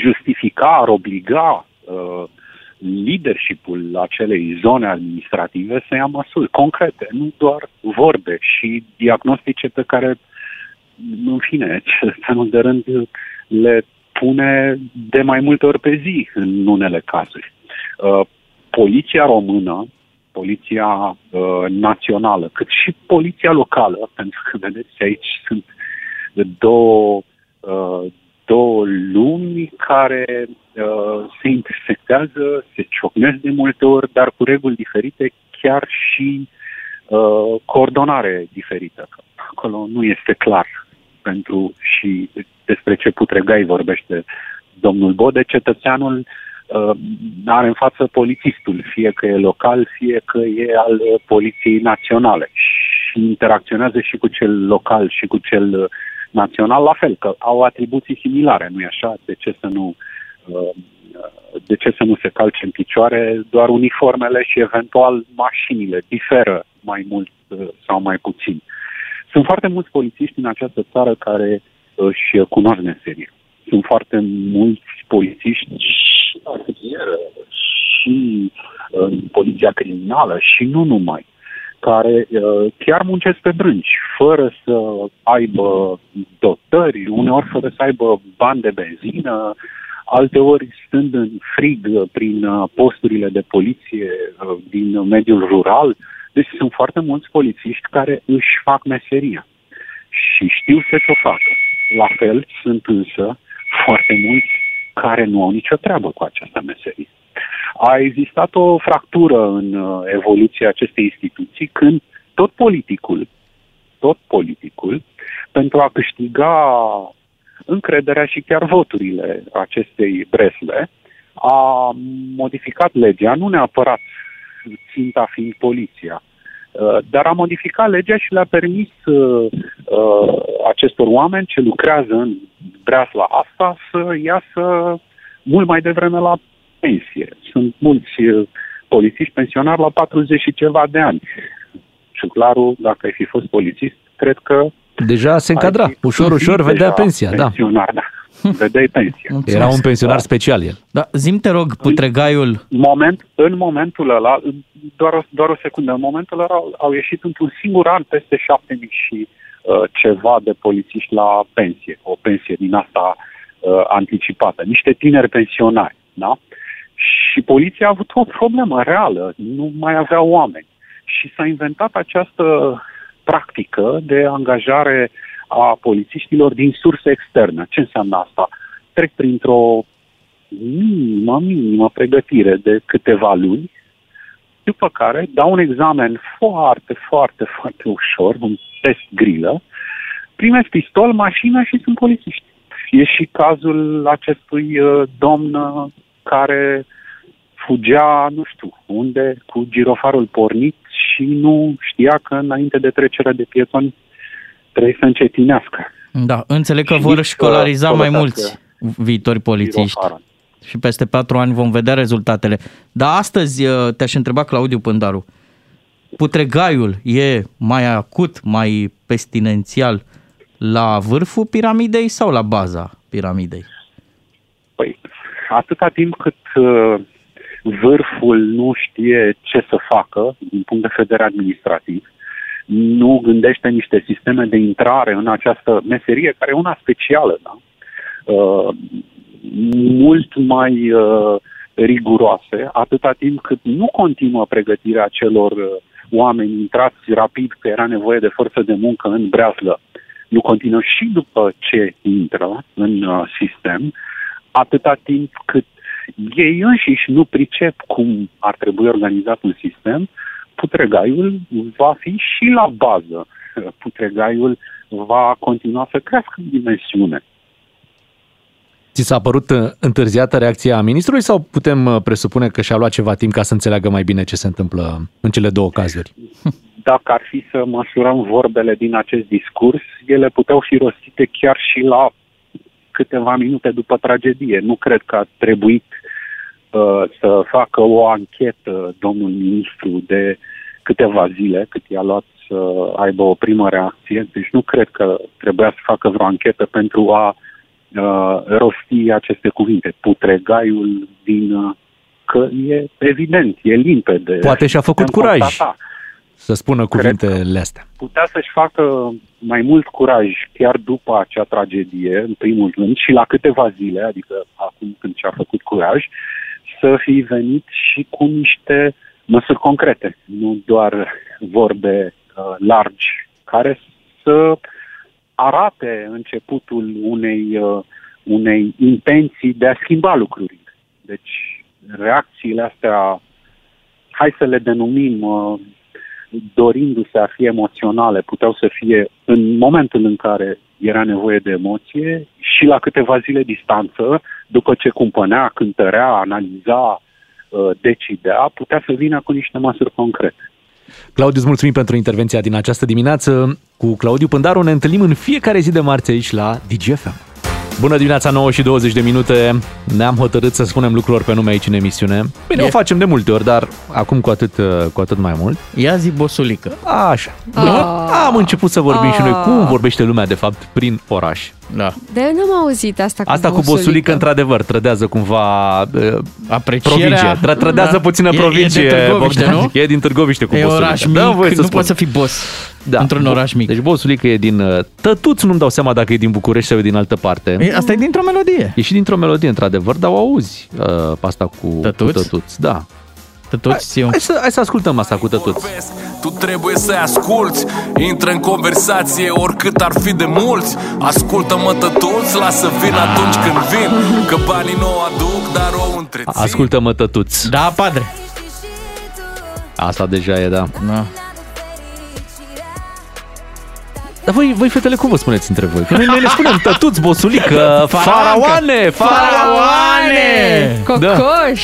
Speaker 25: justifica, ar obliga uh, leadership-ul acelei zone administrative să ia măsuri concrete, nu doar vorbe și diagnostice pe care, în fine, cetățeanul de rând le pune de mai multe ori pe zi în unele cazuri. Uh, Poliția română, poliția uh, națională, cât și poliția locală, pentru că, vedeți, aici sunt două, uh, două lumi care uh, se intersectează, se ciocnesc de multe ori, dar cu reguli diferite, chiar și uh, coordonare diferită. Că Acolo nu este clar pentru și despre ce putregai vorbește domnul Bode. Cetățeanul uh, are în față polițistul, fie că e local, fie că e al uh, poliției naționale și interacționează și cu cel local și cu cel uh, național, la fel, că au atribuții similare, nu-i așa? De ce să nu, uh, de ce să nu se calce în picioare? Doar uniformele și eventual mașinile diferă mai mult uh, sau mai puțin. Sunt foarte mulți polițiști în această țară care își cunosc meseria. Sunt foarte mulți polițiști și la carieră, și în poliția criminală și nu numai care uh, chiar muncesc pe brânci, fără să aibă dotări, uneori fără să aibă bani de benzină, alteori stând în frig uh, prin uh, posturile de poliție uh, din mediul rural. Deci sunt foarte mulți polițiști care își fac meseria și știu să ce fac. La fel sunt însă foarte mulți care nu au nicio treabă cu această meserie. A existat o fractură în uh, evoluția acestei instituții când tot politicul, tot politicul, pentru a câștiga încrederea și chiar voturile acestei bresle, a modificat legea, nu neapărat ținta fiind poliția, uh, dar a modificat legea și le-a permis uh, uh, acestor oameni ce lucrează în breasla asta să iasă mult mai devreme la pensie. Sunt mulți uh, polițiști pensionari la 40 și ceva de ani. Șuclarul, dacă ai fi fost polițist, cred că
Speaker 2: Deja se încadra.
Speaker 25: ai fi
Speaker 2: Ușor, ușor
Speaker 25: deja
Speaker 2: vedea pensia, da.
Speaker 25: pensionar, da. Vedeai pensia.
Speaker 2: Era un pensionar special el.
Speaker 4: Da, zim te rog, putregaiul.
Speaker 25: Moment, în momentul ăla, doar o, doar o secundă, în momentul ăla au, au ieșit într-un singur an peste șapte mii și uh, ceva de polițiști la pensie, o pensie din asta uh, anticipată, niște tineri pensionari, da? Și poliția a avut o problemă reală, nu mai avea oameni. Și s-a inventat această practică de angajare a polițiștilor din surse externe. Ce înseamnă asta? Trec printr-o minimă, minimă Mm, pregătire de câteva luni, după care dau un examen foarte, foarte, foarte ușor, un test grilă, primesc pistol, mașină și sunt polițiști. E și cazul acestui uh, domn uh, care fugea, nu știu, unde, cu girofarul pornit și nu știa că înainte de trecerea de pietoni trebuie să încetinească.
Speaker 4: Da, înțeleg că
Speaker 25: Și
Speaker 4: vor
Speaker 25: nici,
Speaker 4: școlariza
Speaker 25: uh,
Speaker 4: mai mulți
Speaker 25: colotează
Speaker 4: viitori polițiști.
Speaker 25: girofarul.
Speaker 4: Și peste patru ani vom vedea rezultatele. Dar astăzi uh, te-aș întreba, Claudiu Pândaru, putregaiul e mai acut, mai pestinențial la vârful piramidei sau la baza piramidei?
Speaker 25: Păi, atâta timp cât uh, vârful nu știe ce să facă din punct de vedere administrativ, nu gândește niște sisteme de intrare în această meserie, care e una specială, da? Uh, mult mai uh, riguroase, atâta timp cât nu continuă pregătirea celor uh, oameni intrați rapid că era nevoie de forță de muncă în breaslă, nu continuă și după ce intră în uh, sistem, atâta timp cât ei înșiși nu pricep cum ar trebui organizat un sistem, putregaiul va fi și la bază. Putregaiul va continua să crească în dimensiune.
Speaker 2: Ți s-a părut uh, întârziată reacția ministrului sau putem uh, presupune că și-a luat ceva timp ca să înțeleagă mai bine ce se întâmplă în cele două cazuri?
Speaker 25: Dacă ar fi să măsurăm vorbele din acest discurs, ele puteau fi rostite chiar și la câteva minute după tragedie. Nu cred că a trebuit uh, să facă o anchetă domnul ministru de câteva zile, cât i-a luat să aibă o primă reacție. Deci nu cred că trebuia să facă vreo anchetă pentru a uh, rosti aceste cuvinte. Putregaiul din... Uh, că e evident, e limpede.
Speaker 2: Poate și-a făcut
Speaker 25: Putem
Speaker 2: curaj.
Speaker 25: constata
Speaker 2: Să spună cuvintele astea.
Speaker 25: putea să-și facă mai mult curaj chiar după acea tragedie, în primul rând, și la câteva zile, adică acum când și-a făcut curaj, să fi venit și cu niște măsuri concrete, nu doar vorbe uh, largi, care să arate începutul unei, uh, unei intenții de a schimba lucrurile. Deci, reacțiile astea, hai să le denumim uh, dorindu-se a fi emoționale, puteau să fie în momentul în care era nevoie de emoție și la câteva zile distanță, după ce cumpănea, cântărea, analiza, uh, decidea, putea să vină cu niște măsuri concrete.
Speaker 2: Claudiu, îți mulțumim pentru intervenția din această dimineață. Cu Claudiu Pândaru ne întâlnim în fiecare zi de marți aici la DGFM. Bună dimineața, 9 și 20 de minute. Ne-am hotărât să spunem lucrurilor pe nume aici în emisiune. Bine,
Speaker 4: E.
Speaker 2: o facem de multe ori, dar acum cu atât, uh, cu atât mai mult.
Speaker 4: Ia zi bosulică. Ah.
Speaker 2: Așa. Am început să vorbim și noi cum vorbește lumea, de fapt, prin oraș.
Speaker 4: Da.
Speaker 3: De aia n-am auzit asta cu
Speaker 2: Asta cu
Speaker 3: bosulică.
Speaker 2: bosulică, într-adevăr, trădează cumva uh,
Speaker 4: Aprecierea.
Speaker 2: provincie. Tră- Trădează
Speaker 4: Da.
Speaker 2: puțină
Speaker 4: E- e de
Speaker 2: provincie.
Speaker 4: Târgoviște,
Speaker 2: Bogdan.
Speaker 4: nu?
Speaker 2: E din Târgoviște cu
Speaker 4: E
Speaker 2: bosulică.
Speaker 4: oraș
Speaker 2: Da,
Speaker 4: mic,
Speaker 2: voie să
Speaker 4: nu
Speaker 2: spun.
Speaker 4: poți să fii boss
Speaker 2: da.
Speaker 4: într-un oraș
Speaker 2: mic. Deci bosulică e din uh, Tătuți, nu-mi dau seama dacă e din București sau e din altă parte.
Speaker 4: E, Asta e dintr-o melodie.
Speaker 2: E și dintr-o melodie, într-adevăr, dar o auzi uh, pe asta cu tătuți. Cu tătuți da.
Speaker 4: Tătuți, hai,
Speaker 2: hai, să, hai să ascultăm asta cu tătuți.
Speaker 6: Tu trebuie să asculti Intră în conversație oricât ar fi de mulți Ascultă-mă tătuți, lasă vin atunci când vin Că banii nu o aduc, dar o întrețin
Speaker 2: Ascultă-mă tătuți.
Speaker 4: Da, padre.
Speaker 2: Asta deja e, da.
Speaker 4: da.
Speaker 2: Dar voi, voi fetele, cum vă spuneți între voi? Că noi, noi ne spunem tătuți, bosulică, faraoane, faraoane!
Speaker 3: Cocoș,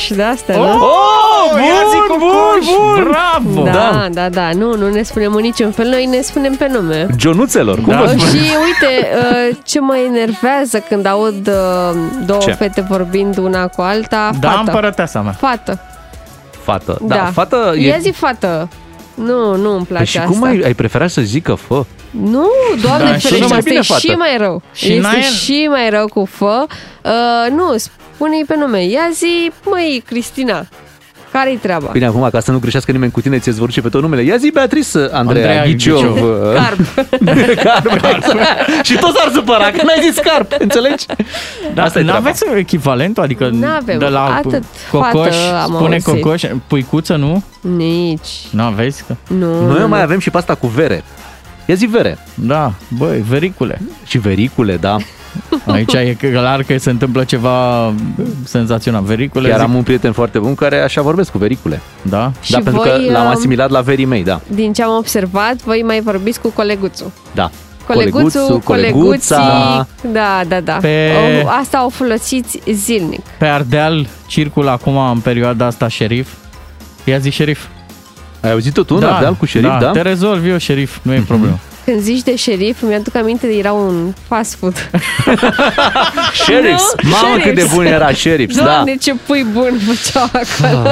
Speaker 3: da. de astea,
Speaker 2: Oh,
Speaker 3: da?
Speaker 2: oh, ia bun, zi cocoș, bun! bravo!
Speaker 3: Da,
Speaker 2: Da.
Speaker 3: da, da, nu, nu ne spunem în niciun fel, noi ne spunem pe nume.
Speaker 2: Gionuțelor, cum
Speaker 3: Da.
Speaker 2: vă
Speaker 3: Și
Speaker 2: spuneți?
Speaker 3: uite, uh, ce mă enervează când aud uh, două
Speaker 2: Ce?
Speaker 3: fete vorbind una cu alta,
Speaker 2: Da,
Speaker 3: fată.
Speaker 2: împărăteasa mea.
Speaker 3: Fată,
Speaker 2: Fată.
Speaker 3: da.
Speaker 2: Da, fată e...
Speaker 3: Ia zi fată. Nu, nu îmi place
Speaker 2: Păi și
Speaker 3: asta.
Speaker 2: cum ai, ai preferat să zică fă?
Speaker 3: Nu, doamne
Speaker 2: Da,
Speaker 3: da,
Speaker 2: și
Speaker 3: ferește,
Speaker 2: sună mai
Speaker 3: asta
Speaker 2: bine
Speaker 3: e
Speaker 2: fată.
Speaker 3: și mai rău.
Speaker 2: Și
Speaker 3: este
Speaker 2: n-ai-
Speaker 3: și mai rău cu fă. Uh, nu, spune-i pe nume. Ia zi, măi, Cristina, care-i treaba?
Speaker 2: Bine, acum, ca să nu greșească nimeni cu tine, ți-e vorce pe tot numele. Ia zi, Beatrice, Andreea,
Speaker 4: Andreea
Speaker 2: Ghiciov.
Speaker 4: Ghiciov.
Speaker 3: Carp.
Speaker 2: Carp. și tot s-ar supăra, că n-ai zis carp, înțelegi?
Speaker 4: Da, Asta n-aveți echivalentul? Adică
Speaker 3: N-avem.
Speaker 4: de la
Speaker 3: Atât
Speaker 4: cocoș,
Speaker 3: fată am
Speaker 4: spune
Speaker 3: auzit.
Speaker 4: cocoș, puicuță, nu?
Speaker 3: Nici.
Speaker 4: N-aveți? Că...
Speaker 3: Nu.
Speaker 2: Noi mai avem și pe asta cu vere. Ia zi vere.
Speaker 4: Da, băi, vericule.
Speaker 2: Și vericule, da.
Speaker 4: Aici e clar că se întâmplă ceva senzațional. Vericule,
Speaker 2: Chiar
Speaker 4: zic,
Speaker 2: am un prieten foarte bun care așa vorbesc cu vericule.
Speaker 4: Da?
Speaker 3: Și
Speaker 2: Da, pentru că
Speaker 3: voi,
Speaker 2: l-am
Speaker 3: um,
Speaker 2: asimilat la verii mei, da.
Speaker 3: Din ce am observat, voi mai vorbiți cu coleguțul.
Speaker 2: Da.
Speaker 3: Coleguțul,
Speaker 4: coleguța.
Speaker 3: coleguții, da, da, da.
Speaker 4: Pe-
Speaker 3: O, asta o folosiți zilnic.
Speaker 4: Pe Ardeal circulă acum în perioada asta șerif. Ia zi șerif.
Speaker 2: Ai auzit tot un
Speaker 4: da,
Speaker 2: Ardeal cu șerif, da?
Speaker 4: Te rezolv eu șerif, nu e problemă.
Speaker 3: Când zici de șerif, mi-aduc aminte, era un fast food.
Speaker 2: Sheriffs!
Speaker 3: Nu?
Speaker 2: Mamă, cât de
Speaker 3: Sheriffs.
Speaker 2: bun era Sheriffs, da. Ah.
Speaker 3: Doamne, ce pui bun făceau acolo.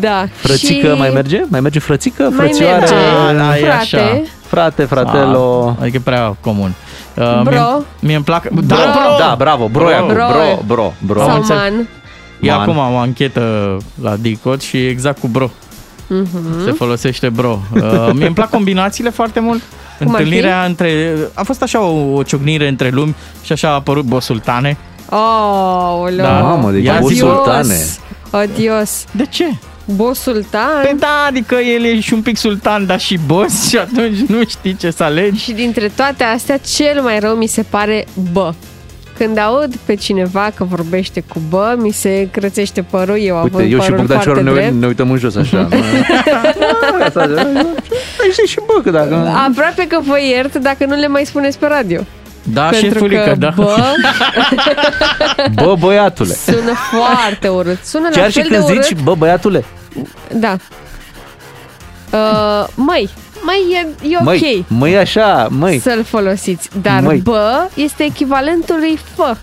Speaker 3: da.
Speaker 2: Frățică mai merge? Mai merge frățică?
Speaker 3: Mai
Speaker 2: Frățioară?
Speaker 3: merge. Da, e Frate. așa.
Speaker 2: Frate, fratelo.
Speaker 4: A, adică prea comun. Uh,
Speaker 3: Bro.
Speaker 4: Mie, mie îmi plac... Da,
Speaker 2: Bro.
Speaker 4: bro.
Speaker 2: Da, bravo, bro, e acum, bro, bro, bro.
Speaker 4: Am
Speaker 3: Sau
Speaker 4: înțeles.
Speaker 3: man.
Speaker 4: E
Speaker 2: Man.
Speaker 4: acum o anchetă la DICOT și exact cu bro.
Speaker 3: Mhm.
Speaker 4: Se folosește bro. Uh, mie îmi plac combinațiile foarte mult.
Speaker 3: Cum ar fi?
Speaker 4: Întâlnirea între... A fost așa o, o ciocnire între lumi și așa a apărut bosultane.
Speaker 3: Oh,
Speaker 4: Da. Mamă, deci
Speaker 3: Adios.
Speaker 4: bosultane.
Speaker 3: Adios.
Speaker 4: De ce?
Speaker 3: Bosultan?
Speaker 4: Păi da, adică el e și un pic sultan, dar și boss și atunci nu știi ce să alegi.
Speaker 3: Și dintre toate astea, cel mai rău mi se pare bă. Când aud pe cineva că vorbește cu bă, mi se crețește părul, eu
Speaker 2: Uite,
Speaker 3: având
Speaker 2: eu și
Speaker 3: părul
Speaker 2: Bogdan
Speaker 3: foarte
Speaker 2: Cioru ne,
Speaker 3: drept.
Speaker 2: ne uităm în jos așa. Nu, nu, asta- Păi știi și bă, că dacă...
Speaker 3: Aproape că vă iert dacă nu le mai spuneți pe radio.
Speaker 4: Da,
Speaker 3: Pentru
Speaker 4: șefulică,
Speaker 3: că
Speaker 4: da.
Speaker 3: Bă,
Speaker 2: Bă, băiatule.
Speaker 3: sună foarte urât. Sună la
Speaker 2: Chiar și
Speaker 3: fel de
Speaker 2: când
Speaker 3: urât.
Speaker 2: zici, bă, băiatule,
Speaker 3: Da. Uh, măi, măi, e, e ok.
Speaker 2: măi, măi așa, măi.
Speaker 3: Să-l folosiți. Dar
Speaker 2: Măi.
Speaker 3: bă este echivalentul lui fă.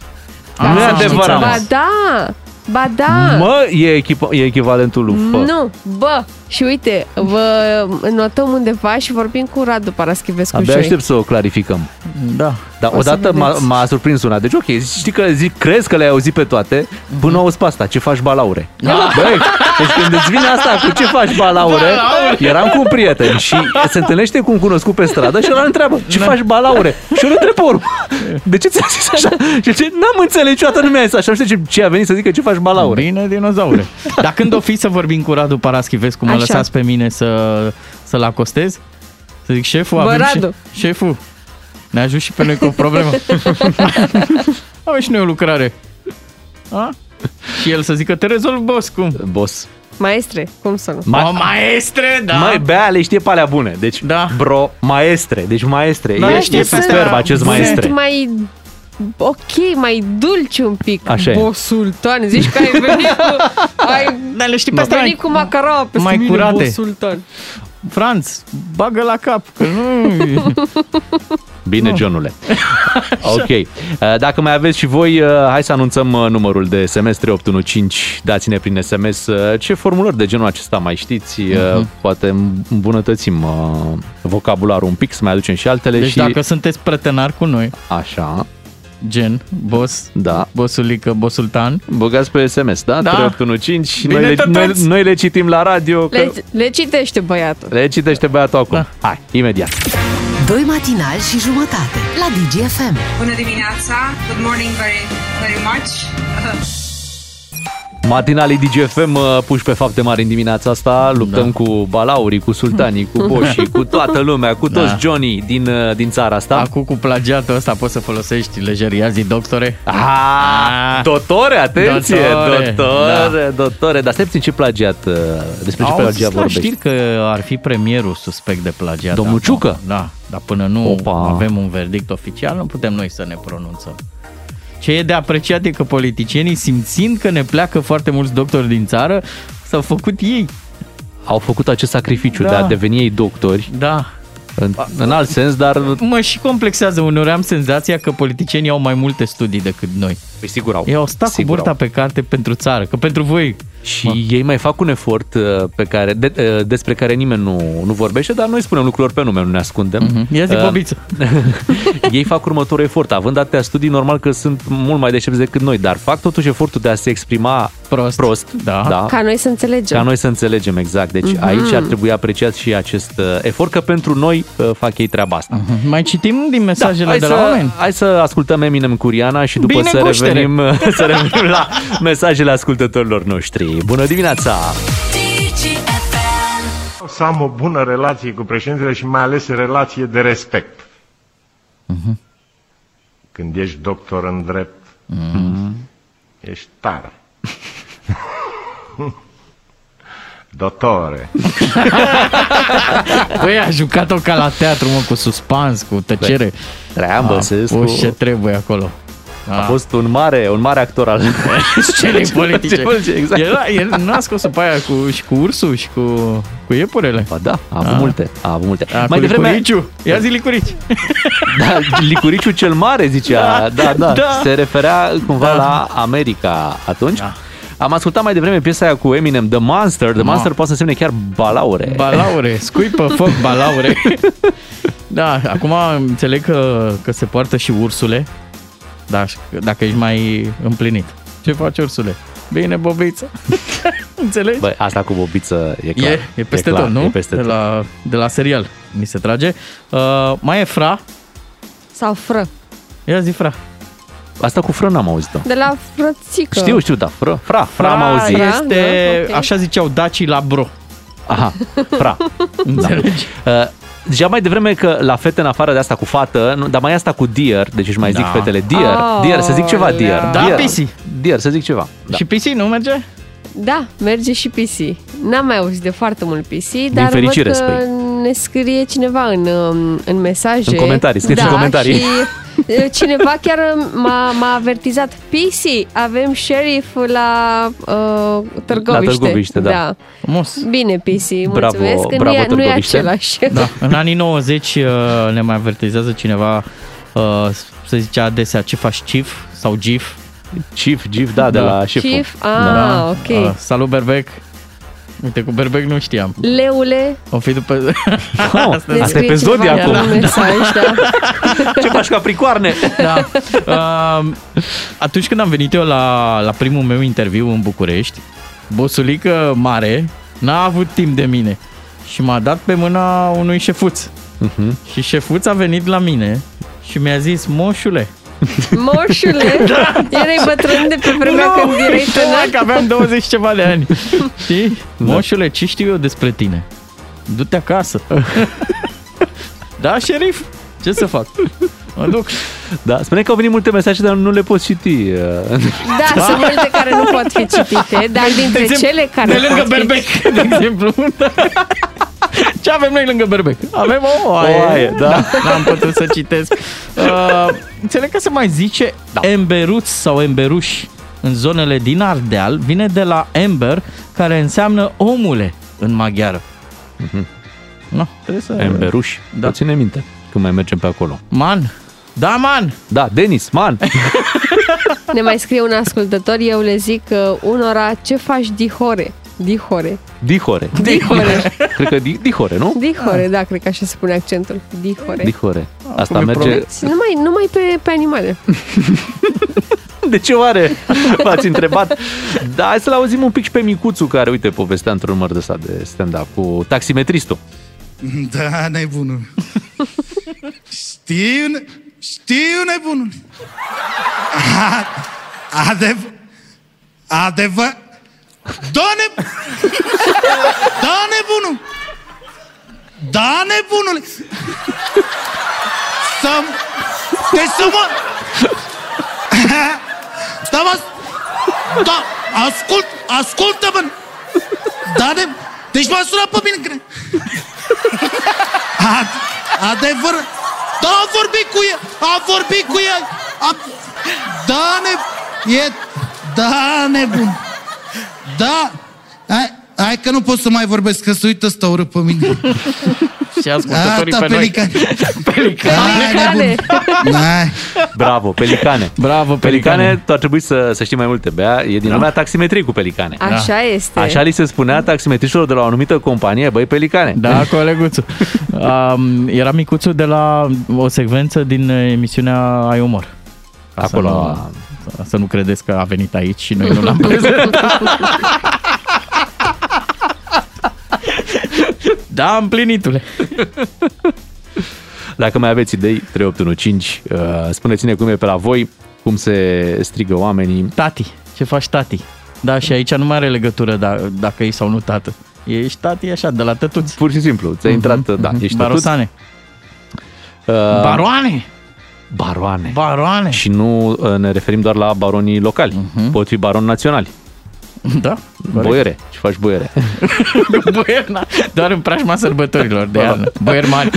Speaker 3: Ca
Speaker 2: Nu e
Speaker 3: să știți.
Speaker 2: adevărat, mă.
Speaker 3: Ba da! Ba da!
Speaker 2: Mă, e, echipa, e echivalentul lui fă.
Speaker 3: Nu, bă! Și uite, vă notăm undeva și vorbim cu Radu Paraschivescu
Speaker 2: Abia
Speaker 3: și
Speaker 2: aștept să o clarificăm.
Speaker 4: Da.
Speaker 2: Dar
Speaker 3: O să
Speaker 2: odată m-a,
Speaker 3: vedeți.
Speaker 2: m-a surprins una. Deci, ok, știi că zic, crezi că le-ai auzit pe toate,
Speaker 3: Mhm.
Speaker 2: până auzi pe asta, ce faci balaure. Băi, deci când îți vine asta cu ce faci balaure, eram cu un prieten și se întâlnește cu un cunoscut pe stradă și ăla îl întreabă, ce
Speaker 4: Da.
Speaker 2: faci balaure? Și eu îl întreb pe urmă, de ce ți-a zis așa? Și ce, n-am înțeles niciodată, nu mi-a zis așa. Nu știu ce, ce a venit să zică, ce faci balaure.
Speaker 4: Bine, dinozaure. Dar când o fi să vorbim cu Radu Paraschivescu, mă
Speaker 2: Așa.
Speaker 4: lăsați pe mine să, să-l acostez? Să zic, șeful,
Speaker 3: Bă,
Speaker 4: avem
Speaker 3: Radu.
Speaker 4: Și, șeful, ne ajut și pe noi cu o problemă. avem și noi o lucrare. A? Și el să zică, te rezolv, boss, cum?
Speaker 2: Boss.
Speaker 3: maestre, cum să nu?
Speaker 4: Ma- o, maestre, da.
Speaker 2: Mai bea le știe pe alea bune. Deci, da. bro, maestre. Deci, maestre.
Speaker 4: Da,
Speaker 2: Da,
Speaker 4: știe
Speaker 2: e
Speaker 4: pe astea
Speaker 2: superb acest
Speaker 4: bune.
Speaker 2: maestre.
Speaker 3: Sunt mai ok, mai dulci un pic.
Speaker 2: Așa e.
Speaker 3: Bosul tan, zici că ai venit cu, ai
Speaker 4: Dar Da, le știi pe
Speaker 3: ai
Speaker 4: astea
Speaker 3: venit
Speaker 4: mai-
Speaker 3: cu macaraua peste
Speaker 4: mai
Speaker 3: mine,
Speaker 4: curate.
Speaker 3: bosul tan.
Speaker 4: Franț, bagă la cap, că nu...
Speaker 2: Bine, no. Johnule. ok. Uh, Dacă mai aveți și voi, uh, hai să anunțăm uh, numărul de SMS 3815. Dați-ne prin SMS uh, ce formulări de genul acesta mai știți. Uh,
Speaker 4: Mhm.
Speaker 2: Poate îmbunătățim uh, vocabularul un pic, să mai aducem și altele.
Speaker 4: Deci
Speaker 2: și...
Speaker 4: dacă sunteți pretenari cu noi.
Speaker 2: Așa.
Speaker 4: Gen, boss,
Speaker 2: da.
Speaker 4: bossulică, bossultan.
Speaker 2: Băgați pe SMS, da?
Speaker 4: da.
Speaker 2: 3815.
Speaker 4: Bine,
Speaker 2: Noi le, noi,
Speaker 4: tătăți!
Speaker 2: noi le citim la radio. Că...
Speaker 3: Le, le citește băiatul.
Speaker 2: Le citește băiatul acum. Da. Hai, imediat.
Speaker 1: Doi matinali și jumătate la DGFM.
Speaker 8: Bună dimineața! Good morning very, very much!
Speaker 2: Matinalii DGFM uh, puși pe fapte mari în dimineața asta, luptăm da. cu balaurii, cu sultanii, cu boșii, cu toată lumea, cu toți
Speaker 4: Da.
Speaker 2: da. Johnny din, uh, din țara asta.
Speaker 4: Acum cu plagiatul ăsta poți să folosești lejeria zi, doctore.
Speaker 2: Ah, dotore, atenție, dotore, dotore, da. dotore. Dar stai puțin ce plagiat, uh, despre ce
Speaker 4: Au zis
Speaker 2: plagiat
Speaker 4: la
Speaker 2: vorbești.
Speaker 4: știri că ar fi premierul suspect de plagiat.
Speaker 2: Domnul
Speaker 4: acum.
Speaker 2: Ciucă?
Speaker 4: Da, dar până nu
Speaker 2: Opa.
Speaker 4: avem un verdict oficial, nu putem noi să ne pronunțăm. Ce e de apreciat e că politicienii, simțind că ne pleacă foarte mulți doctori din țară, s-au făcut ei.
Speaker 2: Au făcut acest sacrificiu
Speaker 4: Da.
Speaker 2: de a deveni ei doctori.
Speaker 4: Da.
Speaker 2: În, în alt sens, dar...
Speaker 4: Mă și complexează uneori, am senzația că politicienii au mai multe studii decât noi.
Speaker 2: Păi sigur au.
Speaker 4: Ei au stat
Speaker 2: Sigur
Speaker 4: cu burta
Speaker 2: au.
Speaker 4: pe carte pentru țară, că pentru voi...
Speaker 2: Și ei mai fac un efort uh, pe care, de, uh, despre care nimeni nu, nu vorbește, dar noi spunem lucrurilor pe nume, nu ne ascundem.
Speaker 4: Mhm. Ia zi,
Speaker 2: Uh,
Speaker 4: Bobiță.
Speaker 2: ei fac următorul efort. Având atâtea studii, normal că sunt mult mai deștepți decât noi, dar fac totuși efortul de a se exprima
Speaker 4: prost.
Speaker 2: prost da. Da.
Speaker 3: Ca noi să înțelegem.
Speaker 2: Ca noi să înțelegem, exact. Deci
Speaker 3: Mhm.
Speaker 2: mm-hmm. aici ar trebui apreciat și acest uh, efort, că pentru noi uh, fac ei treaba asta. Mm-hmm.
Speaker 4: Mai citim din mesajele
Speaker 2: hai
Speaker 4: de
Speaker 2: să,
Speaker 4: la oameni.
Speaker 2: Hai să ascultăm Eminem cu Rihanna și după
Speaker 4: Bine,
Speaker 2: să
Speaker 4: cuștere!
Speaker 2: revenim, să revenim la mesajele ascultătorilor noștri. Bună dimineața!
Speaker 11: O să am o bună relație cu președintele și mai ales relație de respect. Când ești doctor în drept,
Speaker 4: Mhm.
Speaker 11: ești tare. Dotore.
Speaker 4: Băi, Păi, a jucat-o ca la teatru, mă, cu suspans, cu tăcere.
Speaker 2: Treabă,
Speaker 4: a
Speaker 2: se
Speaker 4: fost ce trebuie acolo.
Speaker 2: A fost un mare, un mare actor al
Speaker 4: Ah. Scenei politice.
Speaker 2: Exact.
Speaker 4: El, el n-a scos pe aia cu, și cu ursul și cu, cu iepurele.
Speaker 2: Ba da, a avut multe, a avut multe.
Speaker 4: A,
Speaker 2: Mai
Speaker 4: cu
Speaker 2: devreme-
Speaker 4: Licuriciu. Ia zi licurici.
Speaker 2: Da, Licuriciu cel mare, zicea.
Speaker 4: Da,
Speaker 2: Da, da. da.
Speaker 4: da.
Speaker 2: Se referea cumva da. la America atunci. Da. Am ascultat mai devreme piesa aia cu Eminem, The Monster. The
Speaker 4: Ma.
Speaker 2: Monster poate să însemne chiar balaure.
Speaker 4: Balaure, scuipă foc balaure. Da, acum înțeleg că, că se poartă și ursule, da, și- dacă ești mai împlinit. Ce faci, ursule? Bine, bobiță. Înțelegi?
Speaker 2: Băi, asta cu bobiță e clar.
Speaker 4: E, e peste
Speaker 2: e clar,
Speaker 4: tot, nu?
Speaker 2: E peste
Speaker 4: de,
Speaker 2: tot.
Speaker 4: La, de la serial mi se trage. Uh, mai e fra.
Speaker 3: Sau fră.
Speaker 4: Ia zi fra.
Speaker 2: Asta cu fră n-am auzit-o.
Speaker 3: De la frățică.
Speaker 2: Știu, știu, da, fră, fra, fra, am auzit.
Speaker 4: Este,
Speaker 3: Da, ok.
Speaker 4: așa ziceau dacii la bro.
Speaker 2: Aha, fra.
Speaker 4: Înțelegi?
Speaker 2: Da. Uh, Deja mai devreme că la fete în afară de asta cu fată, nu, dar mai e asta cu deer, deci își mai zic
Speaker 4: Da.
Speaker 2: fetele deer,
Speaker 3: Aolea.
Speaker 2: deer, să zic ceva deer.
Speaker 4: Da,
Speaker 2: deer,
Speaker 4: pisi.
Speaker 2: Deer, să zic ceva. Da.
Speaker 4: Și PC nu merge?
Speaker 3: Da, merge și PC. N-am mai auzit de foarte mult PC, Din dar
Speaker 2: fericire,
Speaker 3: văd că
Speaker 2: sper.
Speaker 3: ne scrie cineva în, um, în mesaje.
Speaker 2: În comentarii, scrieți
Speaker 3: da,
Speaker 2: în comentarii.
Speaker 3: Și uh, cineva chiar um, m-a, m-a avertizat. PC, avem sheriff la uh, Târgoviște.
Speaker 4: Târgoviște, da. Frumos.
Speaker 3: Bine, PC,
Speaker 4: Bravo,
Speaker 3: mulțumesc. că
Speaker 4: bravo,
Speaker 3: nu, e, nu e
Speaker 4: Târgoviște.
Speaker 3: același.
Speaker 4: Da. În anii 90 uh, ne mai avertizează cineva uh, să zicea adesea ce faci cif sau gif. Da.
Speaker 2: Cif, gif, da, de la șeful.
Speaker 3: Cif, ah, ok.
Speaker 4: Uh, salut, Berbec. Uite, cu Berbec nu știam.
Speaker 3: Leule,
Speaker 4: O fi după... Oh,
Speaker 3: ne scrie cineva un mesaj, da.
Speaker 2: Ce faci capricoarne?
Speaker 4: Da. Uh, atunci când am venit eu la, la primul meu interviu în București, bosulică mare n-a avut timp de mine și m-a dat pe mâna unui șefuț. Uh-huh. Și șefuț a venit la mine și mi-a zis, moșule,
Speaker 3: Moșule, erai bătrân de pe vremea când erai
Speaker 4: tânăr.
Speaker 3: tânăr.
Speaker 4: că aveam 20 și ceva de ani. Știi? Moșule, ce știu eu despre tine? Du-te acasă. da, șerif? Ce să fac? Mă duc.
Speaker 2: Da, spune că au venit multe mesaje, dar nu le poți citi. uh.
Speaker 3: Da, da, sunt multe care nu pot fi citite, dar
Speaker 4: Păi,
Speaker 3: dintre
Speaker 4: exemplu,
Speaker 3: cele care
Speaker 4: de lângă
Speaker 3: pot
Speaker 4: Berbec, de exemplu. Ce avem noi lângă Berbec? Avem o oaie.
Speaker 2: O oaie, da.
Speaker 4: N-am putut să citesc. Uh, înțeleg că se mai zice da. emberuț sau emberuși în zonele din Ardeal. Vine de la ember, care înseamnă omule în maghiară. No, trebuie să...
Speaker 2: Emberuș, da. ține minte. când mai mergem pe acolo.
Speaker 4: Man! Da, man!
Speaker 2: Da, Denis, man!
Speaker 3: Ne mai scrie un ascultător, eu le zic uh, unora ce faci dihore. Dihore.
Speaker 2: Dihore.
Speaker 3: Dihore.
Speaker 2: Cred că di- Dihore, Păi nu?
Speaker 3: Dihore, da, cred că așa se pune accentul. Dihore. Deci,
Speaker 2: Dihore. Asta
Speaker 4: Cum e
Speaker 2: merge...
Speaker 4: promis?
Speaker 3: Numai, numai pe, pe animale.
Speaker 2: De ce oare? V-ați întrebat? Da, hai să-l auzim un pic și pe Micuțu, care, uite, povestea într-un număr de ăsta de stand-up cu taximetristul.
Speaker 12: Da, nebunul. Știu, ne- știu nebunul. A, adev, adevă, da, ne, da nebunul. Da nebunul. Să, te deci să mă, da, mă, da, ascult, ascultă-mă. Da, ne, deci m-a sunat pe mine, cred. A, adevăr... Da, a vorbit cu el! A vorbit cu el! A... Da, ne... E... Da, nebun! Da! Hai, hai că nu pot să mai vorbesc, că se uită ăsta urât pe mine.
Speaker 4: Și ascultătorii pe noi.
Speaker 12: Pelicane!
Speaker 2: Bravo, pelicane. Bravo, pelicane. pelicane Da. tu ar trebui să, să știi mai multe, Bea. E din lumea taximetrii cu pelicane.
Speaker 3: Așa este.
Speaker 2: Așa li se spunea taximetriștilor de la o anumită companie, băi, pelicane.
Speaker 4: Da, coleguțu. Um, era micuțul de la o secvență din uh, emisiunea Ai Umor. Ca
Speaker 2: Acolo.
Speaker 4: Să nu, să nu credeți că a venit aici și noi nu l-am prezentat. da, împlinitule.
Speaker 2: Dacă mai aveți idei, 3815, uh, spuneți-ne cum e pe la voi, cum se strigă oamenii.
Speaker 4: Tati, ce faci tati? Da, și aici nu mai are legătură da, dacă e sau nu tată. Ești tati așa, de la tătuți.
Speaker 2: Pur și simplu, ți-a intrat, da, ești tătuț.
Speaker 4: Barosane.
Speaker 2: Uh,
Speaker 4: Baroane!
Speaker 2: Baroane.
Speaker 4: Baroane. Mhm.
Speaker 2: Și nu uh, ne referim doar la baronii locali. Uh-huh. Pot fi baroni naționali.
Speaker 4: Da.
Speaker 2: Boiere. Ce faci boiere?
Speaker 4: Boierna. Doar în preajma sărbătorilor de iarnă. Boier mari.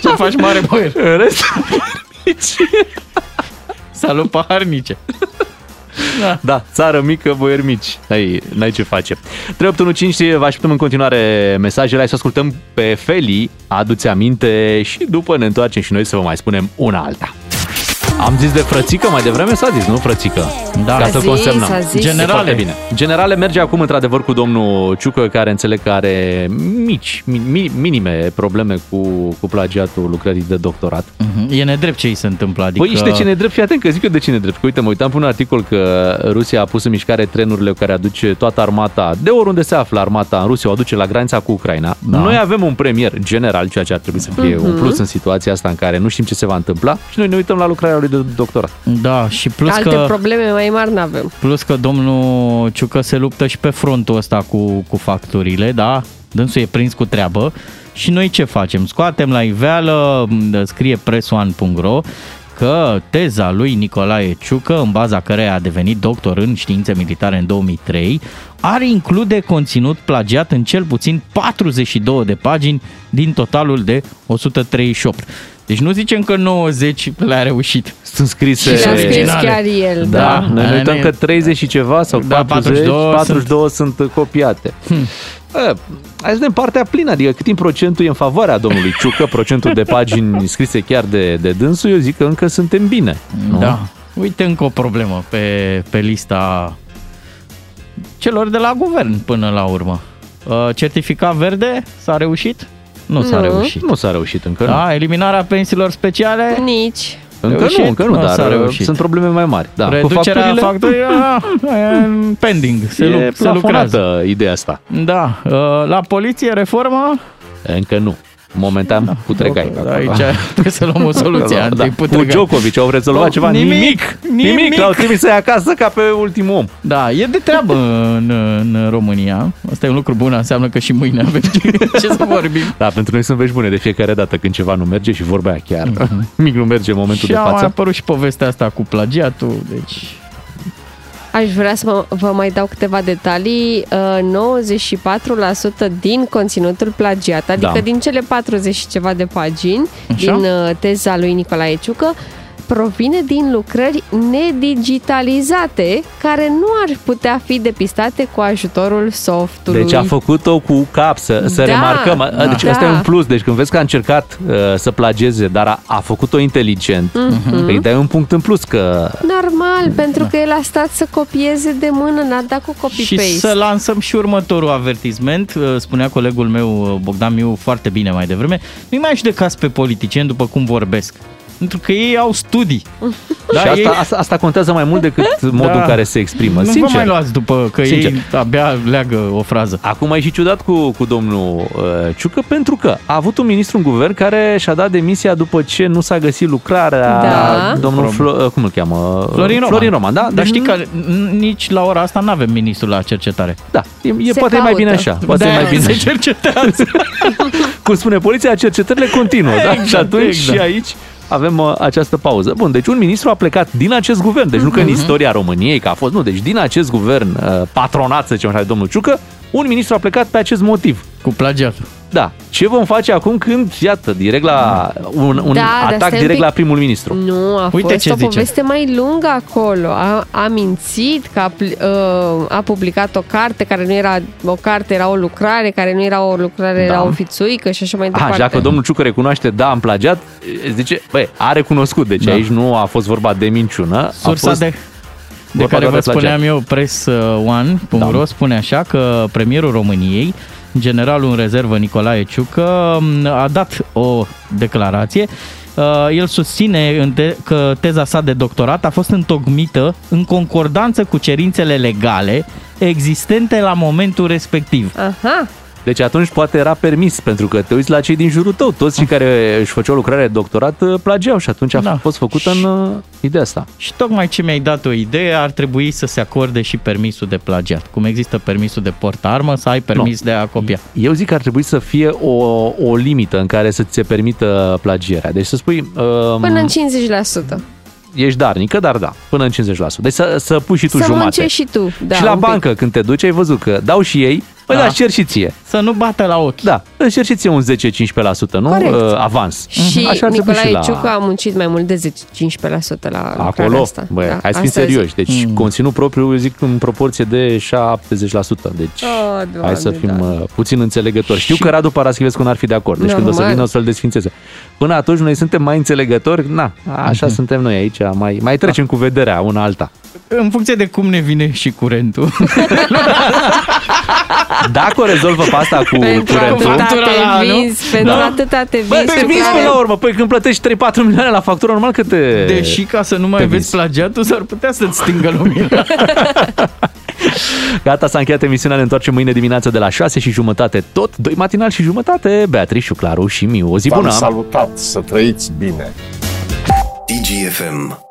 Speaker 4: Ce faci mare boier?
Speaker 2: În rest...
Speaker 4: Salut paharnice.
Speaker 2: Da. da, țară mică, boieri mici. N-ai, n-ai ce face. 3815, vă așteptăm în continuare mesajele. Hai să ascultăm pe Feli, adu-ți aminte și după ne întoarcem și noi să vă mai spunem una alta. Am zis de frățică mai devreme, s-a zis, nu frățică?
Speaker 4: Da.
Speaker 2: Ca
Speaker 4: S-a
Speaker 2: să
Speaker 4: zis,
Speaker 2: consemnăm.
Speaker 4: s-a
Speaker 2: E
Speaker 4: zis. Generale.
Speaker 2: foarte bine. Generale merge acum într-adevăr cu domnul Ciucă, care înțeleg că are mici, mi- mi- minime probleme cu, cu plagiatul lucrării de doctorat.
Speaker 4: Mhm. E nedrept ce îi se întâmplă. Adică...
Speaker 2: Adică... Păi și de ce nedrept? Fii atent că zic eu de ce nedrept. Că uite, mă uitam pe un articol că Rusia a pus în mișcare trenurile care aduce toată armata, de oriunde se află armata în Rusia, o aduce la granița cu Ucraina. Da. Noi avem un premier general, ceea ce ar trebui să fie
Speaker 4: Mhm.
Speaker 2: un plus în situația asta în care nu știm ce se va întâmpla și noi ne uităm la lucrarea lui de doctorat.
Speaker 4: Da, și plus
Speaker 3: Alte
Speaker 4: că...
Speaker 3: probleme mai mari n-avem.
Speaker 4: Plus că domnul Ciucă se luptă și pe frontul ăsta cu, cu facturile, da? Dânsul e prins cu treabă. Și noi ce facem? Scoatem la iveală, m, scrie presoan.ro că teza lui Nicolae Ciucă, în baza căreia a devenit doctor în științe militare în 2003, ar include conținut plagiat în cel puțin 42 de pagini din totalul de 138. Deci nu zicem că 90 le-a reușit.
Speaker 2: Sunt scrise...
Speaker 3: Și le-a scris chiar el.
Speaker 2: Da, da noi ne uităm că 30 și ceva sau
Speaker 4: Da,
Speaker 2: 40,
Speaker 4: 42
Speaker 2: 42, 42 sunt, copiate. Hmm. Hai să vedem partea plină, adică cât din procentul e în favoarea domnului Ciucă, procentul de pagini scrise chiar de, de dânsul, eu zic că încă suntem bine. Nu?
Speaker 4: Da. Uite încă o problemă pe, pe lista celor de la guvern până la urmă. Uh, Certificat verde s-a reușit? Nu s-a
Speaker 3: Nu.
Speaker 4: reușit.
Speaker 2: Nu s-a reușit încă. nu.
Speaker 4: Da, eliminarea pensiilor speciale?
Speaker 3: Nici.
Speaker 2: Încă
Speaker 4: Reușit?
Speaker 2: nu, încă nu,
Speaker 4: Nu
Speaker 2: dar uh,
Speaker 4: s-a reușit.
Speaker 2: sunt probleme mai mari. Da.
Speaker 4: Reducerea ah, facturilor e în pending, se,
Speaker 2: e
Speaker 4: lu- se lucrează.
Speaker 2: plafonată uh, ideea asta.
Speaker 4: Da, uh, la poliție reforma?
Speaker 2: Încă nu. Momentan da, putregai.
Speaker 4: Aici trebuie să luăm o soluție.
Speaker 2: da.
Speaker 4: Antei,
Speaker 2: Cu
Speaker 4: putregai.
Speaker 2: Djokovic au rezolvat ceva? Nimic. Nimic.
Speaker 4: Nimic.
Speaker 2: Nimic. L-au trimis să acasă ca pe ultimul om.
Speaker 4: Da, e de treabă în, în România. Asta e un lucru bun, înseamnă că și mâine avem ce să vorbim.
Speaker 2: Da, pentru noi sunt vești bune de fiecare dată când ceva nu merge și vorba aia chiar. Mic nu merge în momentul
Speaker 4: Da. și
Speaker 2: de
Speaker 4: a mai
Speaker 2: față.
Speaker 4: apărut și povestea asta cu plagiatul, deci...
Speaker 3: Aș vrea să mă- vă mai dau câteva detalii. Uh, 94% din conținutul plagiat, adică
Speaker 13: Da.
Speaker 3: din cele 40 și ceva de pagini
Speaker 13: Așa.
Speaker 3: din uh, teza lui Nicolae Ciucă, provine din lucrări nedigitalizate care nu ar putea fi depistate cu ajutorul softului.
Speaker 2: Deci a făcut-o cu cap, să, să
Speaker 3: Da.
Speaker 2: remarcăm.
Speaker 3: Da.
Speaker 2: Da. Deci asta
Speaker 3: Da.
Speaker 2: e un plus. Deci când vezi că a încercat uh, să plageze, dar a, a făcut-o inteligent,
Speaker 3: Mhm.
Speaker 2: mm-hmm. îi dai un punct în plus că...
Speaker 3: Normal, pentru că el a stat să copieze de mână, n-a dat cu
Speaker 4: Și
Speaker 3: copy-paste.
Speaker 4: să lansăm și următorul avertisment. Uh, Spunea colegul meu, uh, Bogdan Miu, foarte bine mai devreme. Nu-i mai judecați pe politicieni după cum vorbesc. Pentru că ei au studii.
Speaker 2: Da, și asta, ei... asta, asta contează mai mult decât modul
Speaker 4: Da.
Speaker 2: în care se exprimă.
Speaker 4: Nu vă
Speaker 2: Sincer.
Speaker 4: mai luați după că ei
Speaker 2: abia leagă o frază. Acum e și ciudat cu, cu domnul uh, Ciucă pentru că a avut un ministru în guvern care și-a dat demisia după ce nu s-a găsit lucrarea
Speaker 4: Da.
Speaker 2: domnul
Speaker 4: Prom-
Speaker 2: Flo, uh, cum îl cheamă?
Speaker 4: Florin Roman.
Speaker 2: Florin Roman, da?
Speaker 4: Dar
Speaker 2: Deci
Speaker 4: știi
Speaker 2: nu-
Speaker 4: că n- nici la ora asta nu avem ministrul la cercetare. Da.
Speaker 2: Da, e, e poate e mai bine așa. Poate e mai bine
Speaker 4: se
Speaker 2: așa.
Speaker 4: cercetează.
Speaker 2: Cum spune poliția, cercetările continuă, da?
Speaker 4: Exact,
Speaker 2: și atunci
Speaker 4: exact.
Speaker 2: și aici avem uh, această pauză. Bun, deci un ministru a plecat din acest guvern, deci nu că în istoria României că a fost, nu, deci din acest guvern uh, patronat, să zicem așa, de domnul Ciucă, un ministru a plecat pe acest motiv.
Speaker 4: Cu plagiatul.
Speaker 2: Da. Ce vom face acum când, iată, direct la un, un
Speaker 3: Da, dar
Speaker 2: atac
Speaker 3: stai un
Speaker 2: direct
Speaker 3: pic.
Speaker 2: la primul ministru?
Speaker 3: Nu, a
Speaker 2: Uite
Speaker 3: Uite fost
Speaker 2: ce
Speaker 3: o
Speaker 2: zice.
Speaker 3: poveste mai lungă acolo. A, a mințit că a, pl- uh, a publicat o carte care nu era o carte, era o lucrare, care nu era o lucrare, da.
Speaker 2: Da.
Speaker 3: era o fițuică și așa mai
Speaker 2: A,
Speaker 3: departe.
Speaker 2: și dacă domnul Ciucă recunoaște, da, am plagiat, zice, băi, a recunoscut, deci
Speaker 4: Da.
Speaker 2: aici nu a fost vorba de minciună.
Speaker 4: Sursa
Speaker 2: a fost
Speaker 4: de- De
Speaker 2: vorba
Speaker 4: care
Speaker 2: doar
Speaker 4: vă
Speaker 2: plagiat.
Speaker 4: spuneam eu, pressone.ro da. spune așa că premierul României, generalul în rezervă Nicolae Ciucă, m, a dat o declarație. Uh, El susține în te- că teza sa de doctorat a fost întocmită în concordanță cu cerințele legale existente la momentul respectiv.
Speaker 3: Aha.
Speaker 2: Deci atunci poate era permis, pentru că te uiți la cei din jurul tău, toți cei care își făceau lucrare de doctorat plageau și atunci a da. fost făcută în uh, ideea asta.
Speaker 4: Și tocmai ce mi-ai dat o idee, ar trebui să se acorde și permisul de plagiat. Cum există permisul de port-armă, să ai permis de a copia.
Speaker 2: Eu zic că ar trebui să fie o, o limită în care să ți se permită plagierea. Deci să spui... Um,
Speaker 3: Până în 50%.
Speaker 2: Ești darnică, dar da, până în 50%. Deci să, să pui și tu
Speaker 3: să
Speaker 2: jumate.
Speaker 3: muncești și tu. Da,
Speaker 2: și la
Speaker 3: un pic.
Speaker 2: bancă, când te duci, ai văzut că dau și ei, bă,
Speaker 4: Da.
Speaker 2: da. dar îți cer și ție.
Speaker 4: Să nu bată la ochi.
Speaker 2: Da, îți cer și ție un 10-15%, nu?
Speaker 3: Corect. Mhm.
Speaker 2: Uh, avans.
Speaker 3: Și
Speaker 2: Așa ar trebui
Speaker 3: Nicolae
Speaker 2: și la...
Speaker 3: Ciucă a muncit mai mult de 10-15% la lucrarea
Speaker 2: Acolo,
Speaker 3: asta. Da,
Speaker 2: bă, hai să fim
Speaker 3: asta
Speaker 2: serioși.
Speaker 3: zic.
Speaker 2: Deci mm. conținut propriu, eu zic, în proporție de 70%. Deci
Speaker 3: Oh, Doamne,
Speaker 2: hai să fim uh, puțin înțelegători. Știu că Radu Paraschivescu n-ar fi de acord. Deci când o să
Speaker 3: Normal.
Speaker 2: vină o să-l desfințeze. Până atunci noi suntem mai înțelegători. Na, așa
Speaker 3: Mhm.
Speaker 2: suntem noi aici. Mai, mai
Speaker 3: Da.
Speaker 2: trecem cu vederea una alta.
Speaker 4: În funcție de cum ne vine și curentul.
Speaker 2: Dacă o rezolvă pe asta cu
Speaker 3: Pentru
Speaker 2: curentul...
Speaker 3: atâta te vinzi, pentru atâta te
Speaker 2: Bă,
Speaker 3: vinzi.
Speaker 2: te vinzi până la urmă. Păi când plătești 3-4 milioane la factură, normal că te...
Speaker 4: Deși ca să nu mai
Speaker 2: te
Speaker 4: vezi plagiatul, s-ar putea să-ți stingă lumina.
Speaker 2: Gata, s-a încheiat emisiunea, ne întoarcem mâine dimineață de la 6 și jumătate, tot, doi matinal și jumătate, Beatrice, Claru și Miu. O zi
Speaker 10: V-am
Speaker 2: bună!
Speaker 10: salutat, să trăiți bine!
Speaker 13: DGFM